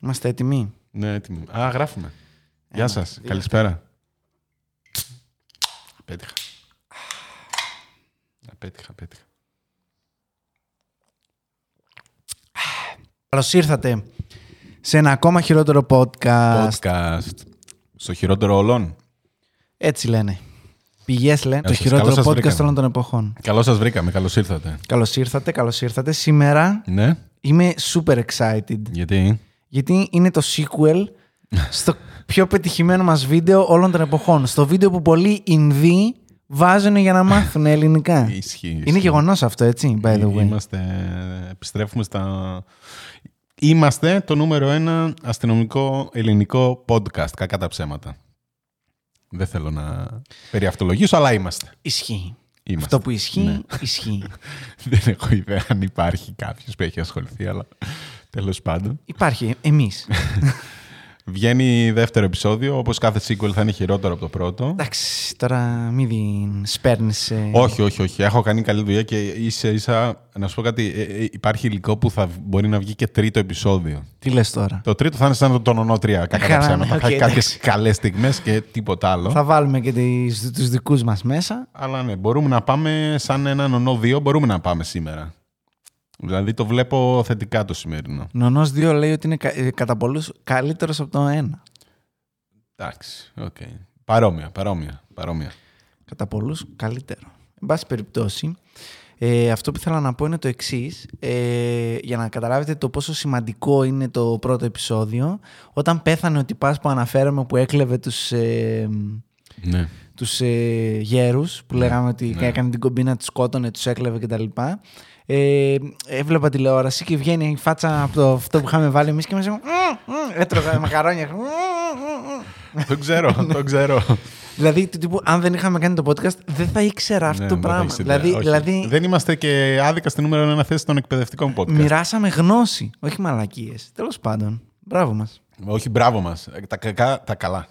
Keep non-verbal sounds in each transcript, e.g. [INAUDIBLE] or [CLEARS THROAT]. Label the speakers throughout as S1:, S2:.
S1: Είμαστε έτοιμοι.
S2: Ναι, έτοιμοι. Α, γράφουμε. Γεια σα. Καλησπέρα. Απέτυχα. Απέτυχα, απέτυχα.
S1: Καλώς ήρθατε σε ένα ακόμα χειρότερο podcast.
S2: Podcast. Στο χειρότερο όλων.
S1: Έτσι λένε. Πηγές λένε. Το
S2: σας.
S1: χειρότερο
S2: Καλώς σας
S1: podcast
S2: βρήκαμε.
S1: όλων των εποχών.
S2: Καλώς σας βρήκαμε, καλώς ήρθατε.
S1: Καλώς ήρθατε, καλώς ήρθατε. Σήμερα
S2: Ναι,
S1: είμαι super excited.
S2: γιατί.
S1: Γιατί είναι το
S2: [LAUGHS]
S1: sequel στο πιο πετυχημένο μας βίντεο όλων των εποχών. Στο βίντεο που πολλοί Ινδοί βάζουν για να μάθουν
S2: [LAUGHS]
S1: ελληνικά.
S2: Ισχύει.
S1: Είναι
S2: ισχύει.
S1: γεγονός αυτό, έτσι, by the way.
S2: Είμαστε. Επιστρέφουμε στα. Είμαστε το νούμερο ένα αστυνομικό ελληνικό podcast. Κακά τα ψέματα. Δεν θέλω να περιαυτολογήσω, αλλά είμαστε.
S1: Ισχύει.
S2: είμαστε.
S1: Αυτό που ισχύει,
S2: Ναι.
S1: ισχύει.
S2: [LAUGHS] Δεν έχω ιδέα αν υπάρχει κάποιος που έχει ασχοληθεί, αλλά τέλος πάντων.
S1: Υπάρχει
S2: [LAUGHS]
S1: εμείς.
S2: Βγαίνει δεύτερο επεισόδιο. Όπως κάθε sequel θα είναι χειρότερο από το πρώτο.
S1: Ναι. Εντάξει, τώρα μην την σπέρνεις. ε.
S2: Όχι, όχι, όχι. Έχω κάνει καλή δουλειά και ίσα ίσα, να σου πω κάτι, ε, ε, υπάρχει υλικό που θα μπορεί να βγει και τρίτο επεισόδιο.
S1: Τι λες τώρα.
S2: Το τρίτο θα είναι σαν το νονό 3, κακά τα
S1: Καλά, ναι,
S2: ψέματα.
S1: οκ,
S2: Θα έχει κάποιες
S1: εντάξει.
S2: καλές στιγμές και τίποτα άλλο.
S1: Θα βάλουμε και τις, τους δικούς μας μέσα.
S2: Αλλά ναι, μπορούμε να πάμε σαν ένα νονό 2, μπορούμε να πάμε σήμερα. Δηλαδή το βλέπω θετικά το σημερινό.
S1: Νονός 2 λέει ότι είναι κα- ε, κατά πολλούς καλύτερος από το 1.
S2: Εντάξει, οκ. Παρόμοια, παρόμοια, παρόμοια.
S1: κατά πολλούς καλύτερο. Εν πάση περιπτώσει, ε, αυτό που ήθελα να πω είναι το εξής. Ε, για να καταλάβετε το πόσο σημαντικό είναι το πρώτο επεισόδιο. Όταν πέθανε ο τυπάς που αναφέραμε που έκλεβε τους, ε,
S2: Ναι.
S1: τους ε, γέρους που
S2: Ναι,
S1: λέγαμε ότι
S2: ναι.
S1: έκανε την κομπίνα, τους σκότωνε, τους έκλεβε κτλ. Ε, έβλεπα τηλεόραση και βγαίνει η φάτσα από το, αυτό που είχαμε βάλει εμείς και μας λέγαμε «Μμμ, μμμ», έτρωγα μακαρόνια. «Μμμ, μμμ, μμμ».
S2: το ξέρω,
S1: [LAUGHS] Ναι.
S2: το ξέρω.
S1: Δηλαδή, του τύπου, αν δεν είχαμε κάνει το podcast, δεν θα ήξερα αυτό
S2: Ναι,
S1: το
S2: δεν
S1: πράγμα.
S2: έχεις ιδέα.
S1: Δηλαδή,
S2: Όχι.
S1: δηλαδή
S2: Δεν είμαστε και άδικα στη νούμερο ένα θέση των εκπαιδευτικών podcast.
S1: μοιράσαμε γνώση, όχι μαλακίες. Τέλος πάντων. Μπράβο μας.
S2: Όχι, μπράβο μας. Τα κακά, τα καλά.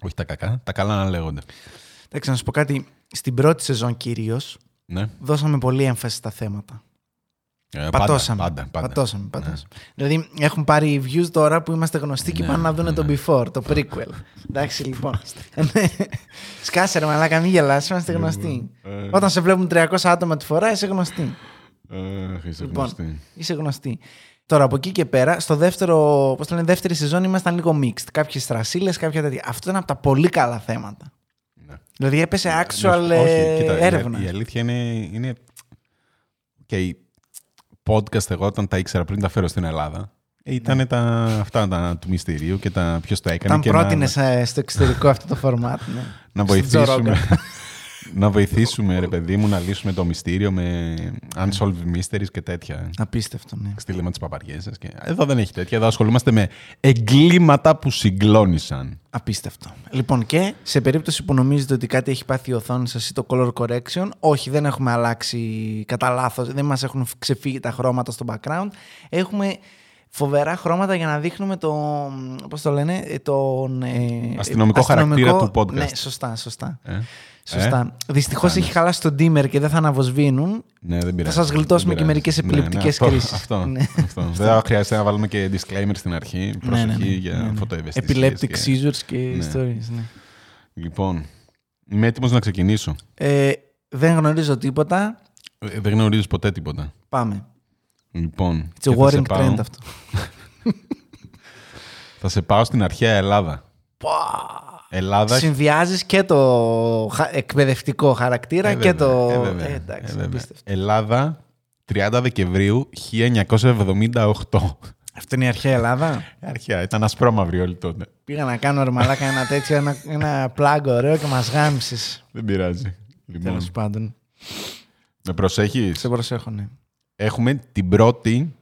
S2: Όχι τα κακά, τα καλά να λέγονται.
S1: Εντάξει, να σου πω κάτι. Στην πρώτη σεζόν κυρίως,
S2: Ναι.
S1: δώσαμε πολύ έμφαση στα θέματα.
S2: Ε,
S1: πατώσαμε.
S2: Πάντα, πάντα. Ναι.
S1: Πατώσαμε, πατώσαμε. Δηλαδή, έχουν πάρει views τώρα που είμαστε γνωστοί και
S2: Ναι,
S1: πάνε να δουν
S2: ναι.
S1: το before, το prequel. Εντάξει, λοιπόν. [LAUGHS] Ναι. Σκάσε ρε μαλάκα, μην γελάς, είμαστε γνωστοί.
S2: Ε,
S1: Όταν σε βλέπουν 300 άτομα τη φορά, είσαι γνωστή.
S2: ε, ε, είσαι
S1: Λοιπόν.
S2: γνωστή.
S1: Είσαι γνωστή. Τώρα από εκεί και πέρα, στο δεύτερο, πώς το λένε, δεύτερη σεζόν ήμασταν λίγο mixed. Κάποιες θρασίλε, κάποια τέτοια. Αυτό ήταν από τα πολύ καλά θέματα.
S2: Ναι.
S1: Δηλαδή έπεσε actual
S2: Ναι,
S1: ε,
S2: κοίτα, η-
S1: έρευνας.
S2: Η, αλήθεια είναι. είναι... Και οι podcast, εγώ όταν τα ήξερα πριν τα φέρω στην Ελλάδα,
S1: Ναι.
S2: ήταν τα, αυτά τα, του μυστηρίου και τα ποιος τα έκανε.
S1: Όταν
S2: και ναι. να-
S1: πρότεινες στο εξωτερικό αυτό το format.
S2: [LAUGHS]
S1: Ναι. Στον
S2: να
S1: Τζο
S2: βοηθήσουμε.
S1: Ρόγκαν.
S2: να βοηθήσουμε, ρε παιδί μου, να λύσουμε το μυστήριο με unsolved mysteries και τέτοια.
S1: Απίστευτο, ναι.
S2: Στείλε με τις παπαριές σα. Και... Εδώ δεν έχει τέτοια. Εδώ ασχολούμαστε με εγκλήματα που συγκλώνησαν.
S1: Απίστευτο. Λοιπόν, και σε περίπτωση που νομίζετε ότι κάτι έχει πάθει η οθόνη σας ή το color correction, όχι, δεν έχουμε αλλάξει κατά λάθος, δεν μας έχουν ξεφύγει τα χρώματα στο background. Έχουμε φοβερά χρώματα για να δείχνουμε το. Πώς το λένε, ε, τον. ε,
S2: Αστυνομικό χαρακτήρα του podcast.
S1: Ναι, σωστά, σωστά.
S2: Ε?
S1: Σωστά. Δυστυχώ έχει χαλάσει τον dimmer και δεν θα αναβοσβήνουν.
S2: Ναι, δεν πειράζει.
S1: σας γλιτώσουμε
S2: Δεν
S1: και μερικές
S2: πειράζει. Ναι, ναι,
S1: επιληπτικές
S2: αυτό-
S1: κρίσεις.
S2: Αυτό.
S1: Ναι.
S2: αυτό. δεν θα χρειάζεται να βάλουμε και disclaimer στην αρχή. Προσοχή για ναι,
S1: Epileptic seizures και ιστορίες, ναι.
S2: Λοιπόν, είμαι έτοιμος να ξεκινήσω.
S1: Ε, δεν γνωρίζω τίποτα.
S2: Ε, Δεν γνωρίζεις ποτέ τίποτα.
S1: Πάμε.
S2: Λοιπόν,
S1: It's a
S2: και θα, σε
S1: warring
S2: πάω,
S1: trend αυτό.
S2: θα σε πάω στην αρχαία Ελλάδα. Ελλάδας
S1: Συνδυάζεις και το χα- εκπαιδευτικό χαρακτήρα
S2: Ε,
S1: και
S2: βέβαια,
S1: το.
S2: ε, βέβαια,
S1: Ε,
S2: ε,
S1: εντάξει,
S2: βέβαια.
S1: απίστευτο.
S2: Ελλάδα, 30 Δεκεμβρίου 1978.
S1: Αυτή είναι η αρχαία Ελλάδα.
S2: Ε, Αρχαία, ήταν ασπρόμαυρη όλοι τότε.
S1: Πήγα να κάνω ρε μαλάκα ένα τέτοιο, ένα, ένα πλάγκο ωραίο και μας γάμισες.
S2: Δεν πειράζει. Λοιπόν,
S1: Τέλος πάντων.
S2: με προσέχεις.
S1: Σε προσέχω, ναι.
S2: Έχουμε την πρώτη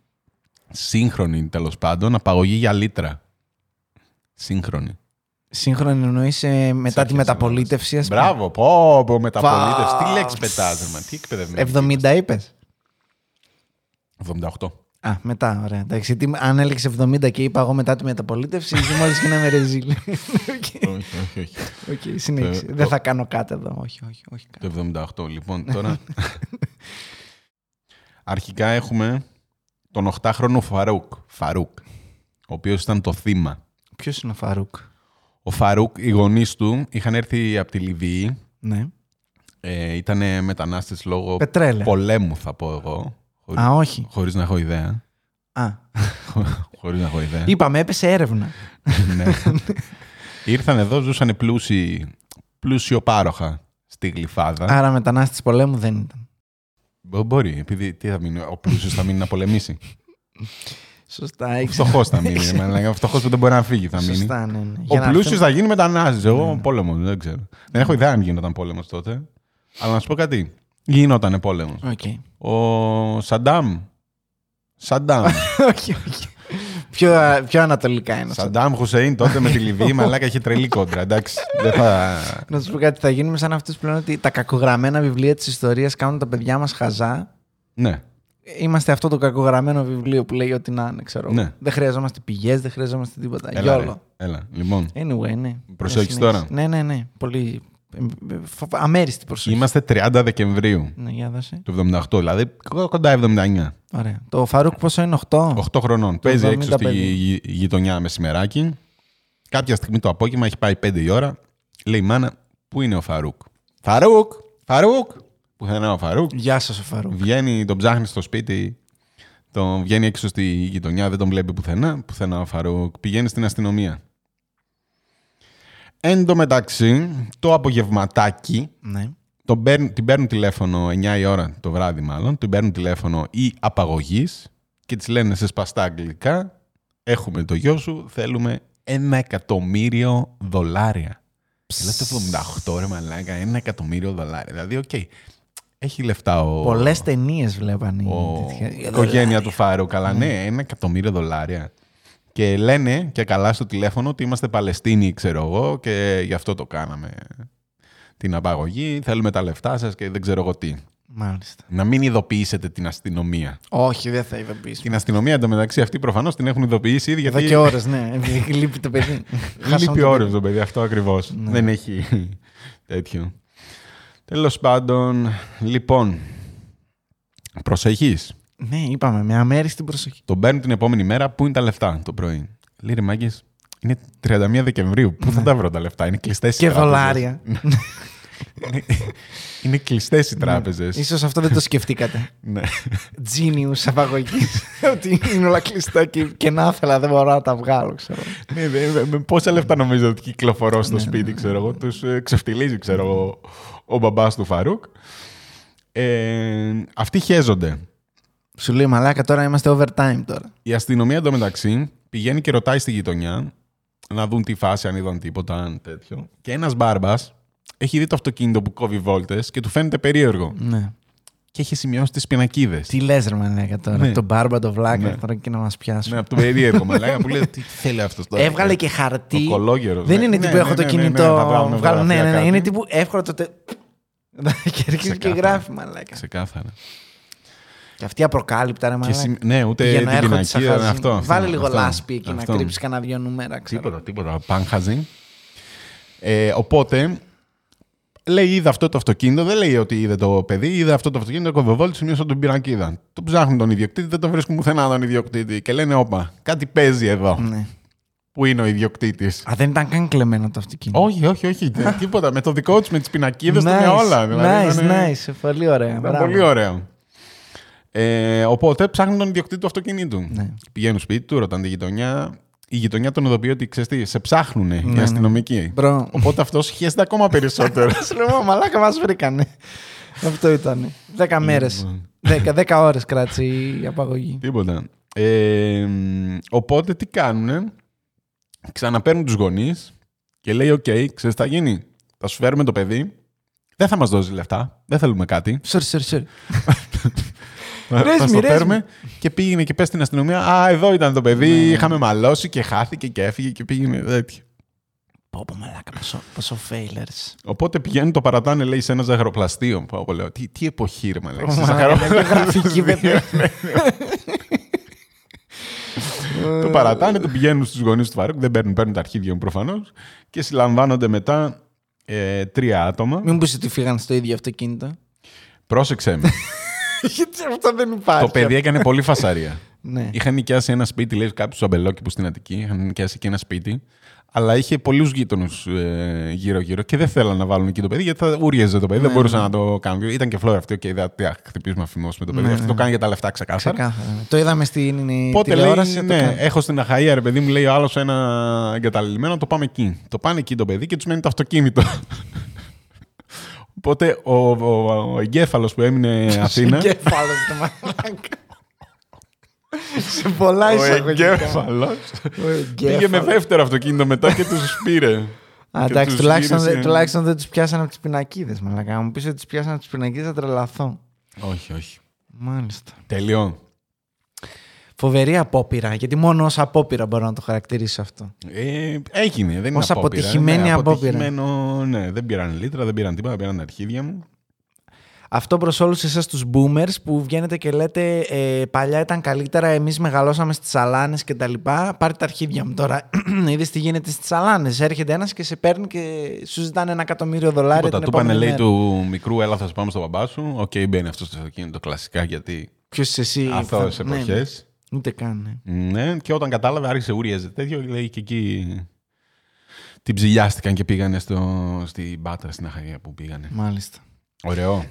S2: σύγχρονη τέλος πάντων απαγωγή για λίτρα. Σύγχρονη.
S1: Σύγχρονη εννοείς ε, μετά τη
S2: αρχές
S1: μεταπολίτευση. ας πούμε.
S2: Μπράβο, πω, πω μεταπολίτευση. Τι λέξη πετάζε, μα, τι εκπαιδευμένο.
S1: 70 είπε.
S2: 78.
S1: Α, μετά, ωραία. Εντάξει, τι, αν έλεγε 70 και είπα εγώ μετά τη μεταπολίτευση, ή μόλις και ένα
S2: [LAUGHS]
S1: ρεζίλ. Οκ,
S2: Ε, όχι, όχι, όχι.
S1: Οκ, συνέχισε.
S2: Ε,
S1: Δεν
S2: το-
S1: θα κάνω κάτι εδώ. Όχι, όχι, όχι. κάνω.
S2: Το 78. Λοιπόν, τώρα. Αρχικά έχουμε τον 8χρονο Φαρούκ. Φαρούκ. ο οποίος ήταν το θύμα.
S1: Ποιος είναι ο Φαρούκ.
S2: Ο Φαρούκ, οι γονείς του είχαν έρθει από τη Λιβύη.
S1: Ναι.
S2: Ε, ήταν μετανάστες λόγω
S1: Πετρέλε.
S2: πολέμου, θα πω εγώ. Χωρί
S1: Α, όχι.
S2: χωρίς να έχω ιδέα.
S1: Α.
S2: Ε. Χωρίς να έχω ιδέα.
S1: Είπαμε, έπεσε έρευνα.
S2: ναι. Ήρθαν εδώ, ζούσαν πλούσιοι, πλούσιο πάροχα στη γλυφάδα.
S1: Άρα μετανάστης πολέμου δεν ήταν.
S2: Μπο- Μπορεί, επειδή τι θα μείνει, ο πλούσιος θα μείνει να πολεμήσει.
S1: Σωστά, έχεις-
S2: Φτωχός θα μείνει. μαλάκα. Φτωχός που δεν μπορεί να φύγει θα μείνει.
S1: Σωστά, ναι, ναι. Για
S2: Ο
S1: να
S2: πλούσιος θα γίνει μετανάστη.
S1: Ναι,
S2: Εγώ
S1: ναι.
S2: πόλεμος, δεν ξέρω. Δεν έχω ιδέα αν γινόταν πόλεμος τότε. Αλλά να σου πω κάτι. Γινόταν πόλεμο.
S1: φτιάξουμε- Οκ. [LAUGHS]
S2: Ο Σαντάμ.
S1: [LAUGHS]
S2: Σαντάμ.
S1: Όχι, όχι. Πιο, πιο ανατολικά είναι. αυτό.
S2: Σαντάμ Χουσέιν τότε με τη
S1: [LAUGHS]
S2: Λιβύη, μαλάκα είχε τρελή κόντρα. Εντάξει. Δεν θα.
S1: Να σου πω κάτι, θα γίνουμε σαν αυτούς που λένε ότι τα κακογραμμένα βιβλία της ιστορίας κάνουν τα παιδιά μας χαζά.
S2: Ναι.
S1: Είμαστε αυτό το κακογραμμένο βιβλίο που λέει ό,τι να είναι, ξέρω εγώ.
S2: Ναι.
S1: Δεν χρειαζόμαστε πηγές, δεν χρειαζόμαστε τίποτα.
S2: Έλα, ρε.
S1: Γιόλο.
S2: Έλα. Λοιπόν,
S1: Anyway, ναι.
S2: Προσέχεις
S1: Ναι,
S2: τώρα.
S1: Ναι, ναι, ναι. Πολύ. ε, ε, φοβα- Αμέριστη προσοχή.
S2: είμαστε 30 Δεκεμβρίου
S1: Ναι, για δώσε.
S2: του 78, δηλαδή κο- κοντά 79.
S1: Ωραία. Το Φαρούκ πόσο είναι, 8.
S2: 8 χρονών. Παίζει έξω στη
S1: 75.
S2: γει- γει- γειτονιά μεσημεράκι. Κάποια στιγμή το απόγευμα έχει πάει 5 η ώρα. Λέει η μάνα, πού είναι ο Φαρούκ. Φαρούκ! Φαρούκ! Πουθενά ο Φαρούκ.
S1: Γεια σας, ο Φαρούκ.
S2: Βγαίνει, τον ψάχνει στο σπίτι. Τον βγαίνει έξω στη γειτονιά, δεν τον βλέπει πουθενά. Πουθενά ο Φαρούκ. Πηγαίνει στην αστυνομία. Εν τω μεταξύ, το απογευματάκι
S1: Ναι.
S2: τον παίρν- την παίρνουν τηλέφωνο 9 η ώρα το βράδυ μάλλον, την παίρνουν τηλέφωνο ή απαγωγής και της λένε σε σπαστά αγγλικά «Έχουμε το γιο σου, θέλουμε ένα εκατομμύριο δολάρια». Και λες το 78 ρε μαλάκα, ένα εκατομμύριο δολάρια. Δηλαδή, οκ, έχει λεφτά ο,
S1: Πολλές ταινίες βλέπανε. οι
S2: ο-
S1: τέτοια- Δηλαδή,
S2: η οικογένεια του Φάρου. Καλά, ναι, ένα εκατομμύριο δολάρια. Και λένε και καλά στο τηλέφωνο ότι είμαστε Παλαιστίνοι, ξέρω εγώ, και γι' αυτό το κάναμε την απαγωγή. Θέλουμε τα λεφτά σας και δεν ξέρω εγώ τι.
S1: Μάλιστα.
S2: Να μην ειδοποιήσετε την αστυνομία.
S1: Όχι, δεν θα ειδοποιήσουμε.
S2: Την αστυνομία εντωμεταξύ αυτή προφανώς την έχουν ειδοποιήσει ήδη.
S1: Εδώ
S2: Γιατί
S1: και ώρες, ναι. [LAUGHS] Λείπει το παιδί. Χάσαμε το
S2: Λείπει
S1: παιδί. Ναι.
S2: όρεο το παιδί, αυτό ακριβώς. Δεν έχει [LAUGHS] τέτοιο. Τέλος πάντων, λοιπόν. Προσεχή.
S1: Ναι, είπαμε, με αμέριστη προσοχή.
S2: Τον παίρνουν την επόμενη μέρα. Πού είναι τα λεφτά το πρωί. Λέει ρε μάγκες, είναι 31 Δεκεμβρίου. Πού θα τα βρω τα λεφτά. Είναι κλειστές οι
S1: Ναι. Και
S2: τράπεζες.
S1: δολάρια. Ναι.
S2: Είναι- [LAUGHS] Είναι κλειστές οι τράπεζες.
S1: Ίσως αυτό δεν το σκεφτήκατε.
S2: Ναι.
S1: Genius απαγωγής.
S2: [LAUGHS]
S1: ότι είναι όλα κλειστά και, και να ήθελα, δεν μπορώ να τα βγάλω, ξέρω.
S2: Ναι, δε- με- με πόσα λεφτά νομίζω ότι κυκλοφορώ
S1: Ναι,
S2: στο σπίτι, ξέρω εγώ. Τους ξεφτιλίζει, ξέρω εγώ, ο μπαμπάς του Φαρούκ. Ε, αυτοί χαίζονται.
S1: Σου λέει μαλάκα, τώρα είμαστε overtime τώρα.
S2: Η αστυνομία εντωμεταξύ πηγαίνει και ρωτάει στη γειτονιά να δουν τη φάση, αν είδαν τίποτα, αν τέτοιο. Και ένας μπάρμπας έχει δει το αυτοκίνητο που κόβει βόλτες και του φαίνεται περίεργο.
S1: Ναι.
S2: Και έχει σημειώσει τις πινακίδες.
S1: Τι λες, ρε μαλάκα τώρα.
S2: Ναι.
S1: Τον μπάρμπα, τον βλάκα,
S2: Ναι.
S1: τώρα και να μας πιάσουν.
S2: Ναι, από το περίεργο μαλάκα που λέει τι θέλει αυτός τώρα.
S1: Έβγαλε και χαρτί.
S2: Το κολόγερος,
S1: Δεν
S2: ναι.
S1: είναι
S2: Ναι,
S1: τύπου
S2: ναι,
S1: έχω το
S2: ναι, ναι, ναι,
S1: κινητό.
S2: θα βγάλουμε
S1: βγάλω- Ναι, ναι,
S2: γραφεία
S1: ναι. Είναι
S2: κάτι.
S1: τύπου εύκολο το. τε- Και αρχίζει και
S2: Ξεκάθαρα.
S1: γράφει, μαλάκα.
S2: Ξεκάθαρα.
S1: Και αυτή απροκάλυπτα, ρε
S2: Και
S1: μαλάκα.
S2: συ- Ναι, ούτε
S1: Πηγαίνω,
S2: την
S1: έρχονται, σε
S2: πινακίδα.
S1: χάζουν.
S2: Αυτό, αυτό,
S1: Βάλε λίγο
S2: αυτό,
S1: λάσπη εκεί να
S2: αυτό.
S1: κρύψεις κανένα δύο νούμερα. Ξέρω.
S2: Τίποτα, τίποτα. Πάνχαζι. Ε, οπότε, λέει είδα αυτό το αυτοκίνητο, δεν λέει ότι είδε το παιδί, είδε αυτό το αυτοκίνητο, κοδοβόλτη, σημείωσε τον πινακίδα. Το ψάχνουν τον ιδιοκτήτη, δεν τον βρίσκουν πουθενά τον ιδιοκτήτη. Και λένε, όπα, κάτι παίζει εδώ.
S1: Ναι.
S2: Πού είναι ο ιδιοκτήτης.
S1: Α, δεν ήταν καν κλεμμένο το αυτοκίνητο.
S2: Όχι, όχι,
S1: [LAUGHS]
S2: όχι. δεν- τίποτα. Με το δικό τους, με τις πινακίδες, με
S1: Nice,
S2: όλα. Δηλαδή,
S1: nice,
S2: ήταν-
S1: nice. Πολύ ωραία.
S2: Ήταν
S1: μπράβο.
S2: πολύ ωραίο. Ε, οπότε ψάχνουν τον ιδιοκτήτη του αυτοκινήτου.
S1: Ναι.
S2: Πηγαίνουν σπίτι του, ρωτάνε τη γειτονιά. Η γειτονιά τον ειδοποιεί ότι ξέρεις τι, σε ψάχνουν οι
S1: ναι.
S2: αστυνομικοί.
S1: Μπρο. [LAUGHS]
S2: Οπότε αυτός χέστηκε ακόμα περισσότερο.
S1: Σου λέω, μαλάκα μας βρήκανε. Αυτό ήταν. Δέκα μέρε.
S2: Λοιπόν.
S1: Δέκα, δέκα ώρες κράτησε η απαγωγή.
S2: Τίποτα. Ε, μ, οπότε τι κάνουνε. Ξαναπαίρνουν τους γονείς και λέει: Οκ, okay, ξέρεις τι θα γίνει. Θα σου φέρουμε το παιδί. Δεν θα μας δώσει λεφτά. Δεν θέλουμε κάτι.
S1: Sorry, sorry, sorry.
S2: Θα
S1: Ρέσμη,
S2: στο
S1: ρέσμη.
S2: φέρουμε και πήγαινε και πες στην αστυνομία. Α, εδώ ήταν το παιδί. Είχαμε μαλώσει και χάθηκε και έφυγε και πήγαινε τέτοιο.
S1: Πω, πω, μαλάκα, πόσο, πόσο failures.
S2: Οπότε πηγαίνουν, το παρατάνε, λέει, σε ένα ζαχαροπλαστείο. Πάω, εγώ λέω, τι, τι εποχή, ρε, μαλάκα, σε
S1: Μαλάκα,
S2: ζαχαροπλαστείο.
S1: και γραφική
S2: Ναι,
S1: βέβαια.
S2: το παρατάνε, το πηγαίνουν στους γονείς του Φαρούκ, δεν παίρνουν, παίρνουν τα αρχίδια μου προφανώς. Και συλλαμβάνονται μετά ε, τρία άτομα.
S1: Μην πούσε ότι φύγαν στο ίδιο αυτοκίνητο.
S2: Πρόσεξε με.
S1: [LAUGHS] Γιατί αυτό δεν υπάρχει.
S2: το παιδί έκανε πολύ φασαρία.
S1: Ναι.
S2: Είχαν νοικιάσει ένα σπίτι, λέει κάποιο του Αμπελόκη που στην Αττική. Είχαν νοικιάσει και ένα σπίτι. Αλλά είχε πολλούς γείτονους ε, γύρω-γύρω και δεν θέλαν να βάλουν εκεί το παιδί γιατί θα ούριαζε το παιδί.
S1: Ναι,
S2: δεν μπορούσαν να το κάνουν. Ήταν και φλόρα αυτή. Οκ, okay, δεν θα χτυπήσουμε αφημώσει με το παιδί.
S1: Ναι,
S2: Αυτό
S1: ναι.
S2: το κάνει για τα λεφτά ξεκάθαρα.
S1: Ξεκάθαρα. Το είδαμε στην ε,
S2: Οπότε
S1: τηλεόραση.
S2: λέει,
S1: το
S2: ναι,
S1: κάνει.
S2: έχω στην Αχαΐα, ρε παιδί μου, λέει ο άλλος ένα εγκαταλειμμένο, το πάμε εκεί. Το πάνε εκεί το παιδί και τους μένει το αυτοκίνητο. [LAUGHS] Οπότε ο, ο, ο εγκέφαλος που
S1: [LAUGHS]
S2: έμεινε Αθήνα.
S1: Εγκέφαλος, το μαλάκα. Σε πολλά
S2: ο
S1: εισαγωγικά.
S2: εγκέφαλος.
S1: Ο εγκέφαλος.
S2: Πήγε με δεύτερο αυτοκίνητο μετά και τους
S1: [LAUGHS] Α,
S2: πήρε. Και
S1: Εντάξει,
S2: τους
S1: τουλάχιστον,
S2: γύρισε.
S1: δεν- τουλάχιστον δεν τους πιάσανε από τις πινακίδες. Μαλακά. Αν Μου πεις ότι τους πιάσανε από τις πινακίδες, θα τρελαθώ.
S2: Όχι, όχι.
S1: Μάλιστα.
S2: Τελειών.
S1: Φοβερή απόπειρα, γιατί μόνο ως απόπειρα μπορώ να το χαρακτηρίσω αυτό.
S2: Ε, έγινε, δεν είναι
S1: Ως
S2: απόπειρα.
S1: αποτυχημένη
S2: ναι,
S1: απόπειρα.
S2: αποτυχημένο, ναι, δεν πήραν λίτρα, δεν πήραν τίποτα, πήραν τα αρχίδια μου.
S1: Αυτό προς όλους εσάς τους boomers που βγαίνετε και λέτε ε, παλιά ήταν καλύτερα, εμείς μεγαλώσαμε στις σαλάνες και τα λοιπά. Πάρτε τα αρχίδια μου τώρα. [CLEARS THROAT] Είδες τι γίνεται στις σαλάνες. Έρχεται ένας και σε παίρνει και σου ζητάνε ένα εκατομμύριο δολάρια.
S2: Τίποτα,
S1: την
S2: του είπανε
S1: επόμενη
S2: λέει
S1: μέρα.
S2: του μικρού, έλα θα σε πάμε στο μπαμπά σου. Οκ, μπαίνει αυτός στο αυτοκίνητο κλασικά γιατί
S1: Ποιος είσαι εσύ.
S2: αθώες
S1: θα- ναι, ναι.
S2: εποχές.
S1: Ούτε καν. ναι.
S2: Ναι, και όταν κατάλαβε, άρχισε ούριαζε τέτοιο. Λέει και εκεί την ψηλιάστηκαν και πήγανε στο, στην Πάτρα, στην Αχαγία που πήγανε.
S1: Μάλιστα. [COUGHS]
S2: Ωραίο.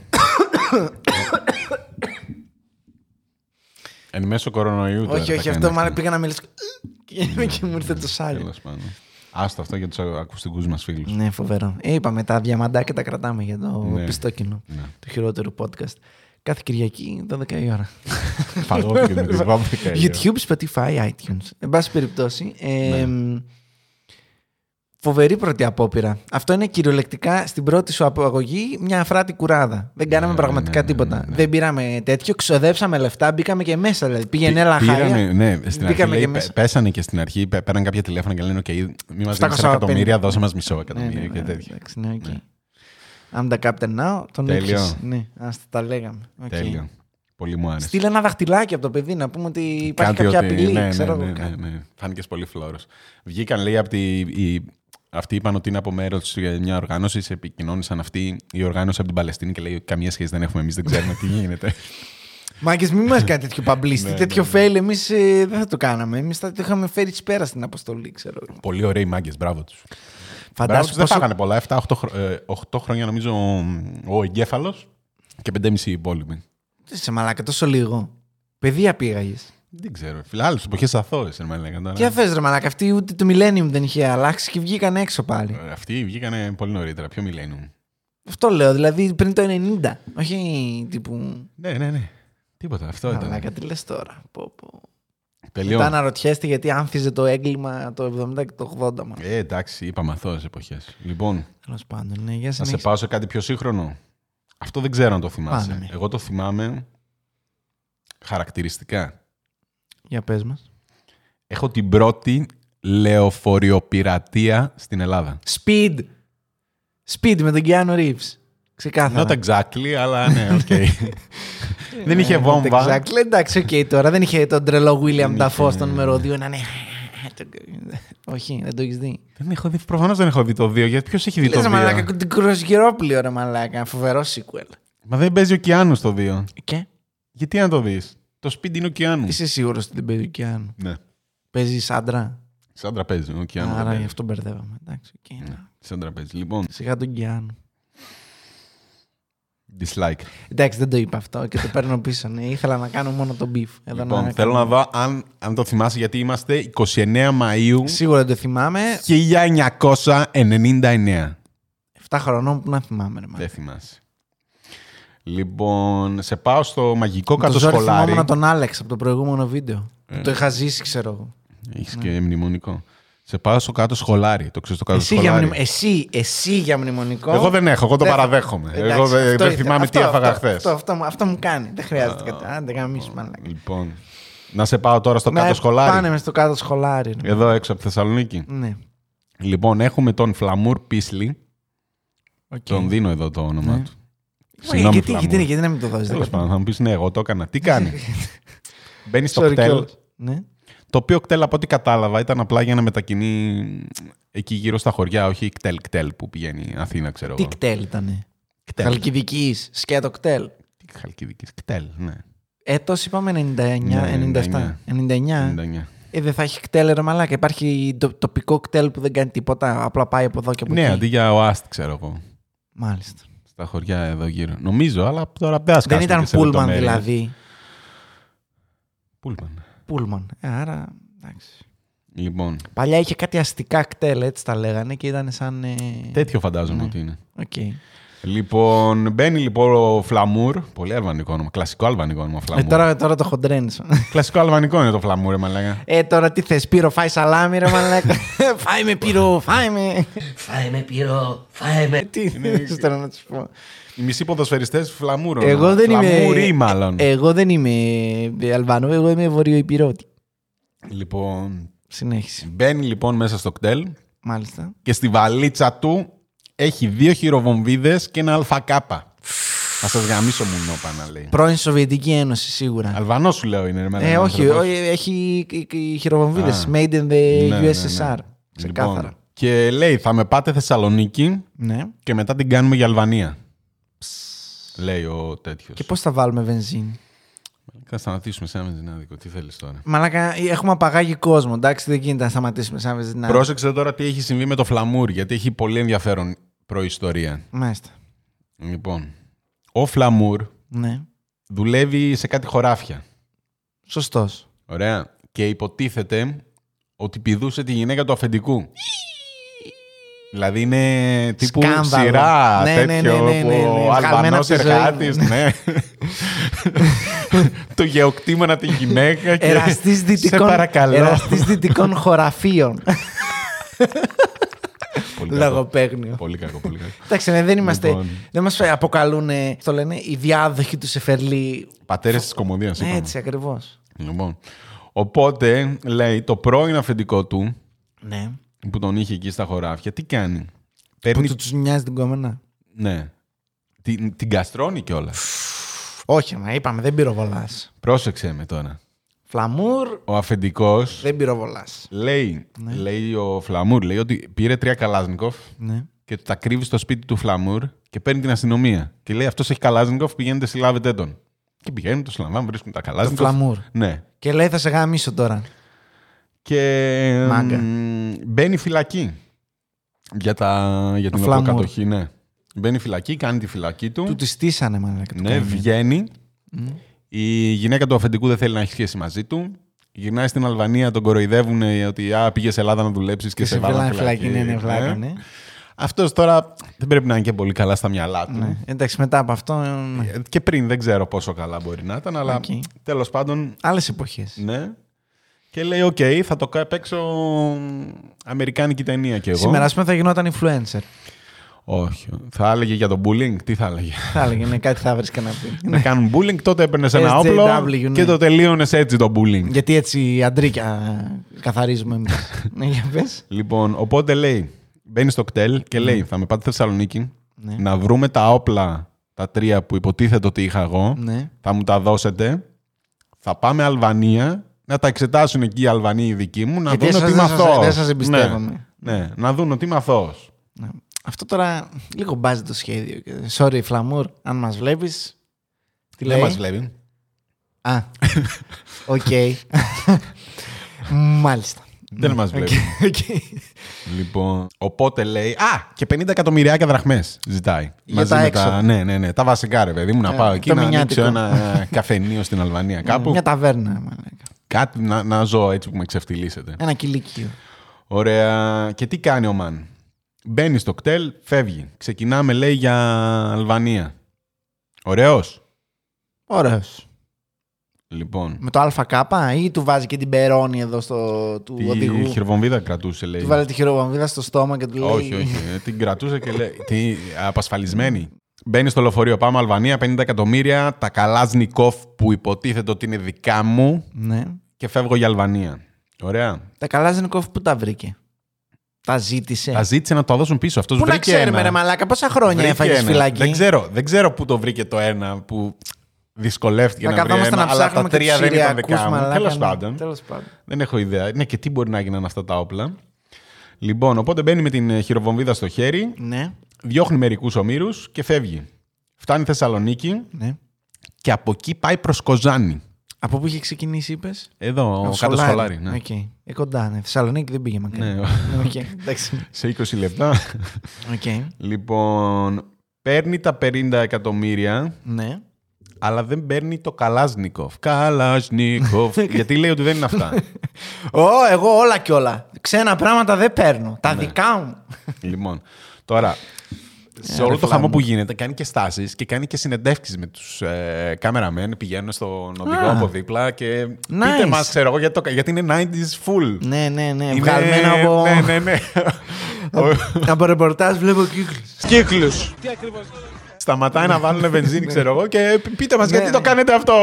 S2: Εν μέσω κορονοϊού τώρα
S1: όχι,
S2: τα
S1: όχι,
S2: κάνει
S1: αυτό μάλλον πήγα να μιλήσω. και- [LAUGHS] και μου ήρθε το σάλι.
S2: ναι, Τέλος πάντων. Άστο αυτό για τους ακουστικούς μας φίλους.
S1: Ναι, φοβερό. Ε, είπαμε τα διαμαντάκια τα κρατάμε για το
S2: Ναι.
S1: πιστόκινο
S2: Ναι.
S1: του χειρότερου podcast. Κάθε Κυριακή, 12 η ώρα.
S2: Φαγώθηκε
S1: [LAUGHS]
S2: με τις 12 η ώρα.
S1: YouTube, Spotify, iTunes. Εν πάση περιπτώσει. ε, Φοβερή πρώτη απόπειρα. Αυτό είναι κυριολεκτικά στην πρώτη σου απαγωγή μια αφράτη κουράδα. Δεν κάναμε
S2: Ναι,
S1: πραγματικά
S2: ναι, ναι,
S1: τίποτα.
S2: ναι, ναι.
S1: Δεν πήραμε τέτοιο, ξοδέψαμε λεφτά, μπήκαμε και μέσα. Δηλαδή. Πήγαινε έλα χάρη.
S2: Πήραμε, ναι, στην αρχή
S1: Μπήκαμε
S2: λέει,
S1: και
S2: πέ-
S1: μέσα.
S2: πέσανε και στην αρχή, πέ- πέραν κάποια τηλέφωνα και λένε: Οκ, μη μας δίνεις
S1: 750.
S2: ένα εκατομμύρια, δώσε μα μισό
S1: Ναι, ναι,
S2: εκατομμύριο
S1: ναι,
S2: και τέτοια.
S1: εντάξει, ναι, οκ. I'm the captain now, τον
S2: Τέλειο.
S1: ήξερες. Ναι, ας τα λέγαμε. Οκ.
S2: Τέλειο. Πολύ μου άρεσε.
S1: Στείλε ένα δαχτυλάκι από το παιδί να πούμε ότι υπάρχει
S2: Κάτι
S1: κάποια
S2: ότι-
S1: απειλή.
S2: Ναι, ναι,
S1: ξέρω
S2: ναι,
S1: εγώ
S2: ναι,
S1: κάτι.
S2: ναι. Φάνηκες πολύ φλόρος. Βγήκαν, λέει, από τη. η- Αυτοί είπαν ότι είναι από μέρος μια οργάνωση, σε επικοινώνησαν αυτοί η οργάνωση από την Παλαιστίνη και λέει: Καμία σχέση δεν έχουμε εμείς, δεν ξέρουμε τι
S1: [LAUGHS]
S2: γίνεται.
S1: Μάγκες, μην μας κάνει τέτοιο παμπλίστη.
S2: Ναι,
S1: τέτοιο
S2: ναι,
S1: fail εμείς ε, δεν θα το κάναμε. Εμείς θα το είχαμε φέρει της πέρα στην αποστολή, ξέρω εγώ.
S2: Πολύ ωραίοι μάγκες, μπράβο τους.
S1: Φαντάσου
S2: δεν
S1: πόσο...
S2: φάγανε πολλά. 7-8 χρόνια νομίζω ο- ο εγκέφαλος και 5,5 οι υπόλοιποι.
S1: Τι Σε μαλάκα, τόσο λίγο. Παιδεία πήγαγες.
S2: Δεν ξέρω. Φίλε, άλλες εποχές αθώε, εν μένα λέγανε.
S1: Τι θες ρε μαλάκα, αυτοί ούτε το millennium δεν είχε αλλάξει και βγήκαν έξω πάλι.
S2: Ε, Αυτοί βγήκανε πολύ νωρίτερα, πιο millennium.
S1: Αυτό λέω, δηλαδή πριν το 90. Όχι τύπου...
S2: Ναι, ναι, ναι. Τίποτα. Αυτό
S1: Μαλάκα,
S2: ήταν.
S1: τι λες τώρα. Πω, πω. Μετά
S2: Τελειώνει.
S1: αναρωτιέστε γιατί άνθιζε το έγκλημα το 70 και το 80 μας.
S2: Ε, εντάξει, είπαμε αθώε εποχές. Λοιπόν,
S1: Τέλος πάντων, ναι, για
S2: να σε
S1: συνέχισε.
S2: πάω σε κάτι πιο σύγχρονο. Αυτό δεν ξέρω αν το θυμάσαι.
S1: Πάμε. ναι.
S2: Εγώ το θυμάμαι χαρακτηριστικά.
S1: Για πες μας.
S2: Έχω την πρώτη λεωφοριοπειρατεία στην Ελλάδα.
S1: Speed. Speed με τον Keanu Reeves. Ξεκάθαρα.
S2: Not exactly, αλλά
S1: [LAUGHS]
S2: ναι, οκ. δεν είχε
S1: Ε, not
S2: βόμβα.
S1: Exactly. Εντάξει, οκ τώρα. Δεν είχε τον τρελό William
S2: Δεν
S1: Dafoe
S2: είχε.
S1: στον νούμερο 2 να είναι... ε, Όχι, δεν το έχεις δει.
S2: Δεν έχω δει, προφανώς δεν έχω δει το 2, γιατί ποιος έχει δει
S1: Λες
S2: το
S1: ρε
S2: 2.
S1: μαλάκα, την κροσγερόπλιο ρε μαλάκα. Φοβερό sequel.
S2: Μα δεν παίζει ο Κιάνου στο 2.
S1: Και
S2: Γιατί να το δεις. Το σπίτι είναι ο Κιάνου.
S1: είσαι σίγουρος ότι δεν παίζει ο Keanu.
S2: Ναι.
S1: Παίζει Σάντρα.
S2: Σαν τραπέζι. Ο Κιάνου.
S1: Άρα
S2: δεν
S1: γι'
S2: παίζει. Ναι.
S1: αυτό μπερδεύαμε. Εντάξει, οκ. ναι.
S2: Σαν τραπέζι. Λοιπόν,
S1: Σιγά τον Keanu.
S2: dislike.
S1: Εντάξει, δεν το είπα αυτό και το παίρνω πίσω. Ναι. Ήθελα να κάνω μόνο το beef. Ε, Εδώ
S2: λοιπόν, θέλω να δω αν, αν το θυμάσαι γιατί είμαστε 29 Μαΐου
S1: Σίγουρα δεν το θυμάμαι.
S2: 1999.
S1: 7 χρονών που να θυμάμαι. Ρε, μάλλον.
S2: Δεν θυμάσαι. Λοιπόν, σε πάω στο μαγικό
S1: Με το ζόρι
S2: κατοσχολάρι.
S1: θυμόμουν τον Άλεξ από το προηγούμενο βίντεο.
S2: Ε.
S1: Που Το είχα ζήσει, ξέρω εγώ.
S2: Έχεις
S1: Ναι.
S2: και μνημονικό. Σε πάω στο κάτω σχολάρι. Το ξέρεις το κάτω
S1: Εσύ για,
S2: σχολάρι.
S1: μνημο... εσύ, εσύ για μνημονικό.
S2: Εγώ δεν έχω, εγώ το
S1: Δεν-
S2: παραδέχομαι.
S1: Εντάξει,
S2: εγώ δεν,
S1: αυτό
S2: δεν
S1: ήθελα.
S2: θυμάμαι τι
S1: Αυτό,
S2: έφαγα
S1: αυτό,
S2: χθες.
S1: Αυτό, αυτό, μου- αυτό μου κάνει. Δεν χρειάζεται κάτι. Άντε, γαμίσου, μαλάκα.
S2: Λοιπόν, να σε πάω τώρα στο
S1: Ναι,
S2: κάτω σχολάρι.
S1: Πάνε μες στο κάτω σχολάρι. ρε.
S2: Εδώ έξω από τη Θεσσαλονίκη.
S1: Ναι.
S2: Λοιπόν, έχουμε τον Φλαμούρ Πίσλι.
S1: Οκ.
S2: Τον δίνω εδώ το όνομά
S1: Ναι.
S2: του.
S1: Μα,
S2: Συγγνώμη,
S1: γιατί,
S2: Φλαμούρ.
S1: γιατί, γιατί να μην το δώσεις.
S2: Τέλος πάντων, θα μου πεις ναι, εγώ το έκανα. Τι
S1: [LAUGHS]
S2: κάνει. Μπαίνει στο κτέλ.
S1: Ναι.
S2: Το οποίο κτέλ, από ό,τι κατάλαβα, ήταν απλά για να μετακινεί εκεί γύρω στα χωριά, όχι κτέλ κτέλ που πηγαίνει Αθήνα, ξέρω
S1: Τι
S2: εγώ.
S1: κτέλ ήτανε.
S2: Κτέλ.
S1: Χαλκιδικής, σκέτο κτέλ.
S2: Τι Χαλκιδικής. Κτέλ, ναι.
S1: Έτο είπαμε 99,
S2: Ναι,
S1: 97. 99.
S2: 99.
S1: Ε, δεν θα έχει κτέλ, ρε μαλάκα. Υπάρχει το, τοπικό κτέλ που δεν κάνει τίποτα. Απλά πάει από εδώ και από
S2: Ναι,
S1: εκεί.
S2: αντί για ο Αστ, ξέρω εγώ.
S1: Μάλιστα.
S2: Στα χωριά εδώ γύρω. Νομίζω, αλλά τώρα δεν ασκάσουμε
S1: Δεν ήταν
S2: και σε
S1: πούλμαν
S2: λεπτομέρειες.
S1: δηλαδή.
S2: Πούλμαν.
S1: Πούλμαν. Ε, άρα. Εντάξει.
S2: Λοιπόν,
S1: Παλιά είχε κάτι αστικά κτέλ, έτσι τα λέγανε και ήταν σαν. Ε...
S2: τέτοιο φαντάζομαι
S1: Ναι.
S2: ότι είναι.
S1: Οκ.
S2: Λοιπόν, μπαίνει λοιπόν ο Φλαμούρ. Πολύ αλβανικό όνομα. Κλασικό αλβανικό όνομα.
S1: Ε,
S2: Φλαμούρ.
S1: τώρα, τώρα το χοντρένεις.
S2: Κλασικό αλβανικό είναι το Φλαμούρ, μα λέγανε.
S1: ε, τώρα τι θες, πύρο, φάει σαλάμι, ρε
S2: [LAUGHS]
S1: μαλάκα. φάει με πύρο, φάει με.
S3: Φάεμε πύρο, φάεμε.
S1: Ε, τι θέλω να τους πω.
S2: Οι μισοί ποδοσφαιριστές Φλαμούρ.
S1: Εγώ δεν είμαι.
S2: Φλαμούρι, μάλλον.
S1: Ε, εγώ δεν είμαι Αλβανό, εγώ είμαι Βορειοϊπηρώτη.
S2: Λοιπόν,
S1: Συνέχιση.
S2: μπαίνει λοιπόν μέσα στο κτέλ
S1: Μάλιστα.
S2: και στη βαλίτσα του έχει δύο χειροβομβίδες και ένα αλφακάπα. Θα σας γαμίσω μου νόπανα, λέει.
S1: Πρώην Σοβιετική Ένωση, σίγουρα.
S2: Αλβανός σου λέω είναι, ρε, μάνα,
S1: Ε,
S2: ο
S1: όχι,
S2: άνθρωπος.
S1: όχι, ε, έχει χειροβομβίδες.
S2: Α.
S1: Made in
S2: Ναι,
S1: the
S2: ναι, ναι.
S1: USSR. Ξεκάθαρα.
S2: Λοιπόν, και λέει, θα με πάτε Θεσσαλονίκη
S1: Ναι.
S2: και μετά την κάνουμε για Αλβανία. Λέει ο τέτοιος.
S1: Και πώς θα βάλουμε βενζίνη.
S2: Θα σταματήσουμε σαν βενζινάδικο. Τι θέλεις τώρα.
S1: Μαλάκα, έχουμε απαγάγει κόσμο. Εντάξει, δεν γίνεται να σταματήσουμε σαν βενζινά.
S2: Πρόσεξε τώρα τι έχει συμβεί με το Φλαμούρ, γιατί έχει πολύ ενδιαφέρον προϊστορία.
S1: Μάλιστα.
S2: Λοιπόν, ο Φλαμούρ
S1: Ναι.
S2: δουλεύει σε κάτι χωράφια.
S1: Σωστός.
S2: Ωραία. Και υποτίθεται ότι πηδούσε τη γυναίκα του αφεντικού. Δηλαδή είναι τύπου
S1: Σκάνδαλο.
S2: σειρά
S1: Ναι, ναι, ναι,
S2: τέτοιο
S1: ναι, ναι, ναι.
S2: που ο
S1: Βγαλμένα
S2: Αλβανός
S1: από τη ζωή,
S2: εργάτης,
S1: ναι.
S2: ναι. το γεωκτήμονα τη γυναίκα και
S1: Εραστής
S2: σε
S1: δυτικών,
S2: παρακαλώ.
S1: εραστής δυτικών
S2: [LAUGHS]
S1: χωραφείων.
S2: Πολύ κακό.
S1: Λογοπαίγνιο.
S2: Πολύ κακό, πολύ κακό.
S1: Εντάξει, ναι, δεν είμαστε.
S2: Λοιπόν.
S1: Δεν μας αποκαλούν, ε, το λένε, οι διάδοχοι του Σεφερλί.
S2: Πατέρες της κομμωδίας,
S1: Ναι,
S2: είπαμε.
S1: έτσι ακριβώς.
S2: Λοιπόν. Οπότε, λέει, το πρώην αφεντικό του,
S1: Ναι.
S2: που τον είχε εκεί στα χωράφια, τι κάνει.
S1: Που
S2: Παίρνει,
S1: του τους νοιάζει την κόμενα.
S2: ναι, την, την καστρώνει κιόλας.
S1: Όχι, μα είπαμε, δεν πυροβολάς.
S2: Πρόσεξε με τώρα.
S1: Φλαμούρ,
S2: Ο αφεντικός
S1: δεν πυροβολάς.
S2: λέει, λέει ο Φλαμούρ, λέει ότι πήρε τρία Καλάζνικοφ
S1: Ναι.
S2: και τα κρύβει στο σπίτι του Φλαμούρ και παίρνει την αστυνομία. Και λέει αυτός έχει Καλάζνικοφ, πηγαίνετε, συλλάβετε τον. Και πηγαίνουν, το συλλαμβάνουν, βρίσκουν τα
S1: Το
S2: Καλάζνικοφ.
S1: φλαμούρ.
S2: Ναι.
S1: Και λέει, θα σε γαμίσω τώρα.
S2: Και
S1: Μάγκα.
S2: μ, μπαίνει φυλακή για, τα, για την
S1: Φλαμούρ.
S2: οπλοκατοχή. Ναι. Μπαίνει φυλακή, κάνει τη φυλακή του.
S1: Του τη στήσανε, μαλάκα. το
S2: ναι,
S1: κορμί.
S2: βγαίνει. Η γυναίκα του αφεντικού δεν θέλει να έχει σχέση μαζί του. Γυρνάει στην Αλβανία, τον κοροϊδεύουν ε, ότι α, πήγε σε ε. Ελλάδα να δουλέψεις και,
S1: Και σε
S2: βάλανε
S1: βάλανε φυλακή, ναι, ναι, βλάκα, ναι.
S2: Αυτός τώρα δεν πρέπει να είναι και πολύ καλά στα μυαλά του.
S1: Ναι. Εντάξει, μετά από αυτό. ε, ναι.
S2: Ε, Και πριν δεν ξέρω πόσο καλά μπορεί να ήταν, αλλά
S1: Οκ.
S2: τέλος πάντων,
S1: Άλλες εποχές.
S2: ναι. Και λέει, οκ, θα το κα- παίξω αμερικάνικη ταινία κι εγώ.
S1: Σήμερα, ας πούμε, θα γινόταν influencer.
S2: Όχι. Θα έλεγε για το bullying, τι θα έλεγε.
S1: θα έλεγε, ναι, κάτι θα βρεις να πει.
S2: να κάνουν bullying, τότε έπαιρνε ένα
S1: SJW,
S2: όπλο
S1: ναι.
S2: και το τελείωνες έτσι το bullying.
S1: Γιατί έτσι αντρίκια ε, καθαρίζουμε εμείς.
S2: [LAUGHS]
S1: ναι, για πες.
S2: Λοιπόν, οπότε λέει, μπαίνει στο κτέλ και λέει, θα με πάτε Θεσσαλονίκη
S1: Ναι.
S2: να βρούμε τα όπλα, τα τρία που υποτίθεται ότι είχα εγώ,
S1: Ναι.
S2: θα μου τα δώσετε, θα πάμε Αλβανία, να τα εξετάσουν εκεί οι Αλβανοί οι δικοί μου, να
S1: Γιατί
S2: δουν
S1: σας-
S2: ότι
S1: δεν
S2: είμαι
S1: σας-
S2: αθώος.
S1: δεν σας εμπιστεύομαι.
S2: Ναι, ναι, να δουν ότι είμαι αθώος.
S1: Ναι. Αυτό τώρα λίγο μπάζει το σχέδιο. Sorry, Φλαμούρ, αν μας βλέπεις. Τι λέει.
S2: Δεν μας βλέπει.
S1: Α,
S2: [LAUGHS]
S1: οκ. Μάλιστα.
S2: Δεν μας βλέπει.
S1: Οκ.
S2: Λοιπόν, οπότε λέει. Α, και 50 εκατομμυριάκια δραχμές ζητάει.
S1: Για τα έξοδα.
S2: ναι, ναι, ναι. Τα βασικά, ρε παιδί μου, να
S1: Ε,
S2: πάω εκεί
S1: το
S2: να ανοίξω
S1: μηνιάτικο. Ναι.
S2: ένα καφενείο στην Αλβανία κάπου.
S1: Μια ταβέρνα, μαλάκα.
S2: Κάτι να, να ζω έτσι που με ξεφτυλίσετε.
S1: Ένα κηλίκιο.
S2: Ωραία. Και τι κάνει ο Μαν. Μπαίνει στο κτέλ, φεύγει. Ξεκινάμε, λέει, για Αλβανία. Ωραίος.
S1: Ωραίος.
S2: Λοιπόν.
S1: Με το ΑΚ ή του βάζει και την περώνει εδώ στο, του
S2: Τη
S1: οδηγού.
S2: χειροβομβίδα κρατούσε, λέει.
S1: Του βάλε τη χειροβαμβίδα στο στόμα και του λέει.
S2: Όχι, όχι. Ε, Την κρατούσε και λέει. Τι, απασφαλισμένη. Μπαίνει στο λεωφορείο. Πάμε Αλβανία, 50 εκατομμύρια. Τα Καλάζνικοφ που υποτίθεται ότι είναι δικά μου
S1: Ναι.
S2: και φεύγω για Αλβανία. Ωραία.
S1: Τα καλά Ζενικόφ που τα βρήκε. Τα ζήτησε.
S2: Τα ζήτησε να το δώσουν πίσω. Αυτός
S1: Πού
S2: βρήκε
S1: να ξέρουμε,
S2: ένα.
S1: ρε Μαλάκα, πόσα χρόνια
S2: Βρήκε
S1: έφαγες
S2: ένα.
S1: φυλακή.
S2: Δεν ξέρω, δεν ξέρω πού το βρήκε το ένα που δυσκολεύτηκε
S1: Να
S2: να, βρει
S1: καθόμαστε
S2: ένα,
S1: να
S2: αλλά τα
S1: ψάχνουμε και
S2: τρία
S1: τους
S2: δεν ήταν
S1: Συριακούς
S2: δικά μου.
S1: μαλάκα.
S2: Τέλος
S1: ναι.
S2: πάντων.
S1: Τέλος πάντων.
S2: Δεν έχω ιδέα. Ναι, και τι μπορεί να γίνανε αυτά τα όπλα. Λοιπόν, οπότε μπαίνει με την ε, χειροβομβίδα στο χέρι,
S1: Ναι,
S2: διώχνει μερικούς ομήρους και φεύγει. Φτάνει Θεσσαλονίκη
S1: ναι.
S2: και και από εκεί πάει προς Κοζάνη.
S1: Από πού είχε ξεκινήσει, είπες.
S2: Εδώ, ο κάτω σχολάρι. Ναι.
S1: Εκεί. Ε, κοντά, ναι. Θεσσαλονίκη δεν πήγε μακριά.
S2: Ναι.
S1: Οκ.
S2: [LAUGHS]
S1: Εντάξει.
S2: Σε 20 λεπτά.
S1: Οκ.
S2: λοιπόν, παίρνει τα 50 εκατομμύρια,
S1: Ναι.
S2: αλλά δεν παίρνει το
S1: [LAUGHS]
S2: Καλάζνικοφ. Καλάζνικοφ. γιατί λέει ότι δεν είναι αυτά.
S1: Ω, εγώ όλα και όλα. Ξένα πράγματα δεν παίρνω. Τα δικά μου.
S2: λοιπόν, τώρα, σε όλο το
S1: φλάμμα.
S2: χαμό που γίνεται, κάνει και στάσεις και κάνει και συνεντεύξεις με τους ε, κάμεραμεν. Πηγαίνουν στον οδηγό
S1: Α.
S2: από δίπλα και. Πείτε
S1: Nice.
S2: μας, ξέρω εγώ, γιατί, το- γιατί είναι 90s full.
S1: Ναι, ναι, ναι.
S2: Είναι-
S1: Βγαλμένα από.
S2: Ναι, ναι, ναι.
S1: [LAUGHS] Από ρεπορτάζ βλέπω κύκλους.
S2: Κύκλους. Σταματάει να βάλουν βενζίνη, ξέρω εγώ, και π- πείτε μας
S1: Ναι,
S2: γιατί
S1: ναι.
S2: το κάνετε αυτό.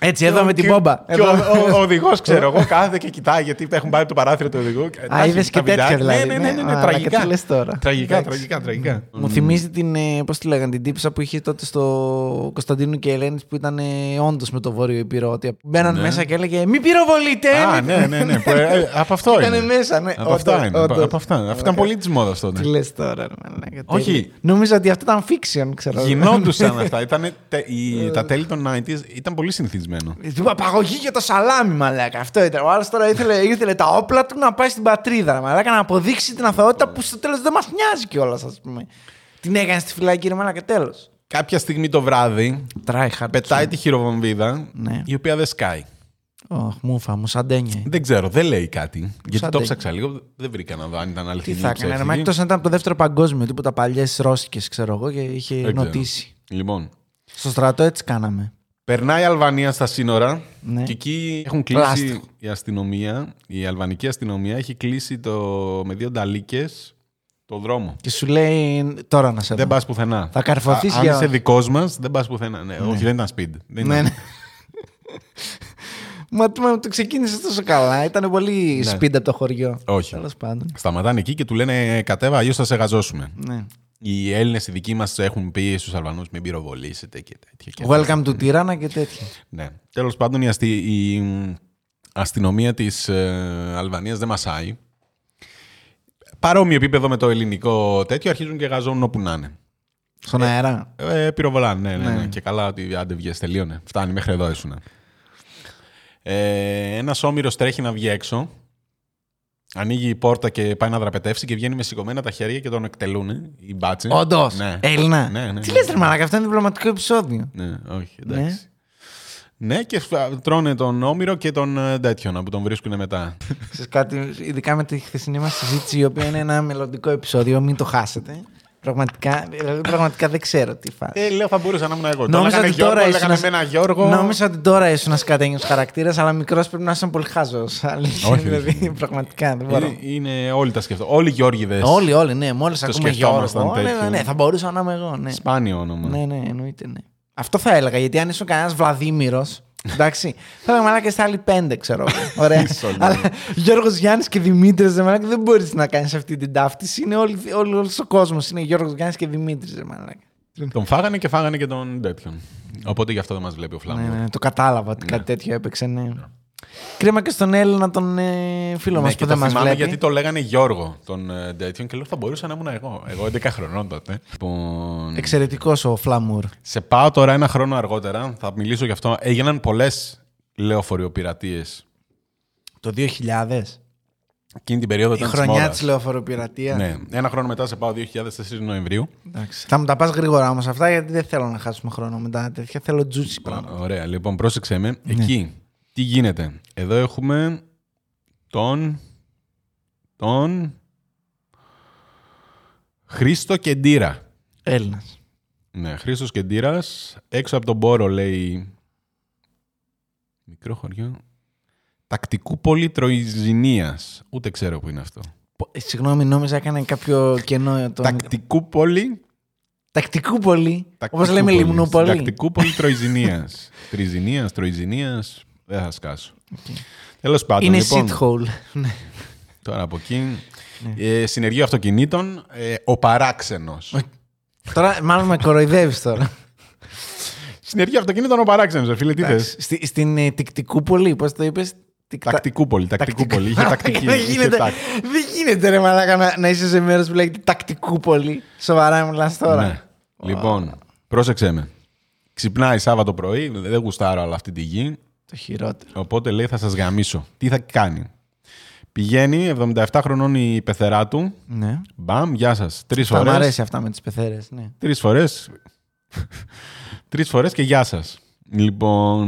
S1: Έτσι, εδώ
S2: Και-
S1: με την
S2: και-
S1: πόμπα.
S2: Και ο,
S1: Εδώ.
S2: οδηγός, ξέρω εγώ, κάθεται και κοιτάει γιατί έχουν πάρει το παράθυρο του οδηγού.
S1: Α, είδε και
S2: Τα βιντεάκια.
S1: τέτοια δηλαδή.
S2: Ναι, ναι, ναι, ναι, ναι,
S1: Α,
S2: τραγικά.
S1: τι λες τώρα.
S2: Τραγικά,
S1: Εντάξει. Ναι.
S2: τραγικά, τραγικά.
S1: Μου θυμίζει την, πώς τη λέγανε, την τύπησα που είχε τότε στο Κωνσταντίνου και Ελένης που ήταν όντως με το Βόρειο Υπηρό. Ότι μπαίναν μέσα και έλεγε Μην πυροβολείτε!
S2: Ναι. Α,
S1: μην-
S2: ναι, ναι, ναι. που, ε, Από αυτό είναι.
S1: Ήτανε μέσα, ναι.
S2: Από αυτά
S1: Όντως,
S2: είναι.
S1: όντως.
S2: Από αυτά. Αυτό ήταν πολύ της μόδας τότε.
S1: Τι λες τώρα, ρε, μαλάκα,
S2: Όχι.
S1: τέλειο. Νομίζω ότι αυτό ήταν fiction, ξέρω. [LAUGHS]
S2: Γινόντουσαν αυτά. Ήτανε τε- η- Τα τέλη των 90s ήταν πολύ συνηθισμένο.
S1: Του απαγωγή για το σαλάμι, μαλάκα. Αυτό ήταν. Ο άλλος τώρα ήθελε, ήθελε τα όπλα του να πάει στην πατρίδα, ρε, μαλάκα, να αποδείξει την αθωότητα που στο τέλος δεν μας νοιάζει κιόλας, ας πούμε. Την έκανε στη φυλακή, ρε, μαλάκα, τέλος.
S2: Κάποια στιγμή το βράδυ
S1: Τράιχαρτ.
S2: πετάει τη χειροβομβίδα
S1: Ναι.
S2: η οποία δεν σκάει.
S1: Ωχ, μούφα μου, σαν τένια.
S2: Δεν ξέρω, δεν λέει κάτι. Γιατί το
S1: τέτοιο.
S2: ψάξα λίγο, δεν βρήκα να δω αν ήταν
S1: Τι
S2: αληθινή.
S1: θα
S2: ή
S1: έκανε, ρε,
S2: ψεύτικη.
S1: μα εκτός αν ήταν από το δεύτερο παγκόσμιο, τίποτα παλιές Ρώσικες, ξέρω εγώ, και είχε
S2: Δεν ξέρω.
S1: νοτήσει.
S2: Λοιπόν,
S1: Στο στρατό έτσι κάναμε.
S2: περνάει η Αλβανία στα σύνορα
S1: Ναι.
S2: και εκεί έχουν κλείσει
S1: Πλάστιχο.
S2: η αστυνομία, η αλβανική αστυνομία έχει κλείσει το, με δύο νταλίκες το δρόμο.
S1: Και σου λέει τώρα να σε
S2: Δεν
S1: δω.
S2: πας πουθενά.
S1: Ναι, Θα καρφωθείς
S2: Α- Αν
S1: για-
S2: είσαι δικός μας, δεν πας πουθενά. Ναι, Όχι, δεν ήταν speed. Δεν
S1: Ναι,
S2: ήταν-
S1: ναι. Μα τι- μα το ξεκίνησε τόσο καλά. Ήταν πολύ
S2: Ναι.
S1: σπίτι από το χωριό.
S2: Όχι.
S1: Τέλος πάντων.
S2: Σταματάνε εκεί και του λένε «Ε, κατέβα, αλλιώς θα σε γαζώσουμε.
S1: Ναι.
S2: Οι Έλληνες οι δικοί μας έχουν πει στους Αλβανούς μην πυροβολήσετε και τέτοια. και
S1: Welcome to Tirana και τέτοια.
S2: Ναι. Τέλος πάντων, η, αστι... η μ, αστυνομία της ε, Αλβανίας δεν μασάει. Παρόμοιο επίπεδο με το ελληνικό τέτοιο, αρχίζουν και γαζώνουν όπου να είναι.
S1: Στον αέρα.
S2: Ε, πυροβολάνε, ναι, ναι, ναι.
S1: Ναι.
S2: Και καλά ότι άντε βγες, τελείωνε. Φτάνει, μέχρι εδώ ήσουν. Ε, ένας όμηρος τρέχει να βγει έξω. Ανοίγει η πόρτα και πάει να δραπετεύσει και βγαίνει με σηκωμένα τα χέρια και τον εκτελούν οι μπάτσι.
S1: Όντως.
S2: Ναι.
S1: Έλληνα.
S2: Ναι, ναι,
S1: Τι
S2: ναι.
S1: λε, Τρεμαλάκα, αυτό είναι διπλωματικό επεισόδιο.
S2: Ναι, όχι, εντάξει. Ναι, και φα- τρώνε τον Όμηρο και τον ε, τέτοιον που τον βρίσκουν μετά.
S1: Ξέρεις κάτι, ειδικά με τη χθεσινή μας συζήτηση, η οποία είναι ένα μελλοντικό επεισόδιο, μην το χάσετε. Πραγματικά, δηλαδή, πραγματικά δεν ξέρω τι φάση.
S2: Ε, λέω θα μπορούσα να ήμουν εγώ. Τον λέγανε Γιώργο,
S1: ήσουν
S2: λέγανε
S1: ένας-
S2: με ένα Γιώργο.
S1: Νόμιζα ότι τώρα ήσουν ένας κατένιος χαρακτήρας, αλλά μικρός πρέπει να ήσουν πολύ χάζος.
S2: Όχι,
S1: δηλαδή, πραγματικά δεν μπορώ.
S2: Είναι, Ε, είναι όλοι τα σκεφτό. Όλοι οι Γιώργηδες.
S1: Όλοι, όλοι, ναι. Μόλις ακούμε
S2: σκεφτόμασταν
S1: Γιώργο. Ναι,
S2: τέτοιο.
S1: ναι, ναι, θα μπορούσα να είμαι εγώ. Ναι,
S2: Σπάνιο όνομα.
S1: ναι, ναι εννοείται, ναι. Αυτό θα έλεγα, γιατί αν ήσουν κανένας Βλαδίμηρος. Εντάξει. Θα έλεγα μαλάκα είστε άλλοι πέντε, ξέρω εγώ.
S2: [LAUGHS]
S1: Ωραία.
S2: Ίσως, ναι.
S1: Αλλά Γιώργος Γιάννης και Δημήτρης, μαλάκα δεν μπορείς να κάνεις αυτή την ταύτιση. Είναι όλοι, όλοι, όλος ο κόσμος. Είναι Γιώργος Γιάννης και Δημήτρης, μαλάκα.
S2: Τον φάγανε και φάγανε και τον τέτοιον. Οπότε γι' αυτό δεν μας βλέπει ο Φλάμιο.
S1: Ναι, ναι, το κατάλαβα ότι κάτι τέτοιο έπαιξε, ναι. Κρίμα και στον Έλληνα τον ε, φίλο
S2: Ναι,
S1: μας
S2: και
S1: που
S2: το
S1: δεν μας
S2: θυμάμαι
S1: βλέπει.
S2: γιατί το λέγανε Γιώργο τον ε, τέτοιον και λέω θα μπορούσα να ήμουν εγώ. Εγώ 11 χρονών τότε. Λοιπόν,
S1: Εξαιρετικός ο Φλαμούρ.
S2: σε πάω τώρα ένα χρόνο αργότερα, θα μιλήσω γι' αυτό. Έγιναν πολλές λεωφοριοπειρατείες
S1: Το 2000.
S2: Εκείνη την περίοδο
S1: Η
S2: ήταν της
S1: χρονιά
S2: μόδας.
S1: της λεωφοροπειρατείας.
S2: Ναι. Ένα χρόνο μετά σε πάω 2004 Νοεμβρίου.
S1: Εντάξει. Θα μου τα πας γρήγορα όμως αυτά γιατί δεν θέλω να χάσουμε χρόνο μετά τέτοια. Θέλω τζούτσι πράγματα.
S2: Ωραία, λοιπόν, πρόσεξε με.
S1: Ναι.
S2: Εκεί, τι γίνεται. Εδώ έχουμε τον... τον... Χρήστο Κεντήρα.
S1: Έλληνας.
S2: Ναι, Χρήστος Κεντήρας. Έξω από τον Πόρο λέει. Μικρό χωριό. Τακτικού πολυτροϊζινία. Ούτε ξέρω που είναι αυτό.
S1: Πο- ε, Συγγνώμη, νόμιζα έκανε κάποιο κενό. Το...
S2: Τακτικού πολυ.
S1: Τακτικού πολύ.
S2: Τακτικού
S1: Όπως λέμε
S2: πολυ-
S1: Λιμνούπολη.
S2: Τακτικού πολυτροϊζινία.
S1: [LAUGHS]
S2: Τριζινία, τροϊζινία. Δεν θα σκάσω. Τέλος πάντων.
S1: Είναι
S2: λοιπόν,
S1: shithole. [LAUGHS] Ναι.
S2: Τώρα από εκεί. Ε, συνεργείο αυτοκινήτων. Ε, ο παράξενος.
S1: Τώρα μάλλον με κοροϊδεύεις [LAUGHS] τώρα.
S2: Συνεργείο αυτοκινήτων ο παράξενος, φίλε, τι θε.
S1: Εντάξει. Στη- Στην ε, τικτικού πολύ, πώς το είπες. Τικτα-
S2: Τακτικού πολυ, τακτικού πολυ.
S1: [LAUGHS]
S2: Είχε τακτική.
S1: δεν,
S2: είχε
S1: γίνεται,
S2: τάκτη.
S1: δεν γίνεται, ρε μαλάκα να, να είσαι σε μέρος που λέγεται τακτικού πολύ. Σοβαρά μιλά τώρα.
S2: Ναι. Λοιπόν, πρόσεξέ Ναι. με. Ξυπνάει Σάββατο πρωί, δεν γουστάρω αλλά αυτή τη γη.
S1: Το χειρότερο.
S2: Οπότε λέει θα σας γαμίσω. Τι θα κάνει. Πηγαίνει 77 χρονών η πεθερά του.
S1: Ναι.
S2: Μπαμ, γεια σας. Τρεις
S1: Θα μου
S2: φορές.
S1: αρέσει αυτά με τις πεθέρε. Ναι.
S2: Τρεις φορές. [LAUGHS] Τρεις φορές και γεια σας. Λοιπόν,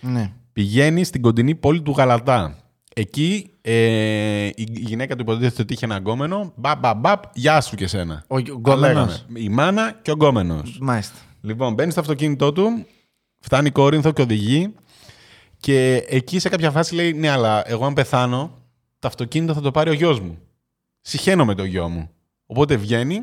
S1: ναι.
S2: πηγαίνει στην κοντινή πόλη του Γαλατά. Εκεί ε, η γυναίκα του υποτίθεται ότι είχε ένα γκόμενο. Μπαπ, μπαπ, μπαπ, γεια σου και σένα.
S1: Ο γκόμενος.
S2: Τα λέγαμε. Η μάνα και ο γκόμενο.
S1: Μάλιστα.
S2: Λοιπόν, μπαίνει στο αυτοκίνητό του, φτάνει Κόρινθο και οδηγεί. Και εκεί σε κάποια φάση λέει: Ναι, αλλά εγώ αν πεθάνω, το αυτοκίνητο θα το πάρει ο γιος μου. Συχαίνω με το γιο μου. Οπότε βγαίνει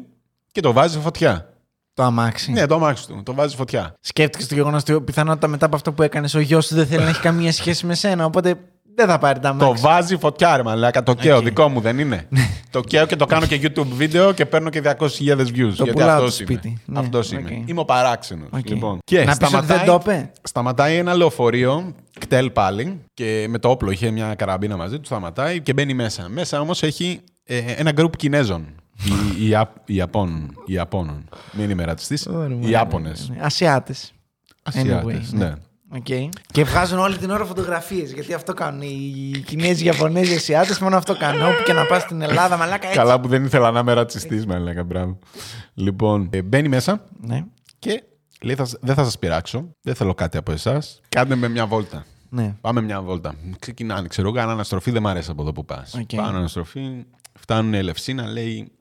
S2: και το βάζει φωτιά.
S1: Το αμάξι.
S2: Ναι, το αμάξι του, το βάζει φωτιά.
S1: Σκέφτηκε το γεγονός ότι πιθανότατα μετά από αυτό που έκανες, ο γιος σου δεν θέλει να έχει καμία σχέση με σένα. Οπότε δεν θα πάρει τα
S2: Το
S1: αμάξι.
S2: βάζει φωτιά, ρε μαλάκα. Το καίω, δικό μου δεν είναι.
S1: Ναι.
S2: το καίω και το κάνω και YouTube βίντεο και παίρνω και 200.000 views.
S1: Το
S2: γιατί
S1: πουλάω
S2: αυτός
S1: στο
S2: είμαι.
S1: σπίτι. Ναι,
S2: Αυτός
S1: οκ.
S2: είμαι. Είμαι ο παράξενος.
S1: Οκ.
S2: Λοιπόν.
S1: Να πεις ότι δεν το είπε.
S2: Σταματάει ένα λεωφορείο, κτέλ πάλι, και με το όπλο είχε μια καραμπίνα μαζί του. Σταματάει και μπαίνει μέσα. Μέσα όμως έχει ε, ένα γκρουπ Κινέζων. Οι- οι Ιαπ- οι Ιαπώνων. Οι Ιαπώνων. Μην είμαι ρατσιστή. Οι Ιάπωνε.
S1: Ναι, Ασιάτες.
S2: Ασιάτες. Ναι.
S1: Okay. Και βγάζουν όλη την ώρα φωτογραφίες. Γιατί αυτό κάνουν οι Κινέζοι, οι Ιαπωνέζοι, οι Ασιάτες. Μόνο αυτό κάνουν. Όπου και να πας στην Ελλάδα, μαλάκα έτσι.
S2: Καλά που δεν ήθελα να είμαι ρατσιστής, με έλεγα. Μπράβο. Λοιπόν, ε, μπαίνει μέσα
S1: Ναι.
S2: Και λέει, «Θα- δεν θα σας πειράξω, δεν θέλω κάτι από εσάς. Κάντε με μια βόλτα.
S1: ναι.
S2: Πάμε μια βόλτα. Ξεκινάνε, ξέρω εγώ, κάνω αναστροφή, δεν μ' αρέσει από εδώ που πας.
S1: Οκ.
S2: Πάνω αναστροφή, φτάνουν Ελευσίνα, λέει,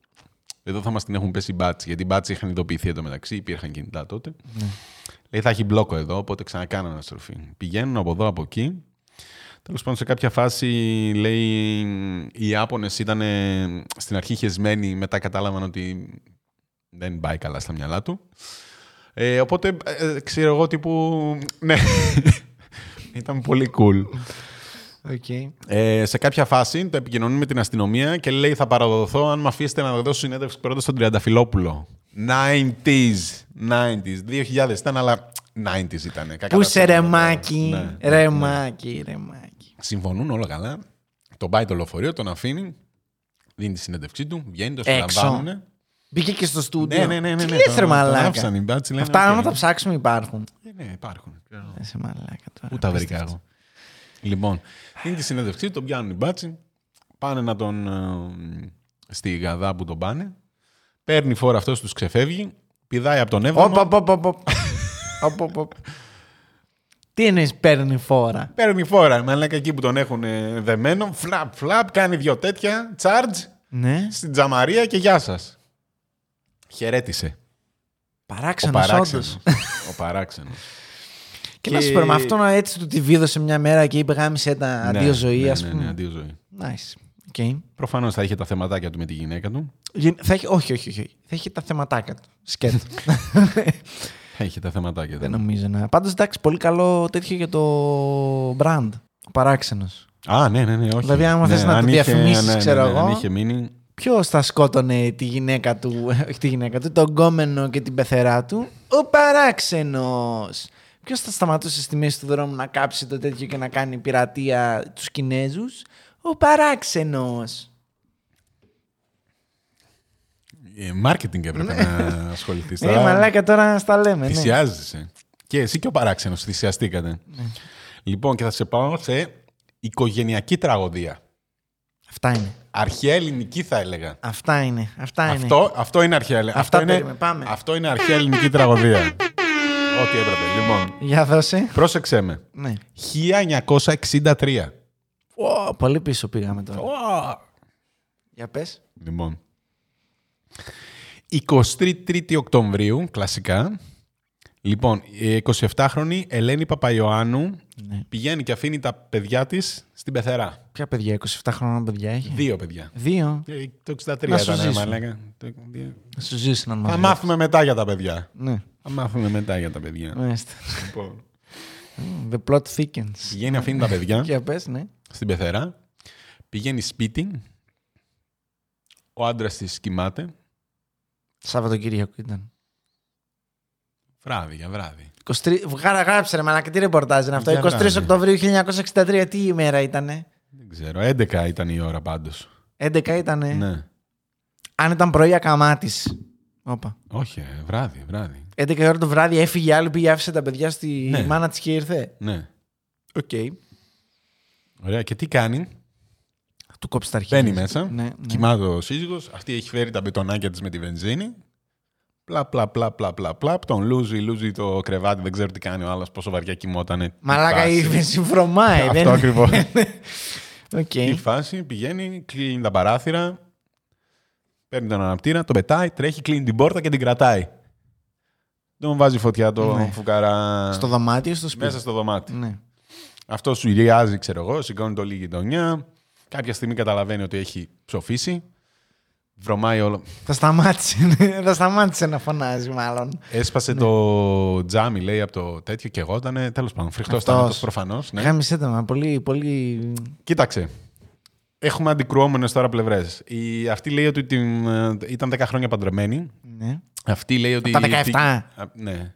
S2: εδώ θα μας την έχουν πέσει οι μπάτσι, γιατί οι μπάτσι είχαν ειδοποιηθεί εδώ μεταξύ, υπήρχαν κινητά τότε. Λέει, θα έχει μπλόκο εδώ, οπότε ξανακάνω αναστροφή. Πηγαίνουν από εδώ, από εκεί. Τέλος πάντων, σε κάποια φάση λέει οι Ιάπωνες ήταν στην αρχή χεσμένοι, μετά κατάλαβαν ότι δεν πάει καλά στα μυαλά του. Ε, οπότε ε, ξέρω εγώ τύπου. Ναι. [LAUGHS] Ήταν πολύ cool.
S1: Okay.
S2: Ε, σε κάποια φάση το επικοινωνεί με την αστυνομία και λέει θα παραδοθώ αν με αφήσετε να δώσω συνέντευξη πρώτα στον Τριανταφυλόπουλο. 90s. 90s. 2000 ήταν, αλλά 90s ήταν.
S1: Πού σε
S2: ναι.
S1: ρεμάκι. ρεμάκι, ρεμάκι.
S2: Συμφωνούν όλα καλά. Τον πάει το λεωφορείο, τον αφήνει. Δίνει τη συνέντευξή του, βγαίνει, το
S1: Έξω.
S2: συλλαμβάνουνε.
S1: Μπήκε και στο στούντιο.
S2: Ναι, ναι, ναι. ναι, ναι,
S1: Τι λες,
S2: τον-
S1: ρε
S2: τον
S1: μαλάκα.
S2: άφησαν οι μπάτσοι, λένε,
S1: Αυτά
S2: «Οκ».
S1: άμα τα ψάξουμε υπάρχουν.
S2: Ε, Ναι, υπάρχουν.
S1: Είσαι μαλάκα τώρα.
S2: Πού τα βρήκα εγώ. Λοιπόν, είναι τη συνέντευξή του, τον πιάνουν οι μπάτσι, πάνε να τον. ε, στη γαδά που τον πάνε. Παίρνει φόρα αυτός, τους ξεφεύγει, πηδάει από τον έβδομο.
S1: Οπ, οπ, οπ, οπ, οπ. Οπ, οπ, οπ. Τι εννοείς παίρνει φόρα.
S2: Παίρνει φόρα, μαλάκα εκεί που τον έχουν ε, δεμένο. Φλαπ, φλαπ, κάνει δυο τέτοια. Charge
S1: Ναι.
S2: στην τζαμαρία και γεια σας. Χαιρέτησε. Ο
S1: Παράξενος όντως.
S2: παράξενο. Ο παράξενος.
S1: Και να σου πω, με αυτό να έτσι του τη βίδωσε μια μέρα και είπε γάμισε τα αντίο ζωής, ας
S2: ναι, Ναι,
S1: πούμε.
S2: αντίο ζωής.
S1: Nice. Okay.
S2: Προφανώς θα είχε τα θεματάκια του με τη γυναίκα του.
S1: Γεν- Θα έχει, όχι, όχι, όχι. Θα έχει τα θεματάκια του.
S2: [LAUGHS]
S1: Σκέτο.
S2: Θα είχε τα θεματάκια του.
S1: Δεν νομίζω να. Πάντως εντάξει, πολύ καλό τέτοιο για το brand. Ο παράξενος.
S2: Α, ναι, ναι, ναι, όχι.
S1: Δηλαδή, άμα
S2: ναι,
S1: θες να
S2: αν
S1: το
S2: είχε-
S1: διαφημίσεις,
S2: ναι, ναι,
S1: ξέρω
S2: ναι, ναι,
S1: εγώ.
S2: Αν είχε μείνει.
S1: Ποιο θα σκότωνε τη γυναίκα του, [LAUGHS] όχι τη γυναίκα του, τον κόμενο και την πεθερά του, ο παράξενος. Ποιος θα σταματούσε στη μέση του δρόμου να κάψει το τέτοιο και να κάνει πειρατεία τους Κινέζους, ο παράξενος.
S2: ε, Μάρκετινγκ έπρεπε να ασχοληθείς.
S1: Ε, μαλάκα τώρα στα λέμε. Ναι.
S2: Θυσιάζεσαι. Και εσύ και ο παράξενος θυσιαστήκατε. Λοιπόν, και θα σε πάω σε οικογενειακή τραγωδία.
S1: Αυτά είναι.
S2: Αρχαία ελληνική, θα έλεγα.
S1: Αυτά είναι. Αυτά είναι.
S2: Αυτό, αυτό είναι αρχαία ελληνική.
S1: ναι. Αυτά
S2: Αυτό, είναι,
S1: περίμενε, πάμε.
S2: αυτό είναι αρχαία ελληνική τραγωδία. Ό,τι έπρεπε. Λοιπόν,
S1: Για δώσε.
S2: πρόσεξέ με.
S1: Ναι.
S2: 1963.
S1: Ω, πολύ πίσω πήγαμε τώρα.
S2: Ω!
S1: Για πες.
S2: Λοιπόν. 23η Οκτωβρίου, κλασικά. Λοιπόν, η 27χρονη Ελένη Παπαϊωάννου
S1: Ναι.
S2: πηγαίνει και αφήνει τα παιδιά της στην πεθερά.
S1: Ποια παιδιά, 27 χρόνια παιδιά έχει.
S2: Δύο παιδιά.
S1: Δύο.
S2: Ε, Το 63
S1: Να σου
S2: ήταν, ε,
S1: ζήσουν.
S2: μαλάκα. Το- δύο.
S1: Να σου ζήσει να
S2: Θα
S1: μάθει.
S2: μάθουμε Ναι. μετά για τα παιδιά.
S1: Ναι.
S2: Θα μάθουμε μετά για τα παιδιά.
S1: Μάλιστα.
S2: Λοιπόν,
S1: The plot thickens.
S2: πηγαίνει, αφήνει τα παιδιά
S1: Για πες, ναι.
S2: στην πεθερά. Πηγαίνει σπίτι. Ο άντρας της κοιμάται.
S1: Σαββατοκύριακο ήταν.
S2: Βράδυ για βράδυ.
S1: 23... Βγάρα, γράψε ρε μαλάκα, τι ρεπορτάζ είναι αυτό.
S2: Για
S1: 23
S2: βράδυ.
S1: Οκτωβρίου 1963, τι ημέρα ήτανε.
S2: Δεν ξέρω. 11 ήταν η ώρα πάντως.
S1: Ε. 11 ήτανε.
S2: Ναι.
S1: Αν ήταν πρωί ακαμάτης. Όπα.
S2: Όχι, ε, βράδυ, βράδυ.
S1: 11 η ώρα το βράδυ έφυγε η άλλη, πήγε άφησε τα παιδιά στη
S2: Ναι.
S1: μάνα της και ήρθε.
S2: Ναι.
S1: Οκ.
S2: Ωραία. Και τι κάνει.
S1: Του κόψει τα αρχή.
S2: Μπαίνει μέσα.
S1: Ναι, ναι.
S2: Κοιμάται ο σύζυγος. Αυτή έχει φέρει τα μπετονάκια της με τη βενζίνη. Πλα, πλα, πλα, πλα, πλα, πλα. Τον λούζει, λούζει το κρεβάτι. Δεν ξέρω τι κάνει ο άλλος, πόσο βαριά κοιμότανε. Τι
S1: Μαλάκα
S2: φάση.
S1: είπε, συμφρωμάει.
S2: Αυτό
S1: δεν-
S2: ακριβώς. [LAUGHS]
S1: Οκ.
S2: Η φάση πηγαίνει, κλείνει τα παράθυρα. Παίρνει τον αναπτήρα, τον πετάει, τρέχει, κλείνει την πόρτα και την κρατάει. Τον βάζει φωτιά τον
S1: Ναι.
S2: φουκαρά
S1: Στο δωμάτιο, στο σπίτι.
S2: μέσα στο δωμάτιο.
S1: Ναι.
S2: Αυτό σου λιάζει, ξέρω εγώ, σηκώνει το λίγη γειτονιά. Κάποια στιγμή καταλαβαίνει ότι έχει ψοφήσει. Βρωμάει όλο.
S1: Θα σταμάτησε, [LAUGHS] ναι. θα σταμάτησε να φωνάζει μάλλον.
S2: Έσπασε το τζάμι, λέει, από το τέτοιο και γότανε. Τέλος πάντων, φρικτό
S1: Αυτός.
S2: θάνατο προφανώς. Ναι.
S1: Γάμισε τα μα, πολύ, πολύ...
S2: Κοίταξε. Έχουμε αντικρουόμενες τώρα πλευρές. Αυτή λέει ότι την, ε, ήταν 10 χρόνια παντρεμένη.
S1: Ναι.
S2: Αυτή λέει ότι.
S1: τα 17.
S2: Τι- Α, ναι.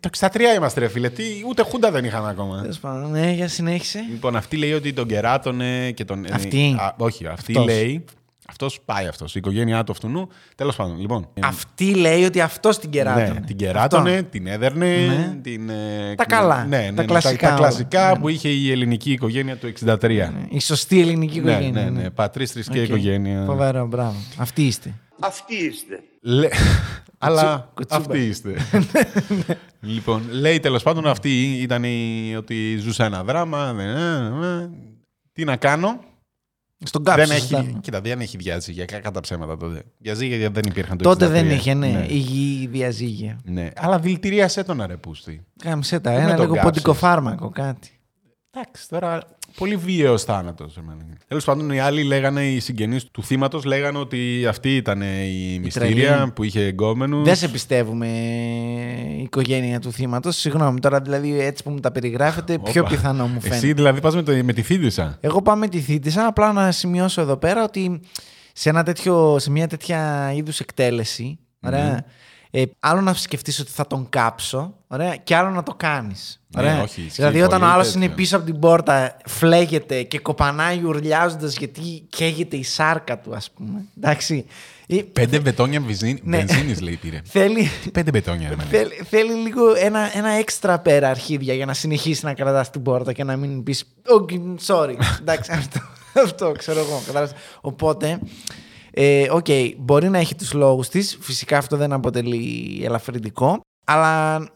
S2: Το 63 είμαστε, ρε φίλε. Τι, ούτε χούντα δεν είχαν ακόμα.
S1: Τέλος πάντων, ναι, για συνέχισε.
S2: Λοιπόν, αυτή λέει ότι τον κεράτωνε και τον. ε,
S1: Αυτή.
S2: Α, όχι, αυτή
S1: Αυτός.
S2: λέει. Αυτός πάει αυτός. Η οικογένειά του αυτού νου. Τέλος πάντων, λοιπόν.
S1: Αυτή λέει ότι αυτός την κεράτωνε.
S2: Ναι, την κεράτωνε,
S1: Αυτόν.
S2: την έδερνε.
S1: Ναι.
S2: την, ε,
S1: Τα καλά.
S2: Ναι, ναι,
S1: Τα
S2: ναι,
S1: κλασικά
S2: τα,
S1: όλα.
S2: κλασικά
S1: Ναι.
S2: που είχε η ελληνική οικογένεια του 63.
S1: Ναι, Η σωστή ελληνική
S2: Ναι,
S1: οικογένεια.
S2: ναι, ναι. Πατρίστρης και
S1: Οκ.
S2: οικογένεια.
S1: Φοβερό, μπράβο. Αυτή είστε.
S3: Αυτοί είστε.
S1: [LAUGHS]
S2: Λε- Αλλά
S1: κουτσούμπα. Ναι, [LAUGHS]
S2: αυτοί είστε. λοιπόν, λέει τέλος πάντων αυτή ήταν η... ότι ζούσα ένα δράμα. ναι, ναι, ναι. Τι να κάνω.
S1: Στον κάψο.
S2: δεν έχει...
S1: συζητάμε.
S2: Κοίτα, δεν έχει διάζει για κακά τα ψέματα τότε. Διαζύγια δεν υπήρχαν το
S1: Τότε δεν
S2: 63.
S1: είχε, ναι,
S2: ναι.
S1: υγιή διαζύγια.
S2: Ναι. Αλλά δηλητηρίασέ τον αρεπούστη.
S1: Κάμισε τα,
S2: Ε, με
S1: ένα
S2: τον
S1: λίγο
S2: κάψες.
S1: ποντικό φάρμακο, κάτι.
S2: Εντάξει, τώρα πολύ βίαιος θάνατος. Τέλος πάντων, οι άλλοι λέγανε, οι συγγενείς του θύματος λέγανε ότι αυτή ήταν η μυστήρια
S1: τρελή.
S2: που είχε εγκόμενους.
S1: Δεν σε πιστεύουμε ε, η οικογένεια του θύματος. Συγγνώμη, τώρα δηλαδή έτσι που μου τα περιγράφετε, πιο πιθανό μου φαίνεται.
S2: Εσύ δηλαδή πας με, το- με τη θήτησα.
S1: Εγώ πάω με τη θήτησα. Απλά να σημειώσω εδώ πέρα ότι σε, ένα τέτοιο, σε μια τέτοια είδους εκτέλεση. ωραία, ε, άλλο να σκεφτείς ότι θα τον κάψω ωραία, και άλλο να το κάνεις.
S2: Ναι, όχι, ισχύει
S1: δηλαδή, όταν ο
S2: πολύ
S1: άλλος
S2: τέτοιο.
S1: είναι πίσω από την πόρτα, φλέγεται και κοπανάει ουρλιάζοντας γιατί καίγεται η σάρκα του, ας πούμε. Εντάξει. Ε,
S2: Πέντε μπετόνια βενζίνη,
S1: Ναι.
S2: βενζίνης, λέει πήρε.
S1: Θέλει,
S2: Πέντε μπετόνια, ρε μαλάκα.
S1: θέλει, θέλει λίγο ένα, ένα έξτρα πέρα αρχίδια για να συνεχίσει να κρατάς την πόρτα και να μην πεις. Okay, sorry. Εντάξει, αυτό, αυτό ξέρω εγώ. κατάλαβες. Οπότε, ε, οκ, μπορεί να έχει τους λόγους της. Φυσικά αυτό δεν αποτελεί ελαφρυντικό. Αλλά μ,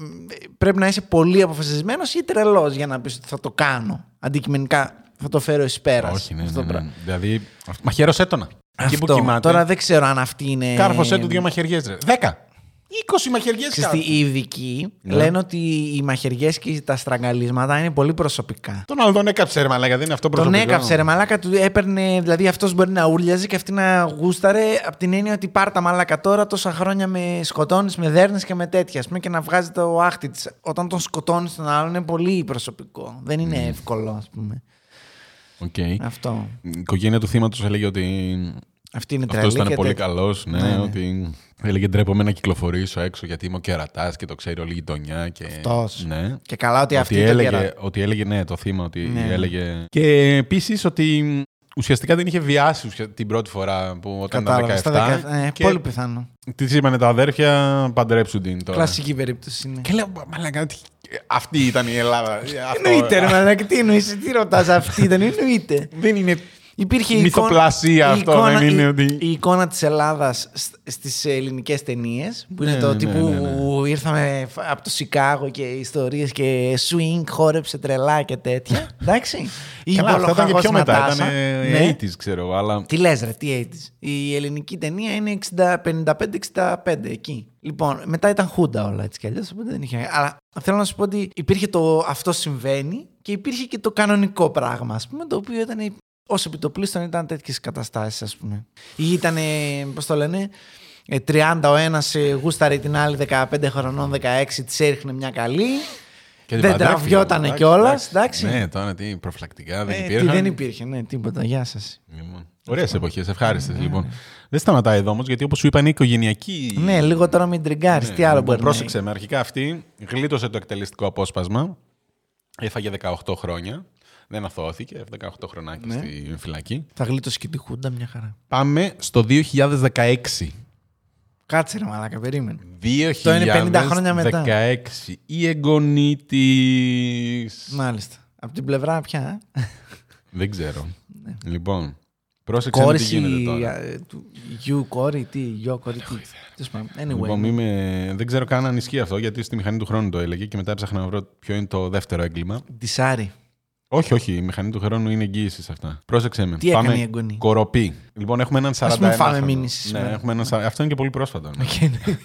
S1: πρέπει να είσαι πολύ αποφασισμένος ή τρελός για να πεις ότι θα το κάνω. Αντικειμενικά θα το φέρω εις πέρας.
S2: Όχι, ναι, ναι, ναι. Δηλαδή, αυ- μαχαίρωσέ τον. Εκεί που κοιμάται,
S1: Τώρα δεν ξέρω αν αυτή είναι.
S2: κάρφωσέ του δύο μαχαιριές, ρε. Δέκα. Είκοσι μαχαιριές
S1: Ξέρεις τι,
S2: κάρφωσε.
S1: οι ειδικοί
S2: Ναι.
S1: λένε ότι οι μαχαιριές και τα στραγγαλίσματα είναι πολύ προσωπικά.
S2: Τον άλλο τον έκαψε, ρε μαλάκα, δεν είναι αυτό
S1: Τον
S2: προσωπικό.
S1: έκαψε ρε μαλάκα, του έπαιρνε, δηλαδή αυτός μπορεί να ούρλιαζε και αυτή να γούσταρε από την έννοια ότι πάρτα μαλάκα τώρα τόσα χρόνια με σκοτώνεις, με δέρνεις και με τέτοια. Ας πούμε, και να βγάζει το άχτη της. Όταν τον σκοτώνεις τον άλλον είναι πολύ προσωπικό. Δεν
S2: Ναι.
S1: είναι εύκολο, ας πούμε.
S2: Οκ.
S1: Αυτό.
S2: Η οικογένεια του θύματος έλεγε ότι
S1: Αυτή είναι τρελή.
S2: Αυτός ήταν
S1: και
S2: πολύ
S1: τέτοια.
S2: καλός. Ναι,
S1: Ε, Ναι, ναι.
S2: ότι έλεγε ντρέπομαι να κυκλοφορήσω έξω γιατί είμαι ο κερατάς και το ξέρει όλη η γειτονιά. Και...
S1: Αυτός.
S2: Ναι.
S1: Και καλά ότι, αυτή
S2: Ότι
S1: το
S2: έλεγε,
S1: κερά-
S2: ότι έλεγε, ναι, το θύμα, ότι
S1: Ναι.
S2: έλεγε. Και επίσης ότι ουσιαστικά δεν είχε βιάσει ουσια- την πρώτη φορά που όταν
S1: Κατάλαβα. στα
S2: ήταν 17.
S1: 17, ε,
S2: και
S1: Πολύ πιθανό.
S2: τη είπανε τα αδέρφια, παντρέψουν την τώρα.
S1: Κλασική περίπτωση είναι.
S2: Και λέω, «Μα, μαλάκα, τι- αυτή ήταν η [LAUGHS] Ελλάδα. Αυτό-
S1: Εννοείται, ρε μαλάκα, τι εννοείς, τι ρωτάς αυτή ήταν, εννοείται.
S2: Δεν είναι.
S1: Υπήρχε η
S2: Μυθοπλασία
S1: εικόνα-
S2: αυτό,
S1: η εικόνα,
S2: δεν είναι
S1: η,
S2: ότι-
S1: η εικόνα της Ελλάδας σ- στις ελληνικές ταινίες, που είναι
S2: Ναι,
S1: το
S2: ναι,
S1: τύπου
S2: ναι,
S1: ήρθαμε φ- από το Σικάγο και ιστορίες και swing, χόρεψε τρελά και τέτοια, εντάξει. Ή
S2: Καλά, αυτά ήταν και πιο
S1: Μπολοχαγός
S2: μετά. Ήταν
S1: Νατάσα. Ναι.
S2: 80s, ξέρω εγώ, αλλά.
S1: Τι λες ρε, τι 80s. Η ελληνική ταινία είναι 55-65 εκεί. Λοιπόν, μετά ήταν χούντα όλα έτσι κι αλλιώς, οπότε δεν είχε... Αλλά θέλω να σου πω ότι υπήρχε το αυτό συμβαίνει και υπήρχε και το κανονικό πράγμα, ας πούμε, το οποίο ήταν η- ως επιτοπλίστων ήταν τέτοιες καταστάσεις, ας πούμε. Ή ήταν, πώς το λένε, ε, 30 ο ένας ε, γούσταρε την άλλη 15 χρονών, 16 της έριχνε μια καλή.
S2: Και την
S1: δεν
S2: παντρεύτηκε,
S1: τραβιότανε
S2: εντάξει,
S1: κιόλας, εντάξει.
S2: Ναι, τώρα τι προφυλακτικά δεν
S1: Ε, τι
S2: υπήρχαν.
S1: δεν υπήρχε, ναι, τίποτα, γεια σας.
S2: Ωραίες εποχές, ευχάριστες λοιπόν. Δεν σταματάει εδώ όμως, γιατί όπως σου είπα είναι οικογενειακή.
S1: Ναι, λίγο τώρα μην τριγκάρεις,
S2: Ναι,
S1: τι άλλο
S2: λοιπόν,
S1: μπορεί να
S2: Πρόσεξε με, αρχικά αυτή γλίτωσε το εκτελεστικό απόσπασμα. Έφαγε 18 χρόνια. Δεν αθώθηκε, 18 χρονάκι
S1: Ναι.
S2: στη φυλακή.
S1: Θα γλίτωσε και τη Χούντα μια χαρά.
S2: Πάμε στο 2016.
S1: Κάτσε ρε μαλάκα, περίμενε.
S2: 2016
S1: Το είναι 50 χρόνια μετά.
S2: Η εγγονή της...
S1: Μάλιστα. Από την πλευρά πια. ε.
S2: Δεν ξέρω. Λοιπόν, πρόσεξε να τι γίνεται
S1: Ναι. Κόρηση
S2: τώρα.
S1: ε, του γιου κόρη, τι, γιο κόρη, τι. Τέλος πάντων.
S2: Λοιπόν,
S1: Anyway, ναι.
S2: μη με- δεν ξέρω καν αν ισχύει αυτό, γιατί στη μηχανή του χρόνου το έλεγε και μετά ψάχνα να βρω ποιο είναι το δεύτερο έγκλημα.
S1: ντυσάρι.
S2: Όχι, όχι, η μηχανή του χρόνου είναι εγγύησης σε αυτά. Πρόσεξε με.
S1: Τι έκανε η εγγονή?
S2: Κοροπή. Λοιπόν, έχουμε έναν 41.
S1: Ας μην φάμε
S2: χρόνο.
S1: μήνυση
S2: Ναι,
S1: σήμερα.
S2: έχουμε έναν... σα- Αυτό είναι και πολύ πρόσφατο. ναι.
S1: Και [LAUGHS] ναι.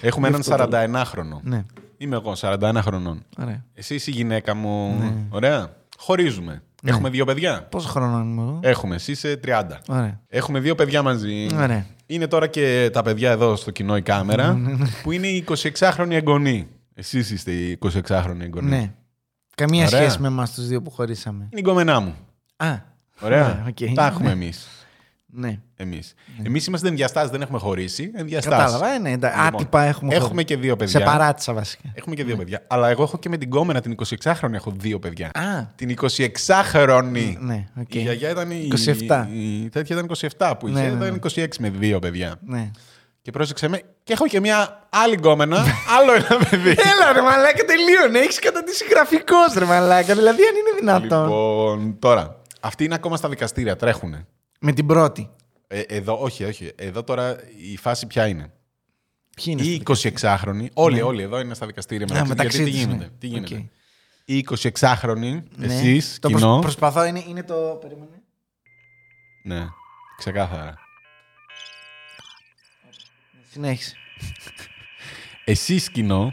S2: Έχουμε έναν
S1: Αυτό
S2: 41χρονο.
S1: Ναι,
S2: Είμαι εγώ, 41 χρονών.
S1: ωραία.
S2: Εσύ είσαι η γυναίκα μου.
S1: Ναι.
S2: Ωραία. Χωρίζουμε. Έχουμε δύο παιδιά.
S1: Πόσο χρόνο είμαι εγώ.
S2: Έχουμε. Εσύ είσαι 30.
S1: Ωραία.
S2: Έχουμε δύο παιδιά μαζί.
S1: Ωραία. Ναι,
S2: Είναι τώρα και τα παιδιά εδώ στο κοινό η κάμερα, που είναι η 26χρονη εγγονή. Εσείς είστε η 26χρονη εγγονή.
S1: Ναι. Καμία
S2: Ωραία.
S1: σχέση με εμάς τους δύο που χωρίσαμε.
S2: Είναι η γκόμενά μου.
S1: Α,
S2: Ωραία.
S1: Ωραία, οκ.
S2: Τα έχουμε
S1: Ναι.
S2: εμείς.
S1: ναι.
S2: Εμείς. εμείς είμαστε ενδιαστάσει, δεν έχουμε χωρίσει. Ενδιαστάσει.
S1: Κατάλαβα, ε, ναι. εντάξει. Άτυπα έχουμε
S2: Λοιπόν, Έχουμε
S1: χωρίσει.
S2: και δύο παιδιά.
S1: Σε Ναι. παράτησα βασικά.
S2: Έχουμε και δύο παιδιά. Αλλά εγώ έχω και με την κόμενα την 26χρονη έχω δύο παιδιά.
S1: Α,
S2: Την 26χρονη.
S1: ναι, οκ.
S2: Ε, Η γιαγιά ήταν. η-
S1: 27.
S2: Η, η τέτοια ήταν 27 που είχε.
S1: Ναι, ναι, ναι.
S2: Ήταν 26 με δύο παιδιά.
S1: Ναι.
S2: Και πρόσεξε με. Και έχω και μια άλλη
S1: [LAUGHS]
S2: γκόμενα, άλλο ένα παιδί.
S1: Έλα ρε μαλάκα τελείωνε, έχεις καταντήσει γραφικός ρε μαλάκα, δηλαδή αν είναι δυνατόν.
S2: λοιπόν, τώρα. Αυτοί είναι ακόμα στα δικαστήρια, τρέχουνε.
S1: Με την πρώτη.
S2: Ε, εδώ, όχι, όχι. Εδώ τώρα η φάση ποια είναι.
S1: Ποιοι είναι
S2: Οι
S1: αυτοί?
S2: 26χρονοι, όλοι, όλοι εδώ είναι στα δικαστήρια
S1: Ναι. Α,
S2: μεταξύ,
S1: μεταξύ
S2: γιατί τι
S1: τους,
S2: γίνεται.
S1: ναι.
S2: Τι γίνεται.
S1: Οκ.
S2: Οι 26χρονοι,
S1: Ναι.
S2: εσείς,
S1: Το
S2: κοινό.
S1: προσ- προσπαθώ, είναι, είναι το... Περίμενε.
S2: Ναι, ξεκάθαρα.
S1: Συνέχισε.
S2: Εσείς, κοινό,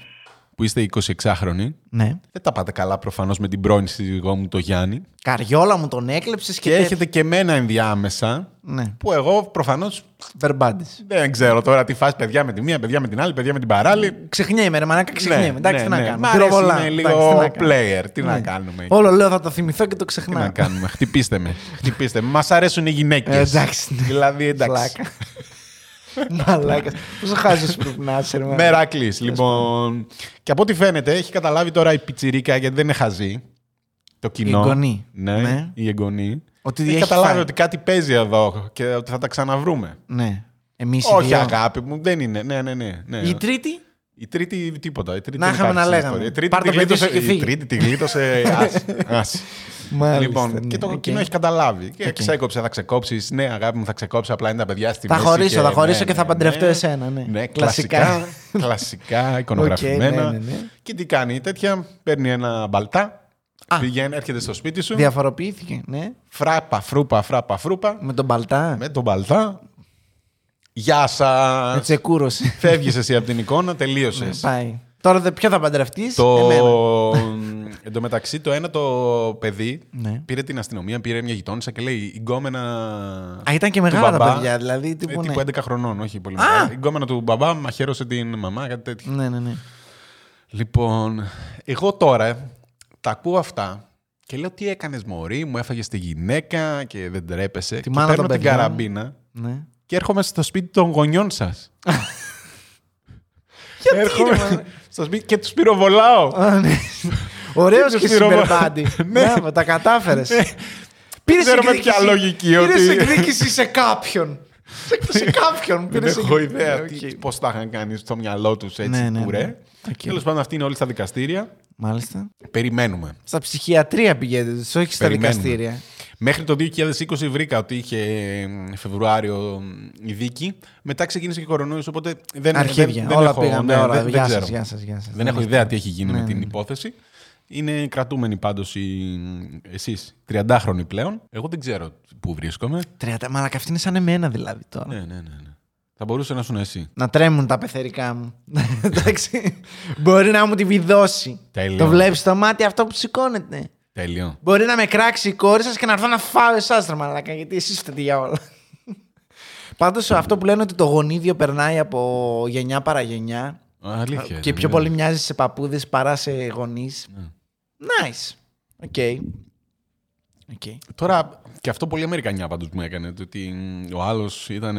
S2: που είστε 26χρονοι,
S1: Ναι.
S2: δεν τα πάτε καλά προφανώς με την πρώην σύζυγό μου, το Γιάννη.
S1: Καριόλα μου τον έκλεψες και,
S2: Και έχετε και μένα ενδιάμεσα,
S1: Ναι.
S2: που εγώ προφανώς
S1: Βερμπάντης.
S2: δεν ξέρω τώρα τι φάση παιδιά με τη μία, παιδιά με την άλλη, παιδιά με την παράλληλη.
S1: Ξεχνιέμαι ρε μαλάκα, ξεχνιέμαι. Εντάξει, τι να
S2: Ναι, Μ'
S1: κάνουμε.
S2: αρέσει,
S1: Πυροβολά.
S2: είναι λίγο
S1: Εντάξει, τι να κάνουμε.
S2: player. Τι να
S1: Ναι.
S2: κάνουμε.
S1: Όλο λέω θα το θυμηθώ και το
S2: Τι να
S1: ξεχνάω.
S2: κάνουμε. Χτυπήστε με. Χτυπήστε με. Μας αρέσουν οι γυναίκες.
S1: Ε, εντάξει, ναι.
S2: Δηλαδή, εντάξει.
S1: Φλάκα. Μαλάκα. Πόσο χάζος πρέπει να είσαι, ρε μαλάκα.
S2: Μεράκλη, λοιπόν. Και από ό,τι φαίνεται, έχει καταλάβει τώρα η πιτσιρίκα γιατί δεν είναι χαζή. Το κοινό.
S1: Η εγγονή.
S2: Ναι,
S1: Ναι.
S2: η εγγονή.
S1: Ότι
S2: έχει,
S1: έχει
S2: καταλάβει
S1: φάει.
S2: ότι κάτι παίζει εδώ και ότι θα τα ξαναβρούμε.
S1: Ναι. Εμείς οι
S2: Όχι,
S1: δύο.
S2: αγάπη μου, δεν είναι. Ναι, ναι, ναι. ναι.
S1: Η τρίτη.
S2: Η τρίτη τίποτα. Η τρίτη
S1: Να
S2: δεν
S1: είχαμε
S2: υπάρχει
S1: να
S2: στην
S1: λέγαμε.
S2: ιστορία. Η τρίτη
S1: Πάρ'
S2: τη
S1: το παιδί
S2: γλίτωσε.
S1: σου και
S2: Η
S1: φύγει.
S2: τρίτη τη γλίτωσε.
S1: [LAUGHS]
S2: Άση, άση.
S1: Μάλιστα,
S2: λοιπόν,
S1: ναι,
S2: και το
S1: οκ.
S2: κοινό έχει καταλάβει. Και
S1: Οκ.
S2: ξέκοψε, θα ξεκόψεις. Ναι, αγάπη μου, θα ξεκόψει. Απλά είναι τα παιδιά στη
S1: Θα
S2: μέση.
S1: χωρίσω, θα χωρίσω και θα παντρευτώ
S2: ναι.
S1: εσένα, ναι.
S2: ναι
S1: Κλασικά.
S2: κλασικά.
S1: [LAUGHS]
S2: κλασικά, εικονογραφημένα.
S1: ναι, ναι, ναι.
S2: Και τι κάνει η τέτοια, παίρνει ένα μπαλτά. Πηγαίνει, έρχεται στο σπίτι σου.
S1: Διαφοροποιήθηκε, ναι.
S2: Φράπα, φρούπα, φράπα, φρούπα.
S1: Με τον Παλτά. Με,
S2: Με τον μπαλτά. Γεια σας.
S1: τσεκούρωσες.
S2: Φεύγεις εσύ από την εικόνα, τελείωσες.
S1: Πάει. Τώρα δε, ποιο θα παντρευτείς.
S2: Το...
S1: Ναι, Εμένα.
S2: Εν τω μεταξύ, το ένα το παιδί
S1: Ναι.
S2: πήρε την αστυνομία, πήρε μια γειτόνισσα και λέει η γκόμενα.
S1: Α, ήταν και
S2: του
S1: μεγάλα τα
S2: μπαμπά»,
S1: παιδιά, δηλαδή.
S2: ε,
S1: Τύπου, ναι.
S2: τύπου 11 χρονών, όχι πολύ μεγάλα. Η γκόμενα του μπαμπά μαχαίρωσε την μαμά, κάτι τέτοιο.
S1: ναι, ναι, ναι.
S2: Λοιπόν, εγώ τώρα ε, τα ακούω αυτά και λέω τι έκανες Μωρή, μου έφαγες τη γυναίκα και δεν τρέπεσαι. και
S1: μάνα των
S2: παίρνω την
S1: παιδιών.
S2: καραμπίνα
S1: ναι.
S2: και έρχομαι στο σπίτι των γονιών σας.
S1: [LAUGHS]
S2: έρχομαι στο σπίτι και τους πυροβολάω.
S1: Α,
S2: [LAUGHS]
S1: ναι. Ωραίος
S2: Τι
S1: και
S2: τους πυροβολά-
S1: συμπερπάντη.
S2: [LAUGHS] Ναι.
S1: Μπράβο, τα κατάφερες.
S2: [LAUGHS]
S1: Πήρες
S2: Ξέρω με ποια λογική
S1: Πήρες
S2: ότι-
S1: εκδίκηση σε
S2: [LAUGHS]
S1: κάποιον. Σε- Σε κάποιον.
S2: Δεν
S1: πήρες
S2: έχω
S1: εκδίκηση.
S2: ιδέα
S1: Ε, Οκ.
S2: πώς τα είχαν κάνει στο μυαλό τους έτσι
S1: Ναι, ναι,
S2: κουρέ.
S1: ναι. Οκ.
S2: Τέλος πάντων, αυτοί είναι όλοι στα δικαστήρια.
S1: Μάλιστα.
S2: Περιμένουμε.
S1: Στα ψυχιατρία πηγαίνετε, όχι στα
S2: Περιμένουμε.
S1: δικαστήρια.
S2: Μέχρι το 2020 βρήκα ότι είχε ε, Φεβρουάριο ε, η δίκη. Μετά ξεκίνησε και κορονοϊός, οπότε δεν
S1: Αρχίδια.
S2: δεν- δεν
S1: όλα
S2: έχω-
S1: πήγαμε.
S2: ναι,
S1: όλα.
S2: δεν- δεν
S1: γεια σας,
S2: ξέρω.
S1: γεια σας. Γεια σας.
S2: Δεν έχω ιδέα τι έχει γίνει με
S1: Ναι,
S2: την
S1: ναι.
S2: υπόθεση. Είναι κρατούμενοι πάντω εσεί, 30χρονοι πλέον. Εγώ δεν ξέρω πού βρίσκομαι.
S1: 30, μαλακα αυτή είναι σαν εμένα δηλαδή τώρα.
S2: Ναι, ναι, ναι. ναι. Θα μπορούσε να σου είναι εσύ.
S1: Να τρέμουν τα πεθερικά μου. [LAUGHS] Εντάξει. Μπορεί να μου τη βιδώσει.
S2: Τέλειο.
S1: Το βλέπεις στο μάτι αυτό που σηκώνεται.
S2: Τέλειο.
S1: Μπορεί να με κράξει η κόρη σας και να έρθω να φάω εσάς, ρε μαλάκα, γιατί εσείς φταίτε για όλα. [LAUGHS] Πάντως αυτό που λένε ότι το γονίδιο περνάει από γενιά παραγενιά
S2: Α, Αλήθεια.
S1: και
S2: δεν
S1: πιο
S2: είναι. ναι.
S1: πολύ μοιάζει σε παππούδες παρά σε γονείς. Nice. Οκ.
S2: Ε.
S1: Οκ.
S2: Τώρα, και αυτό πολύ Αμερικανιά πάντω μου έκανε. το Ότι ο άλλος ήταν.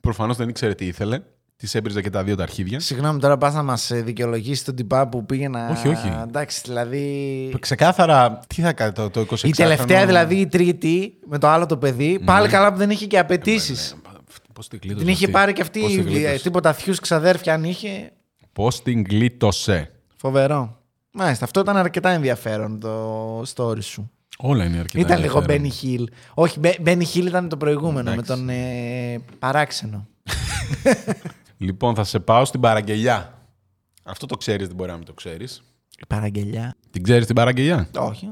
S2: Προφανώς δεν ήξερε τι ήθελε. Τη έμπριζε και τα δύο τα αρχίδια.
S1: Συγγνώμη, τώρα πας να μας δικαιολογήσεις τον τυπά που πήγε να.
S2: Όχι, όχι.
S1: Εντάξει, δηλαδή.
S2: Ξεκάθαρα, τι θα κάνει το, το 26 Ναι.
S1: Η τελευταία, δηλαδή η τρίτη, με το άλλο το παιδί, πάλι καλά που δεν είχε και απαιτήσεις.
S2: Πώς την κλείτωσε.
S1: Την είχε πάρει και αυτή
S2: ναι, Πώς την
S1: η- ε,
S2: γλίτωσε.
S1: τίποτα θείους ξαδέρφια αν είχε.
S2: Πώς την γλίτωσε.
S1: Φοβερό. Μάλιστα, αυτό ήταν αρκετά ενδιαφέρον το story σου.
S2: Όλα είναι αρκετά.
S1: ήταν λίγο Benny
S2: ενδιαφέροντα.
S1: Hill. Όχι, Μπέ- Benny Hill ήταν το προηγούμενο
S2: Εντάξει.
S1: με τον ε, παράξενο.
S2: Λοιπόν, θα σε πάω στην παραγγελιά. Αυτό το ξέρεις, δεν μπορεί να μην το ξέρεις.
S1: Η παραγγελιά.
S2: Την ξέρεις την παραγγελιά.
S1: Όχι.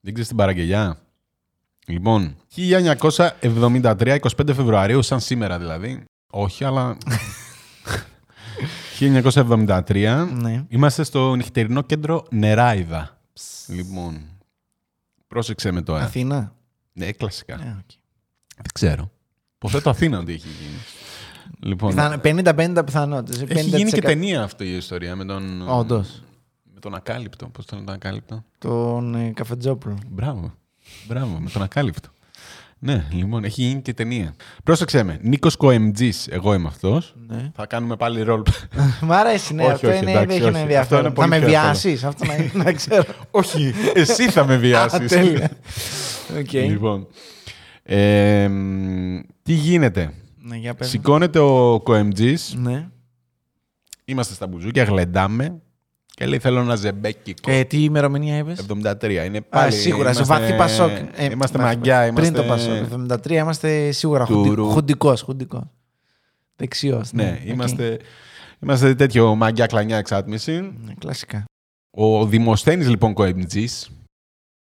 S2: Δεν ξέρει την παραγγελιά. Λοιπόν, 1973, 25 Φεβρουαρίου, σαν σήμερα δηλαδή. Όχι, αλλά. 1973.
S1: Ναι.
S2: Είμαστε στο νυχτερινό κέντρο Νεράιδα. Λοιπόν. Πρόσεξε με το ε.
S1: Αθήνα.
S2: Ναι, κλασικά.
S1: Ε, οκ.
S2: Δεν ξέρω. Υποθέτω Αθήνα ότι έχει γίνει. Λοιπόν.
S1: Πιθανο- 50-50 πιθανότητες.
S2: Έχει γίνει και ταινία αυτή η ιστορία με τον.
S1: Όντως.
S2: Με τον Ακάλυπτο. Πώς τον Ακάλυπτο.
S1: Τον ε, Καφετζόπουλο.
S2: Μπράβο. Μπράβο, με τον Ακάλυπτο. Ναι, λοιπόν, έχει γίνει και ταινία. Πρόσεξε με. Νίκος Κοεμτζής, εγώ είμαι αυτός.
S1: Ναι.
S2: Θα κάνουμε πάλι ρόλ.
S1: Μ' αρέσει, ναι,
S2: Όχι,
S1: αυτό
S2: όχι,
S1: είναι,
S2: εντάξει,
S1: δεν έχει ένα
S2: όχι.
S1: ενδιαφέρον.
S2: Αυτό
S1: Θα
S2: είναι
S1: με
S2: πολύ πιο εύκολο.
S1: βιάσεις, αυτό
S2: [LAUGHS]
S1: να, να ξέρω.
S2: Όχι, εσύ θα με
S1: Α,
S2: βιάσεις.
S1: τέλεια. Οκ.
S2: Λοιπόν. Ε, μ, τι γίνεται.
S1: Ναι, για πες.
S2: Σηκώνεται ο Κοεμτζής,
S1: Ναι.
S2: είμαστε στα μπουζούκια, γλεντάμε και λέει θέλω ένα ζεμπέκικο.
S1: Ε, τι ημερομηνία είπες.
S2: 73. Είναι πάλι.
S1: σίγουρα, σε
S2: είμαστε-
S1: βαθύ Πασόκ. Ε,
S2: είμαστε μαγκιά. Είμαστε...
S1: Πριν το Πασόκ. 73 είμαστε σίγουρα
S2: Τουρου.
S1: χουντικός. Χουντικός. Δεξιός.
S2: Ναι, είμαστε, είμαστε τέτοιο μαγκιά κλανιά εξάτμιση.
S1: Ναι, Κλασικά.
S2: Ο Δημοσθένης λοιπόν Κοεμπτζής,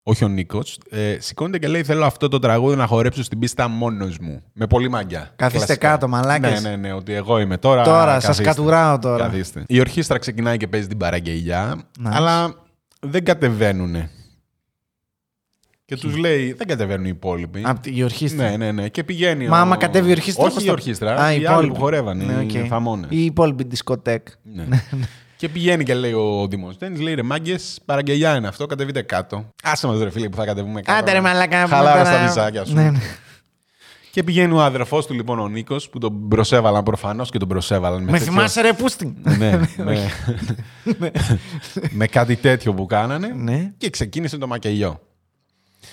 S2: όχι ο Νίκος, ε, σηκώνεται και λέει θέλω αυτό το τραγούδι να χορέψω στην πίστα μόνος μου. Με πολύ μαγκιά.
S1: Καθίστε
S2: Κλασικά.
S1: κάτω, μαλάκες.
S2: Ναι, ναι, ναι, ότι εγώ είμαι τώρα.
S1: Τώρα, σας
S2: καθίστε.
S1: κατουράω τώρα.
S2: Καθίστε. Η ορχήστρα ξεκινάει και παίζει την παραγγελιά,
S1: Nice.
S2: αλλά δεν κατεβαίνουνε. Και τους λέει, δεν κατεβαίνουν οι υπόλοιποι.
S1: Απ' τη- η ορχήστρα.
S2: Ναι, ναι, ναι. Και πηγαίνει.
S1: Μα
S2: ο-
S1: άμα κατέβει η ορχήστρα.
S2: Όχι
S1: πώς
S2: η
S1: θα-
S2: ορχήστρα.
S1: Α,
S2: οι άλλοι
S1: υπόλοιποι.
S2: που χορεύανε.
S1: Ναι,
S2: οι
S1: οκ.
S2: θαμώνες.
S1: Η υπόλοιπη δισκοτέκ.
S2: Ναι. [LAUGHS] και πηγαίνει και λέει ο Δημοσθένη, λέει ρε μάγκες, παραγγελιά είναι αυτό, κατεβείτε κάτω. Άσε μας ρε φίλε που θα κατεβούμε κάτω.
S1: Άντε ρε μαλακά.
S2: ναι. Χαλάρα
S1: τώρα-
S2: στα μισάκια σου.
S1: Ναι, ναι.
S2: Και πηγαίνει ο αδερφός του λοιπόν ο Νίκος που τον προσέβαλαν προφανώς και τον προσέβαλαν.
S1: Με
S2: τέτοιο-
S1: θυμάσαι ρε Πούστιν. [LAUGHS]
S2: ναι, με... [LAUGHS] με κάτι τέτοιο που κάνανε.
S1: Ναι.
S2: Και ξεκίνησε το μακελιό.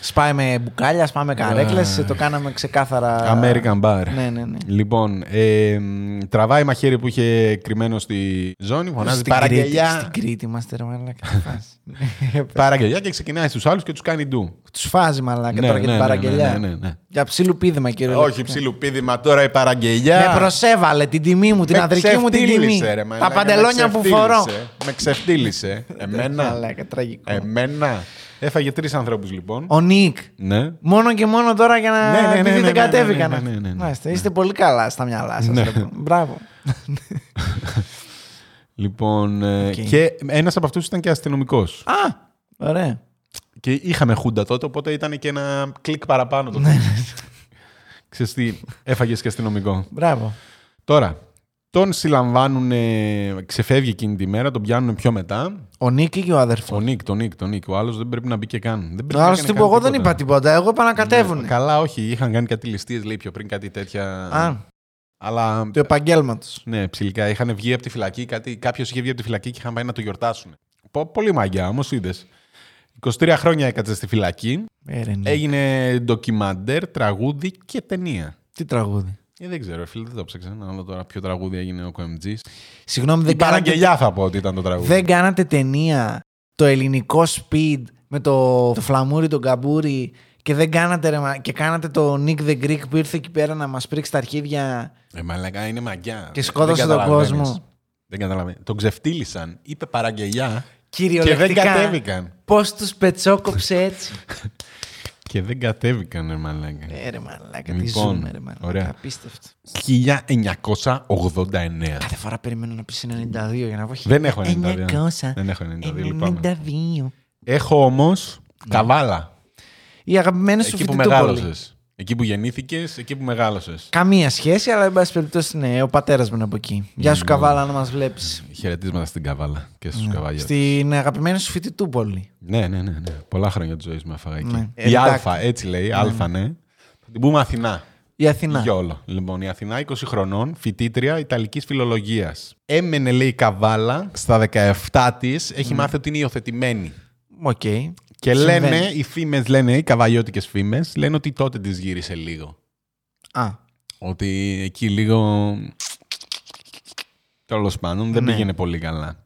S1: Σπάει με μπουκάλια, σπάει με καρέκλε. Το κάναμε ξεκάθαρα.
S2: Ε, American Bar.
S1: Ναι, ναι, ναι.
S2: Λοιπόν, ε, μ, τραβάει μαχαίρι που είχε κρυμμένο στη ζώνη, φωνάζει
S1: Στην Κρήτη,
S2: παραγγελιά.
S1: στην Κρήτη είμαστε ρε μαλάκα. τι
S2: [LAUGHS]
S1: φάση.
S2: Παραγγελιά και ξεκινάει στους άλλους και τους κάνει ντου.
S1: Τους φάζει μαλάκα τώρα για την
S2: Ναι, ναι,
S1: παραγγελιά. Ε,
S2: ναι.
S1: Για ψήλου πίδημα κύριο.
S2: Ε, Όχι ψιλουπίδημα, τώρα η παραγγελιά.
S1: Με ναι, προσέβαλε την τιμή μου, την
S2: Με
S1: αδρική μου την τιμή.
S2: ξεφτύλισε, Ε, ρε μαλάκα,
S1: Τα
S2: με
S1: παντελόνια που φορώ.
S2: ξεφτύλισε. Με ξεφτύλισε. Εμένα. Ε,
S1: Μαλάκα, τραγικό.
S2: Εμένα. Έφαγε τρεις ανθρώπους λοιπόν.
S1: Ο Νίκ.
S2: Ναι.
S1: Μόνο και μόνο τώρα για
S2: Ναι, ναι,
S1: να
S2: ναι,
S1: επειδή
S2: ναι,
S1: δεν
S2: ναι, ναι,
S1: κατέβηκαν.
S2: ναι, ναι, ναι, ναι.
S1: Μάλιστα, Είστε πολύ καλά στα μυαλά σας. ρε. Μπράβο.
S2: Λοιπόν. ε,
S1: Οκ.
S2: Και ένας από αυτούς ήταν και αστυνομικός.
S1: Α, ωραία.
S2: Και είχαμε χούντα τότε, οπότε ήταν και ένα κλικ παραπάνω.
S1: Ναι,
S2: Το Ξέρεις τι, έφαγες και αστυνομικό.
S1: Μπράβο.
S2: Τώρα, τον συλλαμβάνουν, ξεφεύγει εκείνη τη μέρα, τον πιάνουν πιο μετά.
S1: Ο Νίκη και ο αδερφός.
S2: Ο Νίκ, τον Νίκ, τον Νίκ. Ο άλλος δεν πρέπει να μπει και καν. Δεν πρέπει
S1: Ο
S2: να
S1: άλλος
S2: κάνει
S1: τύπου,
S2: καν
S1: εγώ δεν
S2: τίποτα. Ναι, Ε,
S1: είπα τίποτα. Εγώ είπα να κατέβουν.
S2: Καλά, όχι. Είχαν κάνει κάτι ληστείες, λέει πιο πριν, κάτι τέτοια.
S1: Α,
S2: Αλλά.
S1: του επαγγέλματος.
S2: Ναι, ψηλικά. Είχαν βγει από τη φυλακή, κάτι... κάποιος είχε βγει από τη φυλακή και είχαν πάει να το γιορτάσουν. Πο- Πολύ μαγιά, όμως είδες. 23 χρόνια έκατσε στη φυλακή.
S1: Ε, ρε, Νίκη.
S2: Έγινε ντοκιμαντέρ, τραγούδι και ταινία.
S1: Τι τραγούδι. Ε,
S2: δεν ξέρω, φίλε, δεν το ψάξα. Να δω τώρα ποιο τραγούδι έγινε ο KMG.
S1: Συγγνώμη,
S2: Η
S1: δεν κάνατε
S2: παραγγελιά θα πω ότι ήταν το τραγούδι.
S1: Δεν κάνατε ταινία το ελληνικό speed με το, το φλαμούρι, τον καμπούρι και δεν κάνατε ρε, μα- και κάνατε το Nick the Greek που ήρθε εκεί πέρα να μας πρίξει τα αρχίδια
S2: Ε, μαλακά, είναι μαγιά.
S1: και σκότωσε
S2: Δεν
S1: τον
S2: καταλαβαίνεις.
S1: κόσμο.
S2: Δεν καταλαβαίνω. Τον ξεφτύλισαν, είπε παραγγελιά και
S1: Κυριολεκτικά.
S2: δεν κατέβηκαν.
S1: Πώς τους πετσόκοψε
S2: [LAUGHS]
S1: έτσι.
S2: Και δεν κατέβηκαν, ρε μαλακά.
S1: ε, ρε μαλάκα, τι
S2: Λοιπόν,
S1: ζούμε ρε μαλάκα.
S2: ωραία.
S1: Απίστευτο.
S2: 1989.
S1: Κάθε φορά περιμένω να πεις 92 για να βγω.
S2: Δεν έχω 92.
S1: 900.
S2: Δεν έχω λοιπόν, 92, λυπάμαι.
S1: 92.
S2: Έχω όμως καβάλα.
S1: Η αγαπημένη Ναι. σου
S2: Εκεί που
S1: φοιτητούπολη.
S2: μεγάλωσες. Εκεί που γεννήθηκες, εκεί που μεγάλωσες.
S1: Καμία σχέση, αλλά εν πάση περιπτώσει ναι, ο πατέρας μου είναι από εκεί. Γεια σου Καβάλα, να μας βλέπεις.
S2: Χαιρετίσματα στην καβάλα και
S1: Ναι.
S2: στου καβαλιέρου.
S1: Στην αγαπημένη σου φοιτητούπολη.
S2: Ναι, ναι, ναι, ναι. Πολλά χρόνια της ζωής μου έφαγα εκεί.
S1: Ναι.
S2: Η
S1: Εντάξει.
S2: Α, έτσι λέει, Α, ναι. Θα την πούμε Αθηνά.
S1: Η Αθηνά.
S2: Για όλο. Λοιπόν, η Αθηνά 20 χρονών, φοιτήτρια Ιταλικής φιλολογίας. Έμενε, λέει, η καβάλα στα 17 της, έχει μάθει ότι είναι υιοθετημένη.
S1: Οκ.
S2: Και
S1: Ναι. Συμβαίνει.
S2: λένε, οι φήμες λένε, οι καβαλιώτικες φήμες, λένε ότι τότε της γύρισε λίγο.
S1: Α,
S2: Ότι εκεί λίγο. Τέλος πάντων, δεν
S1: Ναι.
S2: πήγαινε πολύ καλά.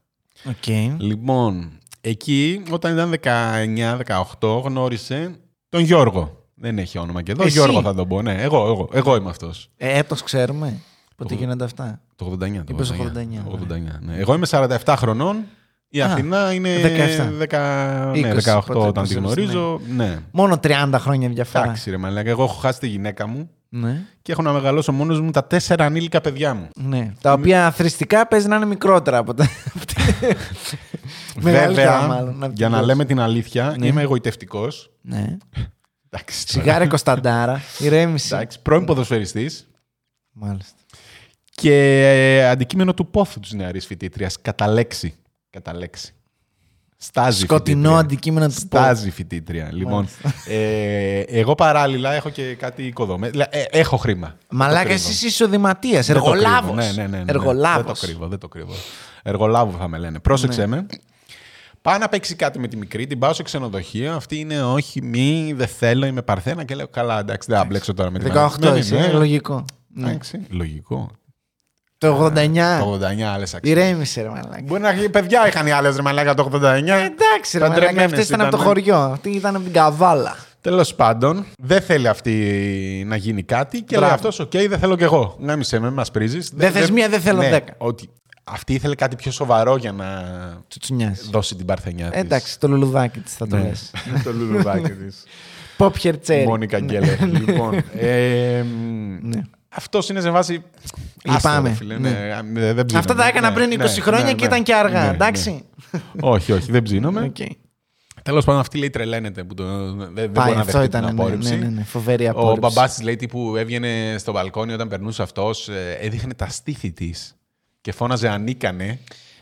S1: Οκ.
S2: Λοιπόν, εκεί όταν ήταν 19-18 γνώρισε τον Γιώργο. Δεν έχει όνομα και εδώ.
S1: Εσύ.
S2: Γιώργο θα τον πω. Ναι, εγώ, εγώ, εγώ είμαι αυτός.
S1: Ε, έτος ξέρουμε. Πότε
S2: Το-
S1: γίνονται αυτά.
S2: Το 89. Το
S1: Είπες
S2: 89,
S1: 89,
S2: το
S1: ναι.
S2: 89, ναι. Εγώ είμαι 47 χρονών. Η
S1: Α,
S2: Αθηνά είναι
S1: 17.
S2: 10, ναι,
S1: 20,
S2: 18
S1: οπότε
S2: όταν τη
S1: το
S2: γνωρίζω. Ναι.
S1: Μόνο 30 χρόνια διαφορά.
S2: Εντάξει, ρε Μαλάκα. Εγώ έχω χάσει τη γυναίκα μου
S1: Ναι.
S2: και έχω να μεγαλώσω μόνος μου τα τέσσερα ανήλικα παιδιά μου.
S1: ναι. Τα οποία θρηστικά παίζει να είναι μικρότερα από τα. [LAUGHS] Μεγαλύτερα,
S2: Βέβαια,
S1: μάλλον, από
S2: για
S1: την
S2: να
S1: δόση.
S2: λέμε την αλήθεια,
S1: Ναι.
S2: είμαι εγωιτευτικός.
S1: Ναι. Τσιγάρα Κωνσταντάρα. Ηρέμηση.
S2: Εντάξει, πρώην ποδοσφαιριστής.
S1: Μάλιστα.
S2: Και ε, αντικείμενο του πόθου της νεαρής φοιτήτριας. Κατά λέξη. Κατά λέξη. Στάζει
S1: Σκοτεινό
S2: φοιτήτρια.
S1: αντικείμενο του πόδου.
S2: Στάζει φοιτήτρια. Λοιπόν, ε, εγώ παράλληλα έχω και κάτι οικοδομέ. λα- ε, έχω χρήμα.
S1: Μαλάκα,
S2: κρύβω.
S1: εσύ είσαι ισοδηματία.
S2: Δεν το κρύβω.
S1: Εργολάβος.
S2: Ναι, ναι, ναι, ναι.
S1: Εργολάβος.
S2: Δεν το κρύβω, δεν το κρύβω. Εργολάβο θα με λένε.
S1: Ναι.
S2: Πρόσεξε με. Πάω να παίξει κάτι με τη μικρή, την πάω σε ξενοδοχείο. Αυτή είναι όχι, μη, δεν θέλω, είμαι παρθένα και λέω καλά, εντάξει, δεν θα μπλέξω τώρα με τη
S1: 18 είσαι, ε, λογικό. Ναι.
S2: ναι, Εντάξει, λογικό.
S1: Το 89.
S2: Το 89 άλλες αξίες.
S1: Ηρέμησε, ρε μαλάκα.
S2: Μπορεί να έχει παιδιά είχαν οι άλλες ρε μαλάκα το 89.
S1: Εντάξει, ρε μαλάκα. Αυτές ήταν
S2: ναι.
S1: από το χωριό. Αυτή ήταν από την Καβάλα.
S2: Τέλος πάντων, δεν θέλει αυτή να γίνει κάτι και λέει
S1: Μπράβο.
S2: αυτός: Οκ, δεν θέλω κι εγώ. Να μη σε με, μας πρίζεις.
S1: Δεν θες μία, δεν θέλω δέκα.
S2: Ναι, Ότι αυτή ήθελε κάτι πιο σοβαρό για να
S1: Τσουτσουνιάζει.
S2: δώσει την παρθενιά της.
S1: Εντάξει, το λουλουδάκι της θα το λες.
S2: [LAUGHS] το
S1: [LAUGHS]
S2: λουλουδάκι της.
S1: Popcher Cherry.
S2: Ναι. Μόνικα
S1: [LAUGHS]
S2: Γκέλερ.
S1: Ναι.
S2: λοιπόν. Ε, Αυτός είναι σε βάση.
S1: Λυπάμαι.
S2: Άστο, ρε φίλε, ναι,
S1: Ναι.
S2: α, δεν- δεν ψήνομαι.
S1: Αυτά τα έκανα
S2: Ναι,
S1: πριν 20
S2: ναι,
S1: χρόνια
S2: ναι,
S1: και
S2: ναι.
S1: ήταν και αργά,
S2: Ναι, ναι.
S1: εντάξει.
S2: Όχι, όχι, δεν ψήνομαι.
S1: [LAUGHS] Οκ.
S2: Τέλος πάντων, αυτή λέει τρελαίνεται που το, δεν, δεν
S1: Πάει,
S2: μπορεί να
S1: αυτό
S2: δεχτεί την
S1: ήταν. Ναι,
S2: απόρριψη.
S1: ναι, ναι, ναι, φοβερή
S2: Ο
S1: απόρριψη.
S2: μπαμπάς της λέει τύπου έβγαινε στο μπαλκόνι όταν περνούσε αυτός, έδειχνε τα στήθη της και φώναζε ανίκανε.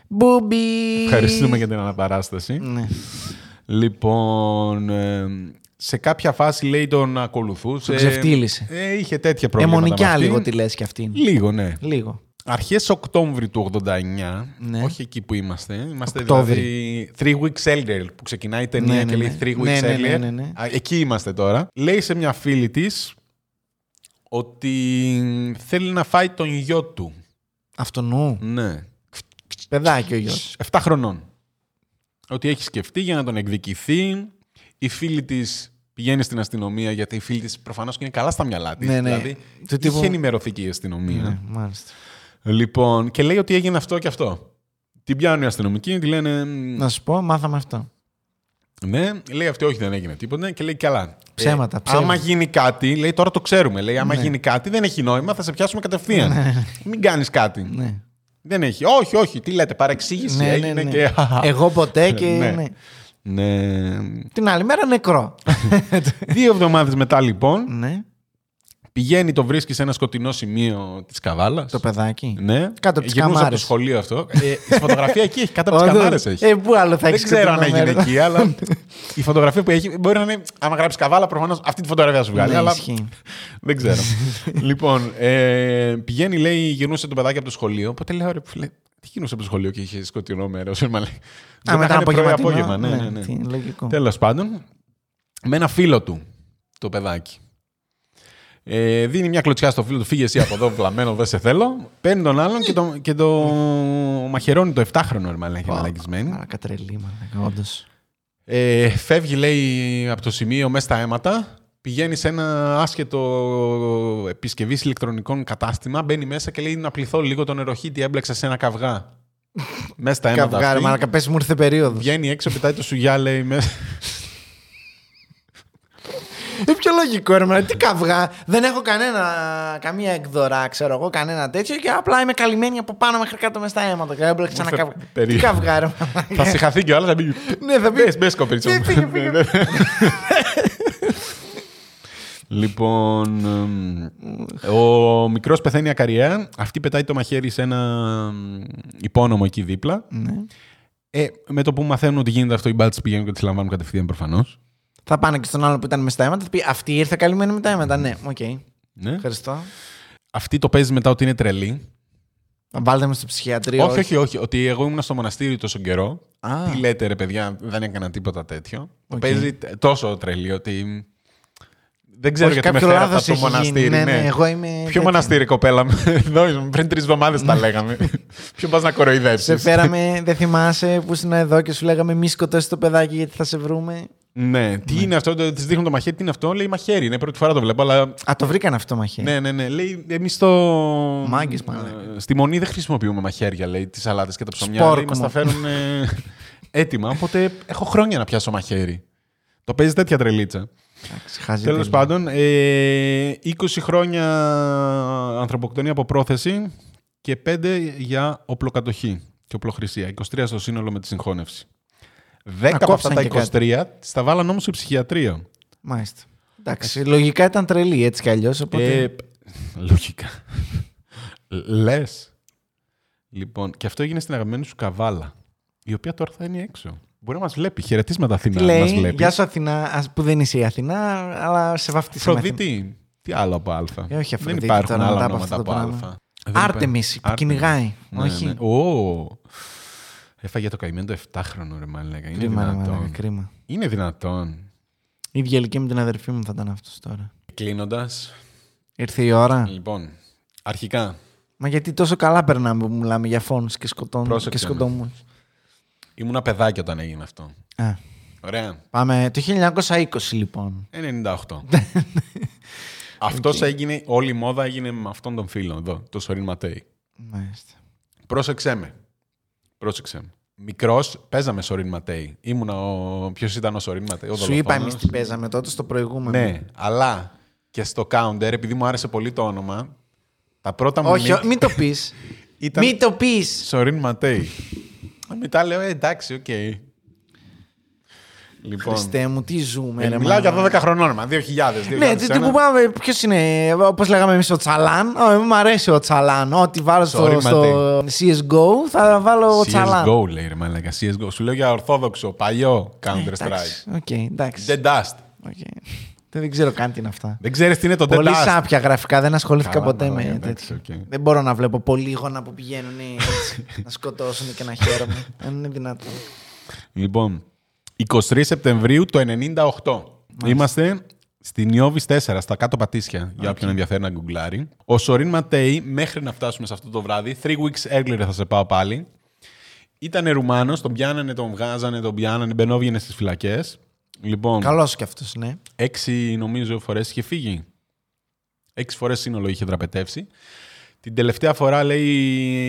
S1: Μπούμπι.
S2: Ευχαριστούμε για την αναπαράσταση.
S1: Ναι.
S2: Λοιπόν, ε, σε κάποια φάση λέει τον ακολουθούσε.
S1: Τον ξεφτύλησε.
S2: Ε, είχε τέτοια προβλήματα. με
S1: Αιμονικά
S2: αυτήν.
S1: λίγο τη λες κι αυτήν.
S2: Λίγο, ναι.
S1: Λίγο.
S2: Αρχές Οκτώβρη του 89,
S1: Ναι.
S2: όχι εκεί που είμαστε. Είμαστε
S1: Οκτώβρη.
S2: δηλαδή Three Weeks Elder που ξεκινάει η ταινία
S1: Ναι, ναι,
S2: και λέει
S1: ναι.
S2: Three
S1: Ναι,
S2: Weeks
S1: ναι,
S2: Elder.
S1: ναι, ναι, ναι.
S2: Α, Εκεί είμαστε τώρα. Λέει σε μια φίλη της ότι θέλει να φάει τον γιο του.
S1: Αυτονού.
S2: Ναι.
S1: Παιδάκι ο γιος.
S2: 7 χρονών. Ότι έχει σκεφτεί για να τον εκδικηθεί. Η φίλη της πηγαίνει στην αστυνομία γιατί η φίλη της προφανώς είναι καλά στα μυαλά της.
S1: Ναι, ναι.
S2: Δηλαδή,
S1: Του τύπου-
S2: είχε ενημερωθεί και η αστυνομία.
S1: Ναι, μάλιστα.
S2: Λοιπόν, και λέει ότι έγινε αυτό και αυτό. Την πιάνουν οι αστυνομικοί, τη λένε.
S1: Να σου πω, μάθαμε αυτό.
S2: Ναι, λέει αυτή, όχι, δεν έγινε τίποτα. Και λέει καλά. ε,
S1: Ψέματα, ψέματα.
S2: Άμα γίνει κάτι, λέει τώρα το ξέρουμε. Λέει, άμα
S1: Ναι.
S2: γίνει κάτι, δεν έχει νόημα, θα σε πιάσουμε κατευθείαν. Μην κάνεις κάτι.
S1: Ναι.
S2: Δεν έχει. Όχι, όχι, τι λέτε, παρεξήγηση.
S1: Ναι, ναι,
S2: έγινε
S1: ναι.
S2: και.
S1: Εγώ ποτέ και.
S2: [LAUGHS] Ναι.
S1: ναι.
S2: ναι.
S1: Την άλλη μέρα
S2: [LAUGHS]
S1: νεκρό.
S2: Δύο εβδομάδες μετά, λοιπόν,
S1: ναι.
S2: πηγαίνει, το βρίσκει σε ένα σκοτεινό σημείο της Καβάλας.
S1: Το παιδάκι.
S2: Ναι.
S1: Κάτω από τις
S2: Γυρνούσε από το
S1: καμάρες.
S2: σχολείο αυτό. Ε, η φωτογραφία εκεί έχει, κάτω από τις
S1: Όντως.
S2: καμάρες έχει.
S1: Ε, πού άλλο θα
S2: Δεν
S1: έχεις
S2: ξέρω αν έγινε εκεί, αλλά η φωτογραφία που έχει μπορεί να είναι. Άμα γράψεις καβάλα, προφανώς αυτή τη φωτογραφία σου
S1: Ναι,
S2: βγάλει. αλλά δεν
S1: [LAUGHS]
S2: ξέρω. λοιπόν, ε, πηγαίνει, λέει, γυρνούσε το παιδάκι από το σχολείο. Οπότε λέω, ρε, φίλε, τι γινούσε από το σχολείο και είχε σκοτεινό μέρος.
S1: Α, μετά
S2: απόγευμα.
S1: απογευματινό.
S2: απόγευμα. Ναι, ναι, ναι.
S1: τι, Λογικό.
S2: Τέλος πάντων, με ένα φίλο του το παιδάκι. Ε, δίνει μια κλωτσιά στο φίλο του, φύγε εσύ από εδώ, βλαμμένο, δεν σε θέλω. Παίρνει τον άλλον και το, και το μαχαιρώνει το 7χρονο, ρε μαλάκα, μαλακισμένη.
S1: Μαλάκα τρελή, μαλάκα, όντως.
S2: Ε, φεύγει, λέει, από το σημείο μέσα στα αίματα. Πηγαίνει σε ένα άσχετο επισκευής ηλεκτρονικών κατάστημα. Μπαίνει μέσα και λέει να πληθώ λίγο τον νεροχύτη. Έμπλεξα σε ένα καυγά. μέσα στα αίματα.
S1: Καυγάρε,
S2: αυτή.
S1: μαλάκα, πες μου ήρθε περίοδος.
S2: Βγαίνει έξω, πετάει το σουγιά, λέει. Μέσα.
S1: Ε, πιο λογικό, ρε, μαλάκα, τι καυγά. Δεν έχω κανένα, καμία εκδορά, ξέρω εγώ, κανένα τέτοιο και απλά είμαι καλυμμένη από πάνω μέχρι κάτω μες στα αίματα. Και έμπλεξα ένα
S2: Ήρθε
S1: καυγά. Τι
S2: περίοδος.
S1: καυγά, ρε, μαλάκα.
S2: θα συγχαθεί κιόλα, θα μπει.
S1: Ναι, θα πει.
S2: Μπες, μπες, κοπέλισσα μου.
S1: Ναι, φύγε, φύγε.
S2: Ναι, ναι. Λοιπόν, εμ, ο μικρός πεθαίνει ακαριέα. Αυτή πετάει το μαχαίρι σε ένα εμ, υπόνομο εκεί δίπλα.
S1: Ναι.
S2: Ε, με το που μαθαίνουν ότι γίνεται αυτό, οι μπάλτσε πηγαίνουν και τις λαμβάνουν κατευθείαν προφανώς.
S1: Θα πάνε και στον άλλο που ήταν με στα αίματα. Θα πει Αυτή ήρθε καλυμμένη με τα αίματα. Ναι, οκ.
S2: Ναι.
S1: Ευχαριστώ.
S2: Αυτή το παίζει μετά ότι είναι τρελή.
S1: Να Βάλτε με στο ψυχιατρίο.
S2: Όχι, όχι, όχι. Ότι εγώ ήμουν στο μοναστήρι τόσο καιρό.
S1: Α.
S2: Τι λέτε, ρε παιδιά, δεν έκανα τίποτα τέτοιο. Το
S1: Οκ.
S2: παίζει τ- τόσο τρελή ότι. Δεν ξέρω
S1: Όχι,
S2: γιατί με
S1: κάποιο
S2: φέρα
S1: λάθος
S2: στο
S1: έχει γίνει.
S2: μοναστήρι.
S1: Ναι, ναι, εγώ είμαι
S2: Ποιο μοναστήρι, κοπέλα μου. [LAUGHS] Εδώ ήσουν, Πριν τρεις εβδομάδε τα λέγαμε. [LAUGHS] Ποιο πας να
S1: Ναι. Σε
S2: κοροϊδέψει.
S1: φέραμε, δεν θυμάσαι που ήσουν εδώ και σου λέγαμε μη σκοτώσεις το παιδάκι γιατί θα σε βρούμε.
S2: Ναι, τι είναι αυτό, τη δείχνω το μαχαίρι, τι είναι αυτό. Λέει μαχαίρι, είναι πρώτη φορά το βλέπω, αλλά.
S1: Α, το βρήκαν αυτό το μαχαίρι.
S2: Ναι, ναι, ναι. Λέει εμείς το.
S1: Ε. Μάγκες, μάλλον.
S2: Ε, Στη μονή δεν χρησιμοποιούμε μαχαίρια, λέει, τις σαλάτε και τα ψωμιά.
S1: Σπόρκο
S2: Λέει, μας
S1: μου.
S2: τα φέρουν ε, [LAUGHS] έτοιμα. Οπότε έχω χρόνια να πιάσω μαχαίρι. Το παίζει τέτοια τρελίτσα.
S1: Εντάξει, χάζει
S2: Τέλος
S1: τέλεια.
S2: πάντων, ε, 20 χρόνια ανθρωποκτονία από πρόθεση και 5 για οπλοκατοχή και οπλοχρησία. 23 στο σύνολο με τη συγχώνευση. 10 από αυτά
S1: κόψαν
S2: τα
S1: και
S2: 23
S1: κάτι.
S2: τις τα βάλαν όμως σε ψυχιατρίο.
S1: Μάλιστα. Εντάξει, λογικά ήταν τρελή έτσι κι αλλιώς. Οπότε...
S2: Ε, π- λογικά. Λες. Λοιπόν, και αυτό έγινε στην αγαπημένη σου καβάλα, η οποία τώρα θα είναι έξω. Μπορεί να μας βλέπει. Χαιρετίσματα Αθήνα.
S1: τι
S2: να μας
S1: λέει,
S2: βλέπεις.
S1: Γεια σου Αθηνά, ας, που δεν είσαι η Αθηνά, αλλά σε βαφτίσαμε. Αθηνά.
S2: Αφροδίτη. Τι άλλο από Α.
S1: Ε, όχι
S2: Δεν
S1: Αφροδίτη,
S2: υπάρχουν
S1: τώρα μετά
S2: άλλα
S1: από
S2: ονόματα
S1: αυτό το
S2: από Α.
S1: πράγμα.
S2: Δεν
S1: Άρτεμις,
S2: υπάρχει.
S1: που κυνηγάει,
S2: Ναι,
S1: όχι.
S2: ναι. Ω. Έφαγε το καημένο το 7χρονο ρε μαλάκα. Είναι
S1: Κρίμα, ρε μαλάκα,
S2: δυνατόν.
S1: κρίμα.
S2: Είναι δυνατόν.
S1: Η διαλική μου την αδερφή μου θα ήταν αυτός τώρα.
S2: Κλείνοντας,
S1: Ήρθε η ώρα.
S2: λοιπόν, αρχικά
S1: Μα γιατί τόσο καλά περνάμε που μιλάμε για φόνους και, σκοτών,
S2: Πρόσεξε
S1: και
S2: με.
S1: σκοτώμους.
S2: ήμουνα παιδάκι όταν έγινε αυτό.
S1: Α,
S2: Ωραία.
S1: πάμε το 1920 λοιπόν. [LAUGHS]
S2: 98.
S1: ναι.
S2: Αυτό έγινε, όλη η μόδα έγινε με αυτόν τον φίλο εδώ, τον Σωρίν Ματέι.
S1: Μάλιστα.
S2: Πρόσεξέ με. Πρόσεξέ με. Μικρός, παίζαμε Σωρίν Ματέι. Ήμουνα ο. Ποιος ήταν ο Σωρίν Ματέι, ο
S1: Σου είπα
S2: δολοφόνος.
S1: εμεί τι παίζαμε τότε στο προηγούμενο.
S2: Ναι, αλλά και στο counter, επειδή μου άρεσε πολύ το όνομα, τα πρώτα μου
S1: Όχι,
S2: nick
S1: μην το πεις.
S2: [LAUGHS] ήταν
S1: Μην το πεις.
S2: Σωρίν Ματέι. Μετά λέω, «Ε, εντάξει, οκ. Λοιπόν,
S1: Χριστέ μου, τι ζούμε.
S2: ε,
S1: ρε,
S2: μιλάω για
S1: μάνα.
S2: 12 χρονών, μα, 2000,
S1: Ναι, τι τι
S2: 2001.
S1: που πάμε, ποιος είναι, όπως λέγαμε εμείς, ο Τσαλάν. Ω, εμένα μου αρέσει ο Τσαλάν. Ό,τι βάλω στο,
S2: Sorry,
S1: στο CSGO θα βάλω ο Τσαλάν.
S2: CSGO λέει ρε μαλάκα, CSGO. Σου λέω για ορθόδοξο, παλιό Counter
S1: Ε,
S2: Strike.
S1: Εντάξει, οκ, εντάξει.
S2: Dead Dust.
S1: οκ. Δεν δεν ξέρω καν τι είναι αυτά.
S2: Δεν ξέρεις τι είναι το Dead
S1: Πολύ
S2: Dust.
S1: σάπια γραφικά, δεν ασχολήθηκα
S2: Καλά,
S1: ποτέ
S2: μαλάκα,
S1: με
S2: εντάξει,
S1: τέτοιο.
S2: οκ.
S1: Δεν μπορώ να βλέπω πολύγωνα που πηγαίνουν έτσι, να σκοτώσουν και να χαίρομαι. Δεν είναι δυνατόν.
S2: Λοιπόν, 23 Σεπτεμβρίου το 98. Είμαστε στην Ιώβης 4, στα κάτω πατήσια, για όποιον ενδιαφέρει να γκουγκλάρει. Ο Σωρίν Ματέι, μέχρι να φτάσουμε σε αυτό το βράδυ, three weeks earlier θα σε πάω πάλι, ήταν Ρουμάνος, τον πιάνανε, τον βγάζανε, τον πιάνανε, μπαινόβγαινε στις φυλακές. Λοιπόν,
S1: Καλός κι αυτός, ναι.
S2: έξι νομίζω φορές είχε φύγει. Έξι φορές σύνολο είχε δραπετεύσει. Την τελευταία φορά λέει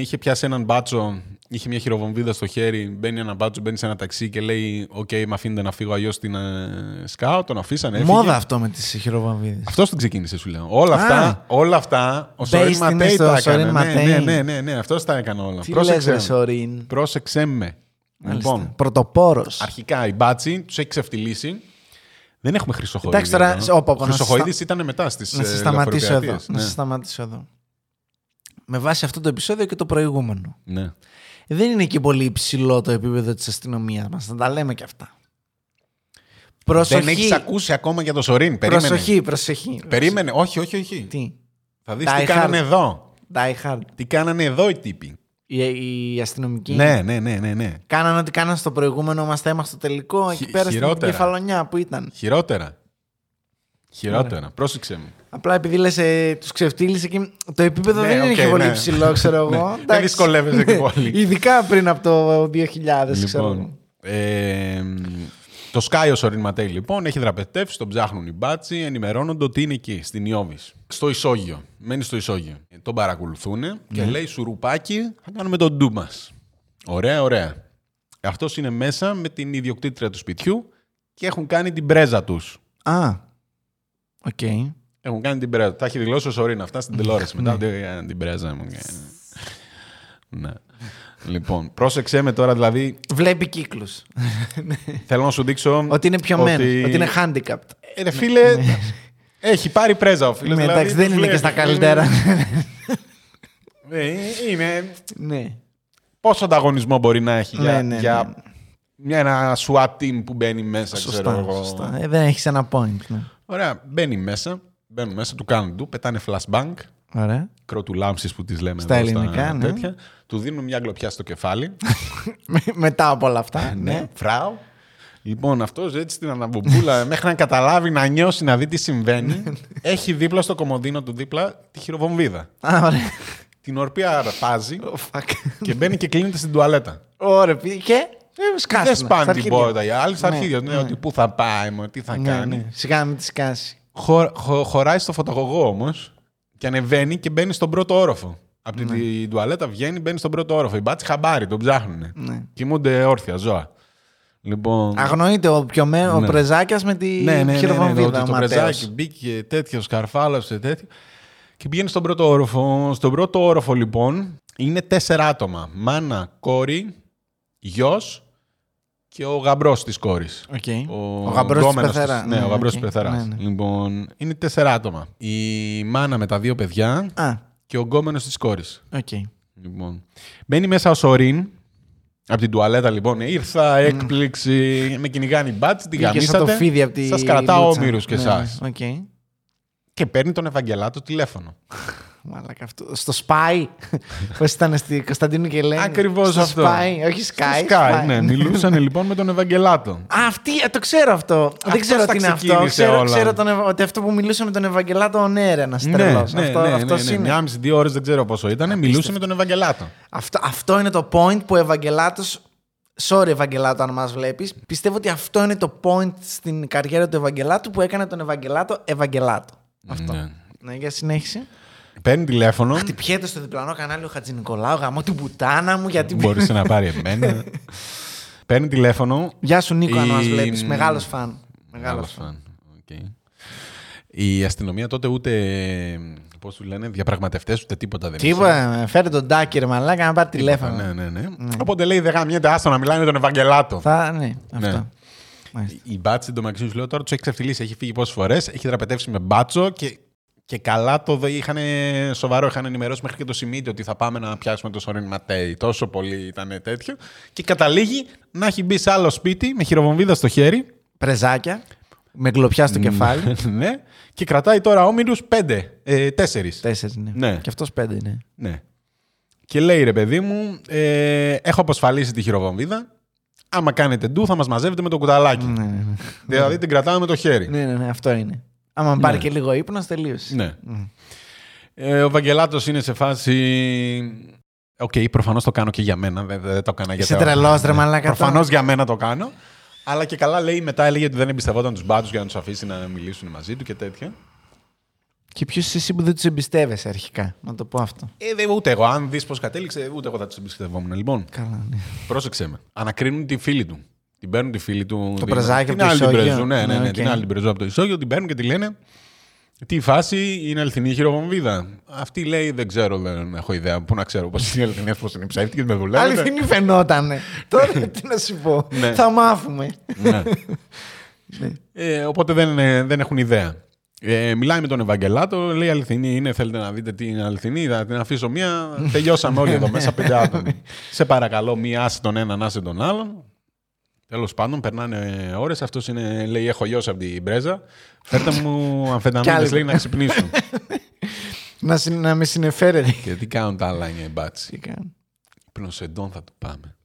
S2: είχε πιάσει έναν μπάτσο, είχε μια χειροβομβίδα στο χέρι, μπαίνει ένα μπάτσο, μπαίνει σε ένα ταξί και λέει «Οκ, με αφήνετε να φύγω αλλιώς στην ε, σκάω». Τον αφήσανε, έφυγε.
S1: Μόδα αυτό με τις χειροβαμβίδε.
S2: Αυτός την ξεκίνησε σου λέω. Όλα
S1: Α.
S2: αυτά, όλα αυτά, ο Σωρίν
S1: Based είναι
S2: Ματέι
S1: στο
S2: τα
S1: Σωρίν
S2: έκανε. Ναι,
S1: Ματέι.
S2: ναι, ναι, ναι, ναι, αυτός τα έκανε όλα.
S1: Τι λες
S2: Πρόσεξε
S1: ρε
S2: με.
S1: Σωρίν.
S2: Πρόσεξέ με. Λοιπόν,
S1: Λοιπόν, πρωτοπόρος.
S2: αρχικά η μπάτσι τους έχει ξεφτυλίσει. Δεν έχουμε Χρυσοχοίδη.
S1: Εντάξει, τώρα,
S2: εδώ.
S1: σε- όπα, όπα,
S2: Ο
S1: να σε
S2: Χρυσοχοίδης ήταν μετά ε, στις.
S1: Να σε σταματήσω εδώ. Να
S2: ναι.
S1: σε σταματήσω εδώ. Με βάση αυτό το επεισόδιο και το προηγούμενο.
S2: Ναι.
S1: Δεν είναι και πολύ υψηλό το επίπεδο της αστυνομίας μας. Να τα λέμε και αυτά. Προσοχή.
S2: Δεν έχεις ακούσει ακόμα για το Σωρίν. Περίμενε.
S1: προσοχή, προσοχή.
S2: Περίμενε. Όχι, όχι, όχι.
S1: Τι.
S2: Θα δεις
S1: Die
S2: τι κάνανε
S1: hard.
S2: εδώ.
S1: Die hard.
S2: Τι κάνανε εδώ οι τύποι.
S1: Οι, οι αστυνομικοί.
S2: Ναι, ναι, ναι, ναι, ναι.
S1: Κάναν ό,τι κάναν στο προηγούμενο μας θέμα στο τελικό. εκεί πέρα στην
S2: χειρότερα.
S1: κεφαλονιά που ήταν.
S2: Χειρότερα.
S1: Ναι.
S2: Χειρότερα. Πρόσεξε μου.
S1: Απλά επειδή λες, ε, τους ξεφτύλισε και το επίπεδο
S2: Ναι,
S1: δεν είναι
S2: οκ,
S1: και πολύ
S2: ναι.
S1: υψηλό, ξέρω εγώ.
S2: [LAUGHS] Ναι, δεν
S1: Εντάξει.
S2: δυσκολεύεσαι και
S1: [LAUGHS]
S2: πολύ.
S1: Ειδικά πριν από το 2000, ξέρω εγώ.
S2: Λοιπόν, ε, το Sky ο Σωρίν Ματέι λοιπόν έχει δραπετεύσει, τον ψάχνουν οι μπάτσι, ενημερώνονται ότι είναι εκεί, στην Ιώβης. Στο ισόγειο. Μένει στο ισόγειο. Ε, Τον παρακολουθούν και λέει σουρουπάκι, θα κάνουμε τον ντου μας. Ωραία, ωραία. Αυτός είναι μέσα με την ιδιοκτήτρια του σπιτιού και έχουν κάνει την πρέζα τους.
S1: Α. Οκ.
S2: Έχουν κάνει την πρέζα. Τα έχει δηλώσει ο Σωρίν αυτά στην τηλεόραση. Μετά ότι «Ε, την πρέζα μου. και- Ναι. Λοιπόν, πρόσεξέ με τώρα, δηλαδή
S1: Βλέπει κύκλους.
S2: Θέλω να σου δείξω.
S1: ότι είναι πιωμένο. Ότι... είναι handicapped.
S2: Ε, ρε φίλε. έχει πάρει πρέζα ο δηλαδή φίλος.
S1: Ναι, εντάξει, δεν είναι και στα καλύτερα.
S2: Ναι, είναι.
S1: [LAUGHS] ναι.
S2: Πόσο ανταγωνισμό μπορεί να έχει για,
S1: Ναι, ναι,
S2: για
S1: ναι.
S2: μια, ένα SWAT team που μπαίνει μέσα, ξέρω
S1: Σωστά.
S2: εγώ.
S1: σωστά. Ε, δεν έχεις ένα point. Ναι.
S2: Ωραία, μπαίνει μέσα. Μπαίνουν μέσα, του κάνουν του, πετάνε flashbang,
S1: Ωραία.
S2: κροτουλάμψεις που τις λέμε
S1: Στα
S2: εδώ,
S1: ελληνικά, ναι.
S2: τέτοια. Του δίνουν μια γκλοπιά στο κεφάλι. Ε,
S1: Με- Μετά από όλα αυτά. ναι.
S2: ναι, φράου. Λοιπόν, αυτός έτσι
S1: [LAUGHS]
S2: την αναμπομπούλα μέχρι να καταλάβει, να νιώσει, να δει τι συμβαίνει.
S1: Ναι,
S2: έχει δίπλα στο κομμωδίνο του δίπλα τη χειροβομβίδα.
S1: Α,
S2: [LAUGHS]
S1: ωραία.
S2: Την ορπία αρπάζει
S1: Ω, fuck.
S2: και μπαίνει και κλείνεται στην τουαλέτα.
S1: Ωραία, πήγε και. Ε, σκάσουμε.
S2: Δεν
S1: στα
S2: σπάνε την
S1: αρχίδια.
S2: πόρτα οι άλλοι στα
S1: Ναι,
S2: αρχίδια. Ναι,
S1: ναι.
S2: ότι πού θα πάει, μα, τι θα
S1: Ναι,
S2: κάνει.
S1: ναι. Σιγά να μην τη σκάσει.
S2: Χω- χω- χωράει στο φωτογωγό όμως και ανεβαίνει και μπαίνει στον πρώτο όροφο. Από
S1: Ναι.
S2: την τη- τουαλέτα βγαίνει, μπαίνει στον πρώτο όροφο. Οι μπάτσι χαμπάρι, τον ψάχνουνε.
S1: Ναι.
S2: Κοιμούνται όρθια, ζώα. Λοιπόν.
S1: Αγνοείται ο πιωμένο
S2: Ναι.
S1: ο πρεζάκιας με τη
S2: ναι, ναι, ναι, ναι, ναι,
S1: χειροβομβίδα.
S2: ότι το
S1: ο Ματέος.
S2: πρεζάκι μπήκε τέτοιος, σκαρφάλωσε τέτοιο. Και πηγαίνει στον πρώτο όροφο. Στον πρώτο όροφο, λοιπόν, είναι τέσσερα άτομα. Μάνα, κόρη, γιος και ο γαμπρός της κόρης.
S1: Οκ.
S2: Ο,
S1: Ο γαμπρός της
S2: γκόμενος
S1: πεθερά.
S2: της- Ναι, ο
S1: οκ.
S2: γαμπρό της πεθεράς.
S1: Ναι, ναι.
S2: Λοιπόν, είναι τέσσερα άτομα. Η μάνα με τα δύο παιδιά
S1: Α,
S2: και ο γκόμενο της κόρης.
S1: οκ.
S2: Λοιπόν. Μπαίνει μέσα ο Σωρίν. Από την τουαλέτα λοιπόν ήρθα, έκπληξη, με κυνηγάνε οι μπάτς, την
S1: Βγήκε σαν το
S2: γαμίσατε,
S1: φίδι από τη.
S2: σας κρατάω
S1: λούτσα.
S2: όμοιρους και
S1: Ναι,
S2: εσάς.
S1: ναι, Οκ.
S2: Και παίρνει τον Ευαγγελάτο τηλέφωνο.
S1: Μαλάκα αυτό. Στο Spy. [LAUGHS] Πώς ήταν στη Κωνσταντίνου και Ελένη.
S2: Ακριβώς
S1: στο
S2: αυτό.
S1: Spy, όχι Sky.
S2: Στο Sky, ναι, μιλούσαν λοιπόν με τον Ευαγγελάτο.
S1: Α, αυτή, α, το ξέρω αυτό. Δεν
S2: Αυτός
S1: ξέρω
S2: τα
S1: τι είναι αυτό.
S2: ξεκίνησε
S1: Ξέρω,
S2: όλα. Ναι,
S1: ξέρω τον, Ευα- ότι αυτό που μιλούσε με τον Ευαγγελάτο on air, ένα τρελό. αυτό, αυτός είναι.
S2: Μια μισή, ναι, δύο ώρες δεν ξέρω πόσο ήταν, μιλούσε με τον Ευαγγελάτο.
S1: Αυτό, αυτό είναι το point που ο Ευαγγελάτος. Sorry, Ευαγγελάτο, αν μας βλέπεις. Πιστεύω ότι αυτό είναι το point στην καριέρα του Ευαγγελάτου που έκανε τον Ευαγγελάτο Ευαγγελάτο. Αυτό.
S2: Ναι.
S1: Ναι, για συνέχιση.
S2: Παίρνει τηλέφωνο.
S1: Χτυπιέται στο διπλανό κανάλι ο Χατζη Νικολάου, γαμώ την πουτάνα μου, γιατί.
S2: Μπορούσε να πάρει εμένα. Παίρνει τηλέφωνο.
S1: Γεια σου, Νίκο, αν μα
S2: Η-
S1: βλέπεις. Μεγάλος φαν. Μεγάλος
S2: Άλλος
S1: φαν.
S2: φαν. Οκ. Η αστυνομία τότε ούτε. Πώς του λένε, διαπραγματευτές ούτε τίποτα δεν
S1: Τίποτα, ε, φέρε τον Τάκη, ρε μαλάκα, να πάρει
S2: είχε.
S1: τηλέφωνο.
S2: Ναι, ναι, ναι. Οπότε λέει δεν γαμιέται, άστο να μιλάει με τον Ευαγγελάτο.
S1: Θα, ναι,
S2: Ναι.
S1: αυτό. Μάλιστα.
S2: Η μπάτση εντωμεταξύ σου λέω τώρα τους έχει ξεφτυλίσει. Έχει φύγει πόσες φορές, έχει δραπετεύσει με μπάτσο και, και καλά το δε, είχαν σοβαρό. Είχαν ενημερώσει μέχρι και το σημείο ότι θα πάμε να πιάσουμε το Σωρίν Ματέι. Τόσο πολύ ήταν τέτοιο. Και καταλήγει να έχει μπει σε άλλο σπίτι με χειροβομβίδα στο χέρι.
S1: Πρεζάκια, με γκλοπιά στο κεφάλι.
S2: [LAUGHS] ναι. Και κρατάει τώρα όμοιρους πέντε, ε, τέσσερις.
S1: Τέσσερις, ναι.
S2: Ναι.
S1: Και αυτός πέντε είναι.
S2: Ναι. Και λέει ρε παιδί μου, ε, έχω αποσφαλίσει τη χειροβομβίδα. Άμα κάνετε ντου, θα μας μαζεύετε με το κουταλάκι.
S1: Ναι, ναι, ναι.
S2: Δηλαδή την κρατάμε με το χέρι.
S1: Ναι, ναι, ναι, αυτό είναι. Άμα πάρει και λίγο ύπνος, τελείωσε.
S2: Ναι. Ε, ο Βαγγελάτος είναι σε φάση. Οκ, προφανώς το κάνω και για μένα. Δεν, δεν το έκανα για ναι,
S1: Είσαι τρελός, ρε μαλάκα, τώρα.
S2: Προφανώς για μένα το κάνω. Αλλά και καλά λέει μετά, έλεγε ότι δεν εμπιστευόταν τους μπάτους για να τους αφήσει να μιλήσουν μαζί του και τέτοια.
S1: Και ποιος εσύ που δεν τους εμπιστεύεσαι αρχικά, να το πω αυτό.
S2: Ε, δε, ούτε εγώ. Αν δεις πώς κατέληξε, ούτε εγώ θα τους εμπιστευόμουν. Λοιπόν,
S1: Καλά, ναι.
S2: πρόσεξε με. Ανακρίνουν τη φίλη του. Την παίρνουν τη φίλη του.
S1: Το
S2: την-
S1: πρεζάκι από
S2: την
S1: το
S2: άλλη την
S1: ισόγειο.
S2: πρεζούν, Ναι, ναι,
S1: Ναι,
S2: ναι,
S1: οκ.
S2: την άλλη την πρεζούν από το ισόγειο. Την παίρνουν και τη λένε. Τι φάση είναι αληθινή η χειροβομβίδα. Αυτή λέει: Δεν ξέρω, δεν έχω ιδέα. Πού να ξέρω πώς είναι αληθινή, πώς είναι ψεύτικη, με δουλεύει.
S1: Αληθινή
S2: [LAUGHS]
S1: φαινότανε. Τώρα τι να σου πω.
S2: Ναι.
S1: Θα μάθουμε. [LAUGHS]
S2: ναι.
S1: Ναι.
S2: ε, οπότε δεν, ε, δεν έχουν ιδέα. Ε, μιλάει με τον Ευαγγελάτο, λέει αληθινή είναι, θέλετε να δείτε τι είναι αληθινή, θα την αφήσω μία, τελειώσαμε όλοι εδώ μέσα πέντε άτομα.
S1: [LAUGHS]
S2: Σε παρακαλώ, μία άσε τον έναν, άσε τον άλλον. Τέλος πάντων, περνάνε ώρες. Αυτός είναι, λέει: Έχω λιώσει από την πρέζα. Φέρτε μου
S1: Κι
S2: αμφεταμίνε,
S1: άλλη. [LAUGHS]
S2: λέει, να ξυπνήσουν.
S1: να, συ- να με συνεφέρετε.
S2: και τι κάνουν τα άλλα είναι μπάτσι.
S1: Τι κάνω.
S2: Πνοσεντών θα του πάμε.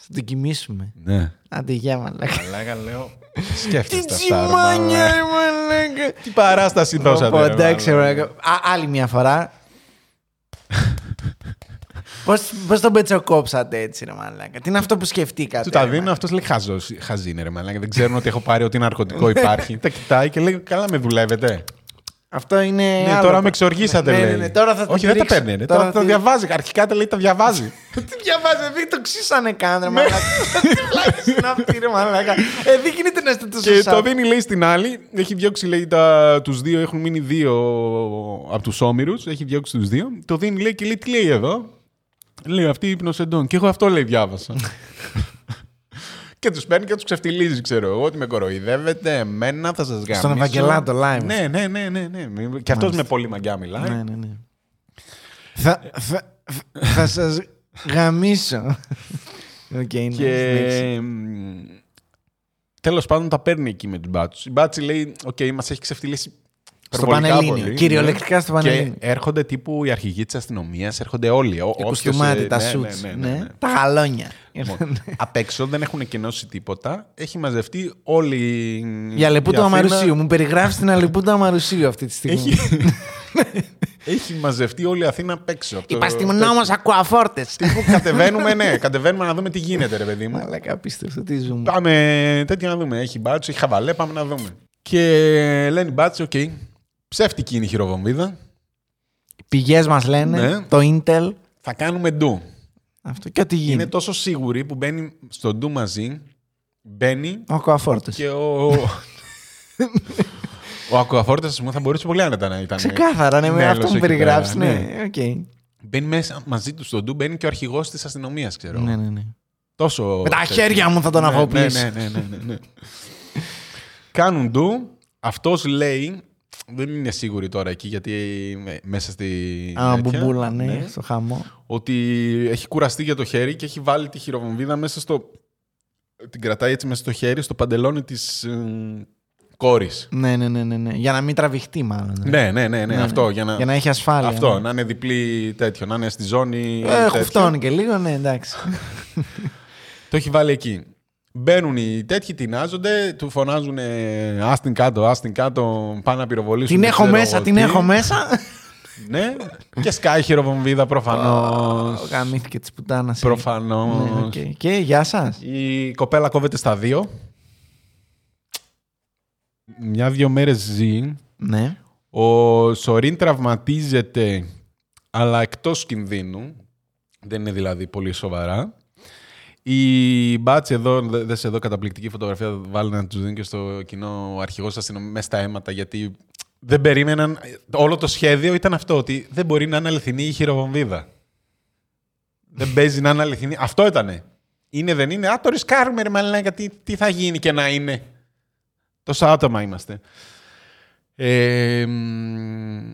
S1: Θα την κοιμήσουμε.
S2: Ναι.
S1: Άντε, γεια μαλάκα.
S2: Αλλά λέω.
S1: Τι
S2: Σκέφτεστε αυτά. ρε
S1: τσιμάνια,
S2: μαλάκα.
S1: ρε μαλάκα.
S2: Τι παράσταση δώσατε.
S1: Πω,
S2: ρε
S1: εντάξει, ρε,
S2: μαλάκα.
S1: α- άλλη μια φορά. Πώς, πώς τον πετσοκόψατε έτσι, ρε μαλάκα. Τι είναι αυτό που σκεφτήκατε.
S2: Του τα
S1: ρε,
S2: δίνουν,
S1: μαλάκα.
S2: αυτός λέει χαζός, χαζή είναι ρε μαλάκα. Δεν ξέρουν ότι έχω πάρει ότι ναρκωτικό υπάρχει. Ναι. τα κοιτάει και λέει καλά με δουλεύετε.
S1: Αυτό είναι.
S2: ναι,
S1: άλλο
S2: τώρα
S1: το-
S2: με εξοργήσατε
S1: ναι,
S2: λέει.
S1: ναι, ναι, τώρα θα την
S2: Όχι δεν τα
S1: ρίξω.
S2: παίρνει ρε. Τώρα,
S1: Τώρα
S2: τα
S1: τη- [LAUGHS]
S2: διαβάζει. Αρχικά τα λέει τα διαβάζει.
S1: Τι διαβάζει, δεν το ξύσανε καν,
S2: Ναι.
S1: ρε μαλάκα. Τι
S2: [LAUGHS]
S1: πλάκα είναι αυτή, ρε μαλάκα. Ε, δεν γίνεται να είστε τόσο
S2: και
S1: σάπ.
S2: το δίνει λέει στην άλλη. Έχει διώξει λέει τα... τους δύο. Έχουν μείνει δύο από τους όμοιρους. Έχει διώξει τους δύο. Το δίνει λέει και λέει τι λέει εδώ. Λέει αυτή η πνοσεντών. Και εγώ αυτό λέει
S1: [LAUGHS]
S2: διάβασα. και τους παίρνει και τους ξεφτιλίζει ξέρω εγώ ότι με κοροϊδεύετε εμένα θα σας γαμίσω.
S1: Ευαγγελάτο live.
S2: Ναι, ναι, ναι, ναι. ναι. Και αυτός με πολύ μαγκιά μιλάει.
S1: Ναι, ναι, ναι. Θα, θα, θα σας γαμίσω. Οκ, ναι, συνέχισε.
S2: Και. Τέλος πάντων τα παίρνει εκεί με του μπάτσου. Η μπάτσι λέει: Οκ, μας έχει ξεφτυλίσει. υπερβολικά
S1: Πανελλήνιο,
S2: πολύ,
S1: κυριολεκτικά
S2: ναι.
S1: στο Πανελλήνιο.
S2: Και έρχονται τύπου οι αρχηγοί της αστυνομίας, έρχονται όλοι. Ο,
S1: Οι
S2: όποιος,
S1: κουστούμάτι,
S2: ε,
S1: τα
S2: ναι,
S1: σουτς,
S2: ναι, ναι,
S1: ναι,
S2: ναι, ναι.
S1: τα γαλόνια. [LAUGHS]
S2: Λοιπόν, Απ' έξω δεν έχουν εκενώσει τίποτα. Έχει μαζευτεί όλη η.
S1: Η Αλεπούτα
S2: Αθήνα.
S1: Αμαρουσίου. Μου περιγράφεις την Αλεπούτα Αμαρουσίου αυτή τη στιγμή.
S2: Έχει...
S1: [LAUGHS]
S2: Έχει μαζευτεί όλη η Αθήνα απ' έξω. από το-
S1: Υπαστημνόμο ακουαφόρτε.
S2: Τύπου [LAUGHS] κατεβαίνουμε, ναι, κατεβαίνουμε να δούμε τι γίνεται, ρε παιδί μου.
S1: Μαλάκα, απίστευτο, τι ζούμε.
S2: Πάμε τέτοια να δούμε. Έχει μπάτσο, έχει χαβαλέ, πάμε να δούμε. Και λένε οι μπάτσοι, οκ. Ψεύτικη είναι η χειροβομβίδα.
S1: Πηγές μας λένε,
S2: Ναι.
S1: το Intel,
S2: Θα κάνουμε ντου.
S1: αυτό και ό,τι
S2: Είναι
S1: γίνει.
S2: τόσο σίγουρη που μπαίνει στο ντου μαζί. Μπαίνει
S1: Ο ακουαφόρτε.
S2: και ο.
S1: [LAUGHS]
S2: ο Ακουαφόρτε, ας πούμε, θα μπορούσε πολύ άνετα να ήταν.
S1: Ξεκάθαρα, ναι, με
S2: μέλος
S1: αυτό μου
S2: εκεί
S1: περιγράφει.
S2: πέρα,
S1: Ναι, οκ.
S2: Μπαίνει μέσα μαζί του στο ντου, μπαίνει και ο αρχηγός της αστυνομίας, ξέρω.
S1: Ναι, ναι, ναι.
S2: Τόσο.
S1: Με τα
S2: τέτοιο.
S1: χέρια μου θα τον
S2: Ναι,
S1: αφοπλίσω.
S2: Ναι, ναι, ναι. ναι, ναι. Κάνουν ντου. Αυτός λέει. Δεν είναι σίγουρη τώρα εκεί, γιατί με- μέσα στη.
S1: Α,
S2: τέτοια,
S1: μπουμπούλα, ναι, στο χαμό.
S2: Ότι έχει κουραστεί για το χέρι και έχει βάλει τη χειροβομβίδα μέσα στο. Την κρατάει έτσι μέσα στο χέρι, στο παντελόνι ε, τη κόρης.
S1: Ναι, ναι, ναι, ναι, ναι. Για να μην τραβηχτεί, μάλλον.
S2: Ναι, ναι, ναι, ναι, αυτό. Για να,
S1: Για να έχει ασφάλεια.
S2: αυτό,
S1: ναι.
S2: να είναι διπλή τέτοιο, να είναι στη ζώνη.
S1: Ε,
S2: τέτοιο.
S1: χουφτώνει και λίγο, ναι, εντάξει.
S2: Το έχει βάλει εκεί. Μπαίνουν οι τέτοιοι, τεινάζονται, του φωνάζουν ε, «Ας την κάτω, ας την κάτω, πάνε να πυροβολήσουν».
S1: την
S2: δεν
S1: έχω
S2: ξέρω
S1: μέσα,
S2: εγώ
S1: την
S2: τι».
S1: έχω μέσα.
S2: Ναι, και σκάει η χειροβομβίδα προφανώς.
S1: Γαμήθηκε της πουτάνας.
S2: προφανώς.
S1: Ναι, οκ. Και γεια σας.
S2: Η κοπέλα κόβεται στα δύο. Μια-δυο μέρες ζει.
S1: Ναι.
S2: Ο Σορίν τραυματίζεται, αλλά εκτός κινδύνου. Δεν είναι δηλαδή πολύ σοβαρά. Η μπάτση εδώ, δε- δες εδώ καταπληκτική φωτογραφία, βάλει να τους δίνει και στο κοινό ο αρχηγός αστυνομίας μέσα στα αίματα, γιατί δεν περίμεναν, όλο το σχέδιο ήταν αυτό, ότι δεν μπορεί να είναι αληθινή η χειροβομβίδα. δεν παίζει να είναι αληθινή. Αυτό ήτανε. Είναι, δεν είναι. Α, το ρισκάρουμε ρε μαλάκα, τι, τι θα γίνει και να είναι. Τόσα άτομα είμαστε. Ε, μ,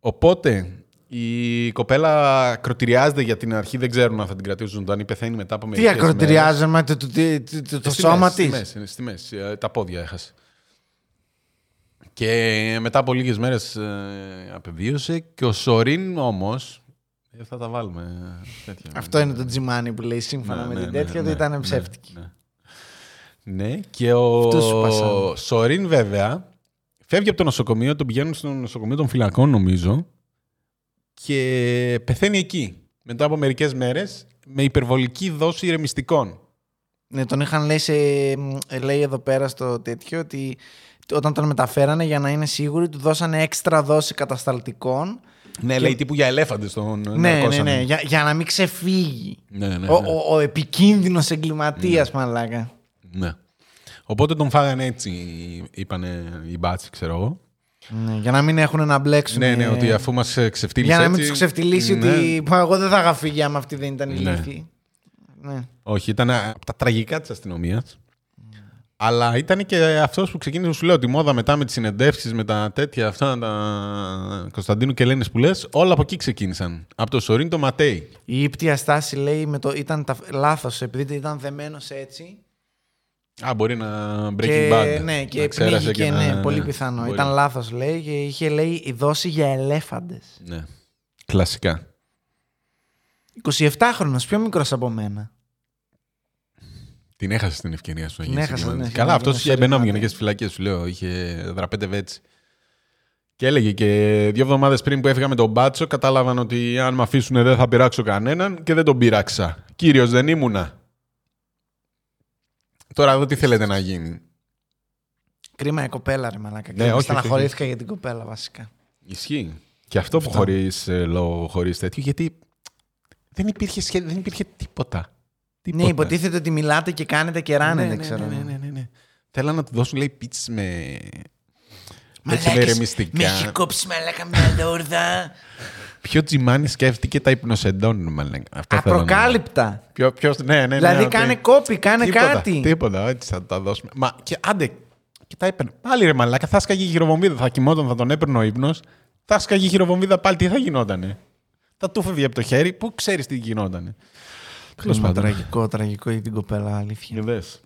S2: οπότε, η κοπέλα κροτηριάζεται για την αρχή, δεν ξέρουν αν θα την κρατήσουν. Το αν πεθαίνει μετά από
S1: Τι
S2: μερικές μέρες.
S1: ακροτηριάζομαι το, το, το, το- το- το
S2: Στη
S1: σώμα
S2: μέση,
S1: τη.
S2: Στη μέση, στη μέση. Ε, Τα πόδια έχασε. Και ε, μετά από λίγες μέρες ε, απεβίωσε και ο Σορίν όμως... ε, θα τα βάλουμε ε, τέτοια.
S1: Αυτό είναι το τζιμάνι που λέει σύμφωνα
S2: Ναι,
S1: με
S2: ναι,
S1: την
S2: ναι,
S1: τέτοια
S2: ναι,
S1: ότι ήταν
S2: ναι,
S1: ψεύτικη.
S2: Ναι, Ναι, και
S1: Αυτό σου
S2: ο
S1: πασάνε.
S2: Σορίν βέβαια φεύγει από το νοσοκομείο, τον πηγαίνουν στο νοσοκομείο των φυλακών νομίζω και πεθαίνει εκεί μετά από μερικές μέρες με υπερβολική δόση ηρεμιστικών.
S1: Ναι, τον είχαν λέει, σε, ε, λέει εδώ πέρα στο τέτοιο ότι όταν τον μεταφέρανε για να είναι σίγουροι του δώσανε έξτρα δόση κατασταλτικών.
S2: Ναι, λέει τύπου για ελέφαντες τον
S1: Ναι, ναι,
S2: ναρκώσανε.
S1: ναι, για, για να μην ξεφύγει.
S2: Ναι, ναι, ναι.
S1: Ο, ο, ο επικίνδυνος εγκληματίας, μαλάκα.
S2: Ναι. Οπότε τον φάγανε έτσι, είπανε οι μπάτσοι, ξέρω εγώ.
S1: Ναι, για να μην έχουν να μπλέξουν.
S2: Ναι, ναι,
S1: ε,
S2: ότι αφού μας ε, ξεφτύλισε
S1: Για να μην
S2: έτσι,
S1: τους ξεφτυλίσει
S2: ναι.
S1: ότι «Πω, εγώ δεν θα είχα φύγει άμα αυτή δεν ήταν η
S2: Ναι.
S1: λύθη. Ναι.
S2: Όχι, ήταν από τα τραγικά της αστυνομίας. Αλλά ήταν και αυτός που ξεκίνησε, σου λέω, τη μόδα μετά με τις συνεντεύξεις, με τα τέτοια αυτά, τα Κωνσταντίνου και Ελένης που λες, όλα από εκεί ξεκίνησαν. Από το Σωρίν το Ματέι.
S1: Η ύπτια στάση λέει με το, ήταν τα, λάθος επειδή ήταν δεμένος έτσι
S2: Α, μπορεί να breaking
S1: και,
S2: bad.
S1: Ναι, και
S2: να ξέρασε
S1: πνίγηκε,
S2: και
S1: ναι,
S2: να-
S1: πολύ
S2: ναι,
S1: πιθανό.
S2: μπορεί.
S1: Ήταν λάθος λέει και είχε λέει η δόση για ελέφαντες.
S2: Ναι, κλασικά.
S1: 27χρονος, πιο μικρός από μένα.
S2: Την έχασες την ευκαιρία σου να
S1: Την
S2: γίνεις.
S1: έχασε,
S2: συγκεκριμένη.
S1: ναι,
S2: Καλά,
S1: ναι,
S2: αυτός
S1: ναι,
S2: είχε
S1: sorry,
S2: μπαινόμενο
S1: ναι.
S2: και στις φυλακές, σου λέω. Είχε δραπέτευε έτσι. Και έλεγε και δύο εβδομάδες πριν που έφυγα με τον Μπάτσο, κατάλαβαν ότι αν με αφήσουν δεν θα πειράξω κανέναν και δεν τον πειράξα. Κύριος δεν ήμουνα. Τώρα εδώ τι θέλετε να γίνει.
S1: Κρίμα η κοπέλα ρε μαλάκα.
S2: Ναι,
S1: Ναι,
S2: όχι,
S1: Στεναχωρήθηκα για την κοπέλα βασικά.
S2: Ισχύει. Και αυτό που χωρί λόγο, χωρίς τέτοιο, γιατί δεν υπήρχε, σχέ- δεν υπήρχε τίποτα.
S1: Ναι,
S2: τίποτα.
S1: υποτίθεται ότι μιλάτε και κάνετε και ράνετε, ξέρω.
S2: Ναι, ναι, ναι, ναι, ναι. Θέλαν να του δώσουν, λέει, πίτσε με.
S1: Μαλάκες,
S2: Έτσι με ρεμιστικά.
S1: Με έχει κόψει μαλάκα μια
S2: [LAUGHS]
S1: λόρδα.
S2: Ποιο τζιμάνι σκέφτηκε τα υπνοσεντών, μάλλον. Αυτό θέλω να πω.
S1: Απροκάλυπτα.
S2: Ποιο, ποιος, ναι, ναι, ναι,
S1: Δηλαδή
S2: ότι-
S1: κάνε κόπη, κάνε
S2: τίποτα,
S1: κάτι.
S2: Τίποτα, έτσι θα τα δώσουμε. Μα και άντε, και τα έπαιρνε. Πάλι ρε μαλάκα, θα σκαγε η χειροβομβίδα, θα κοιμόταν, θα τον έπαιρνε ο ύπνος. Θα σκαγε η χειροβομβίδα πάλι, τι θα γινότανε. Θα του φεύγει από το χέρι, πού ξέρεις τι γινότανε. Τέλος
S1: Κρίμα,
S2: πάντων.
S1: τραγικό, τραγικό για την κοπέλα, αλήθεια.
S2: Δες.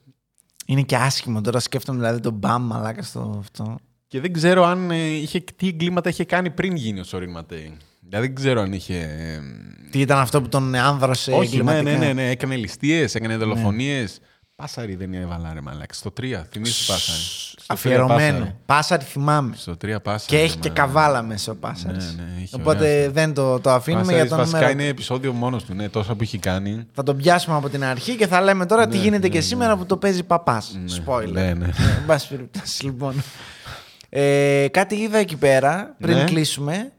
S1: Είναι και άσχημο τώρα, σκέφτομαι δηλαδή τον μπαμ μαλάκα στο αυτό.
S2: Και δεν ξέρω αν ε, είχε, τι εγκλήματα είχε κάνει πριν γίνει ο Σωρίν Ματέι. Δηλαδή δεν ξέρω αν είχε. ε,
S1: Τι ήταν αυτό που τον άνδρασε
S2: όχι, ναι, ναι,
S1: Ε, εγκληματικά. Ναι.
S2: ναι, ναι, έκανε ληστείες, έκανε δολοφονίε. Πάσαρι δεν έβαλα, ρε μαλάκα. Στο 3, θυμίσου Πάσαρι. Στο τρία πάσαρι.
S1: Αφιερωμένο. Πάσαρι θυμάμαι.
S2: Στο 3 Πάσαρι.
S1: Και έχει
S2: ρε
S1: και
S2: μαλάκα.
S1: καβάλα μέσα ο Πάσαρης.
S2: Ναι, ναι, έχει ωραία
S1: Οπότε
S2: αυτά.
S1: δεν το, το αφήνουμε
S2: Πάσαρις
S1: για τον
S2: βασικά
S1: νούμερο.
S2: είναι επεισόδιο μόνος του, ναι, τόσα που έχει κάνει.
S1: Θα τον πιάσουμε από την αρχή και θα λέμε τώρα τι
S2: Ναι,
S1: γίνεται
S2: ναι,
S1: και σήμερα που το παίζει παπάς. Spoiler.
S2: ναι, ναι.
S1: Εν πάση περιπτώσει, λοιπόν. Ε, κάτι είδα εκεί πέρα πριν
S2: Ναι.
S1: κλείσουμε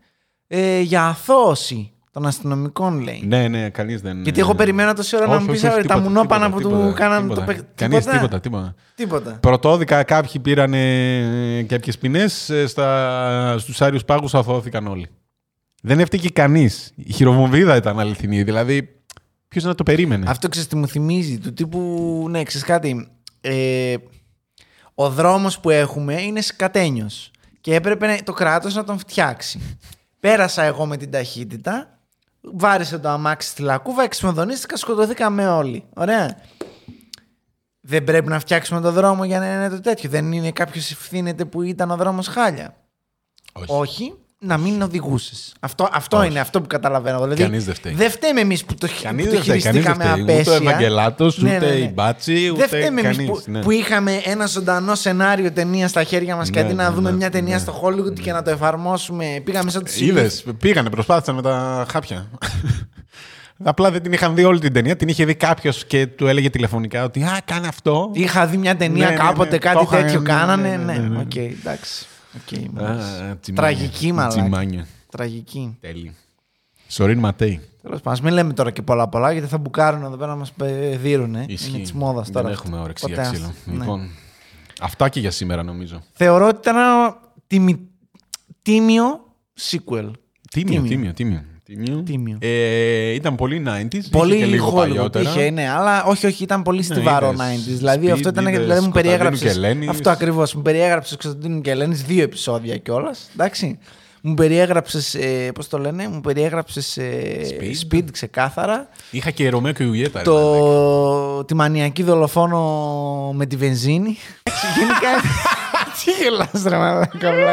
S1: ε, για αθώωση των αστυνομικών, λέει.
S2: Ναι, ναι, κανείς δεν.
S1: Γιατί εγώ περιμένω τόση ώρα να μου πεις, «Ωραία, τα μουνόπανα που του κάναν το παίκ-
S2: Κανείς
S1: τίποτα».
S2: τίποτα, τίποτα.
S1: Τίποτα.
S2: Πρωτόδικα κάποιοι πήραν ε, κάποιε ποινέ. Στους Άριους Πάγους αθώθηκαν όλοι. Δεν έφταιγε κανείς. Η χειροβομβίδα ήταν αληθινή. Δηλαδή, ποιος να το περίμενε.
S1: Αυτό ξέρεις τι μου θυμίζει. Του τύπου. Ναι, ξέρεις κάτι. Ε, ο δρόμος που έχουμε είναι σκατένιος. Και έπρεπε να- το κράτος να τον φτιάξει. Πέρασα εγώ με την ταχύτητα. Βάρισε το αμάξι στη λακκούβα. Εξμοδονίστηκα. Σκοτωθήκαμε όλοι. Ωραία. Δεν πρέπει να φτιάξουμε το δρόμο για να είναι το τέτοιο. Δεν είναι κάποιος ευθύνεται που ήταν ο δρόμος χάλια. Όχι. Να μην οδηγούσες. Αυτό, αυτό
S2: Όχι.
S1: είναι αυτό που καταλαβαίνω. Δηλαδή,
S2: Κανείς δεν φταίει.
S1: Δεν φταίμε εμείς που το,
S2: Κανείς
S1: που
S2: δεν
S1: το
S2: φταίει. Κανείς δεν
S1: χειριστήκαμε
S2: φταίει. Ούτε ο
S1: απέσια.
S2: Ευαγγελάτος,
S1: Ναι, ναι,
S2: ούτε
S1: ναι.
S2: η Μπάτση,
S1: Δεν
S2: ούτε ναι. Ε,
S1: φταίμε εμείς
S2: κανείς.
S1: που, που είχαμε ένα ζωντανό σενάριο ταινία στα χέρια μας και
S2: Ναι,
S1: αντί να
S2: ναι,
S1: δούμε
S2: ναι, Ε,
S1: μια ταινία
S2: ναι.
S1: στο Hollywood και να το εφαρμόσουμε, πήγαμε σαν τους
S2: Είδε, πήγανε, προσπάθησαν με τα χάπια. [LAUGHS] Απλά δεν την είχαν δει όλη την ταινία. Την είχε δει κάποιος και του έλεγε τηλεφωνικά ότι Α, κάνε αυτό.
S1: Είχα δει μια ταινία
S2: Ναι, ναι, ναι.
S1: κάποτε,
S2: Το
S1: κάτι
S2: είχα-
S1: τέτοιο
S2: ναι, ναι,
S1: κάνανε.
S2: ναι,
S1: Ναι,
S2: ναι, ναι.
S1: οκ, εντάξει. Οκ,
S2: Α, ε.
S1: μάλιστα.
S2: τσιμάνια.
S1: Τραγική μαλάκα.
S2: Τσιμάνια.
S1: Τραγική.
S2: Τέλει. Σωρίν Ματέι.
S1: Τέλος πάντων, μην λέμε τώρα και πολλά-πολλά γιατί θα μπουκάρουν εδώ πέρα να μας δίνουν. Είναι της μόδας τώρα.
S2: Δεν
S1: αυτό.
S2: έχουμε όρεξη
S1: Ποτέ
S2: για
S1: ας-
S2: ξύλο.
S1: ναι.
S2: Λοιπόν, αυτά και για σήμερα νομίζω.
S1: Θεωρώ ότι ήταν ένα τιμι- τίμιο sequel.
S2: Τίμιο,
S1: Τίμιο.
S2: τίμιο, τίμιο. τίμιο.
S1: Τίμιο.
S2: Ε, ήταν πολύ 90s. είχε
S1: Πολύ
S2: και λίγο
S1: λίγο λίγο
S2: παλιότερα. Ναι,
S1: είχε, ναι, αλλά όχι, όχι, ήταν πολύ στιβαρό
S2: είδες
S1: 90s. Δηλαδή
S2: Speed,
S1: αυτό ήταν.
S2: είδες
S1: Δηλαδή μου
S2: Κωνσταντίνου
S1: περιέγραψε.
S2: και Ελένης.
S1: Αυτό ακριβώς. Μου περιέγραψες Κωνσταντίνου και Ελένης δύο επεισόδια κιόλας. Εντάξει. Μου περιέγραψες. Ε, Πώς το λένε, μου περιέγραψες. Ε,
S2: Speed.
S1: speed. ξεκάθαρα.
S2: Είχα και Ρωμαίο και Ιουλιέτα. ρε μαλάκα.
S1: το. τη μανιακή δολοφόνο με τη βενζίνη. Εντάξει, Γενικά. Τι γελάς ρε μαλάκα, βλάκα.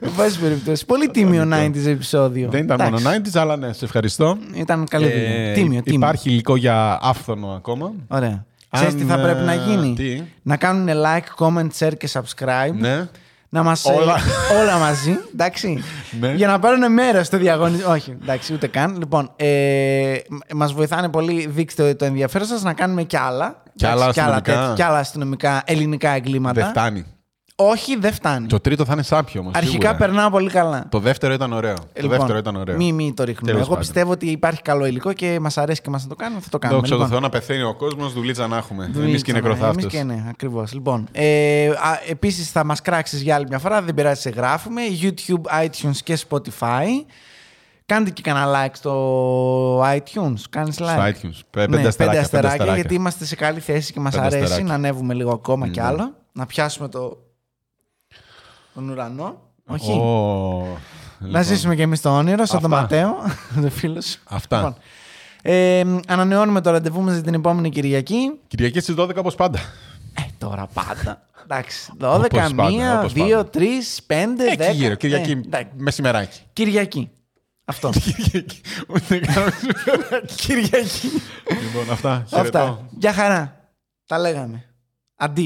S1: Εν πάση περιπτώσει. Πολύ τίμιο 90s επεισόδιο.
S2: Δεν ήταν μόνο
S1: Εντάξει.
S2: 90s, αλλά ναι, σε ευχαριστώ.
S1: Ήταν
S2: Ε,
S1: καλή δουλειά. Τίμιο, τίμιο.
S2: Υπάρχει υλικό για άφθονο ακόμα.
S1: Ωραία.
S2: Αν,
S1: Ξέρεις τι θα
S2: ε,
S1: πρέπει να γίνει.
S2: τι?
S1: Να κάνουν like, comment, share και subscribe.
S2: Ναι.
S1: Να μας, ε,
S2: Όλα.
S1: όλα μαζί, εντάξει.
S2: Ναι.
S1: Για να πάρουν μέρος στο διαγωνισμό. Όχι, εντάξει, ούτε καν. Λοιπόν, ε, μας βοηθάνε πολύ. Δείξτε το ενδιαφέρον σας να κάνουμε κι άλλα.
S2: Κι άλλα
S1: Εντάξει,
S2: αστυνομικά.
S1: τέτοια, κι άλλα αστυνομικά ελληνικά εγκλήματα.
S2: Δεν φτάνει.
S1: Όχι, δεν φτάνει.
S2: Το τρίτο θα είναι σάπιο όμως.
S1: Αρχικά περνάω πολύ καλά.
S2: Το δεύτερο ήταν ωραίο. Το
S1: Ε, λοιπόν,
S2: δεύτερο ήταν ωραίο.
S1: Μη, μη το ρίχνουμε.
S2: Τέλος
S1: Εγώ
S2: πάντων.
S1: πιστεύω ότι υπάρχει καλό υλικό και μας αρέσει και μας να το κάνουμε. Θα το κάνουμε.
S2: Δόξα τω
S1: Λοιπόν,
S2: Θεώ να πεθαίνει ο κόσμος, δουλίτσα να έχουμε.
S1: Δουλίτσα,
S2: Εμείς και
S1: ναι,
S2: νεκροθάφτες.
S1: Εμείς και ναι, ακριβώς. Λοιπόν, ε, επίσης θα μας κράξεις για άλλη μια φορά, δεν πειράζει, σε γράφουμε. YouTube, iTunes και Spotify. Κάντε και κανένα like στο iTunes. Κάνεις like. Ναι,
S2: Στο iTunes. Πέ- πέντε αστεράκια, πέντε αστεράκια.
S1: γιατί είμαστε σε καλή θέση και μας
S2: Πέντε
S1: αρέσει
S2: αστεράκια.
S1: να ανέβουμε λίγο ακόμα κι
S2: Ναι.
S1: άλλο. Να πιάσουμε το. τον ουρανό. Όχι. Να ζήσουμε κι εμείς το όνειρο, σαν τον
S2: λοιπόν. Αυτά.
S1: Ματέο, [LAUGHS] τον φίλο σου.
S2: Αυτά.
S1: Λοιπόν, ε, ανανεώνουμε το ραντεβού μας για την επόμενη Κυριακή.
S2: Κυριακή στις 12 όπως πάντα.
S1: Ε, τώρα
S2: [LAUGHS]
S1: πάντα. Εντάξει. 12,
S2: Όπως πάντα,
S1: 1,
S2: όπως
S1: 2, 3, 5, 10.
S2: πάντα. Εκεί γύρω, Κυριακή.
S1: Ε, εντάξει.
S2: Μεσημεράκι. [LAUGHS]
S1: Κυριακή. Αυτό.
S2: Κυριακή. Ούτε καν μεσημεράκι.
S1: Κυριακή.
S2: Λοιπόν, αυτά. Χαιρετώ.
S1: Αυτά. Γεια χαρά. Τα λέγαμε. Αντίο.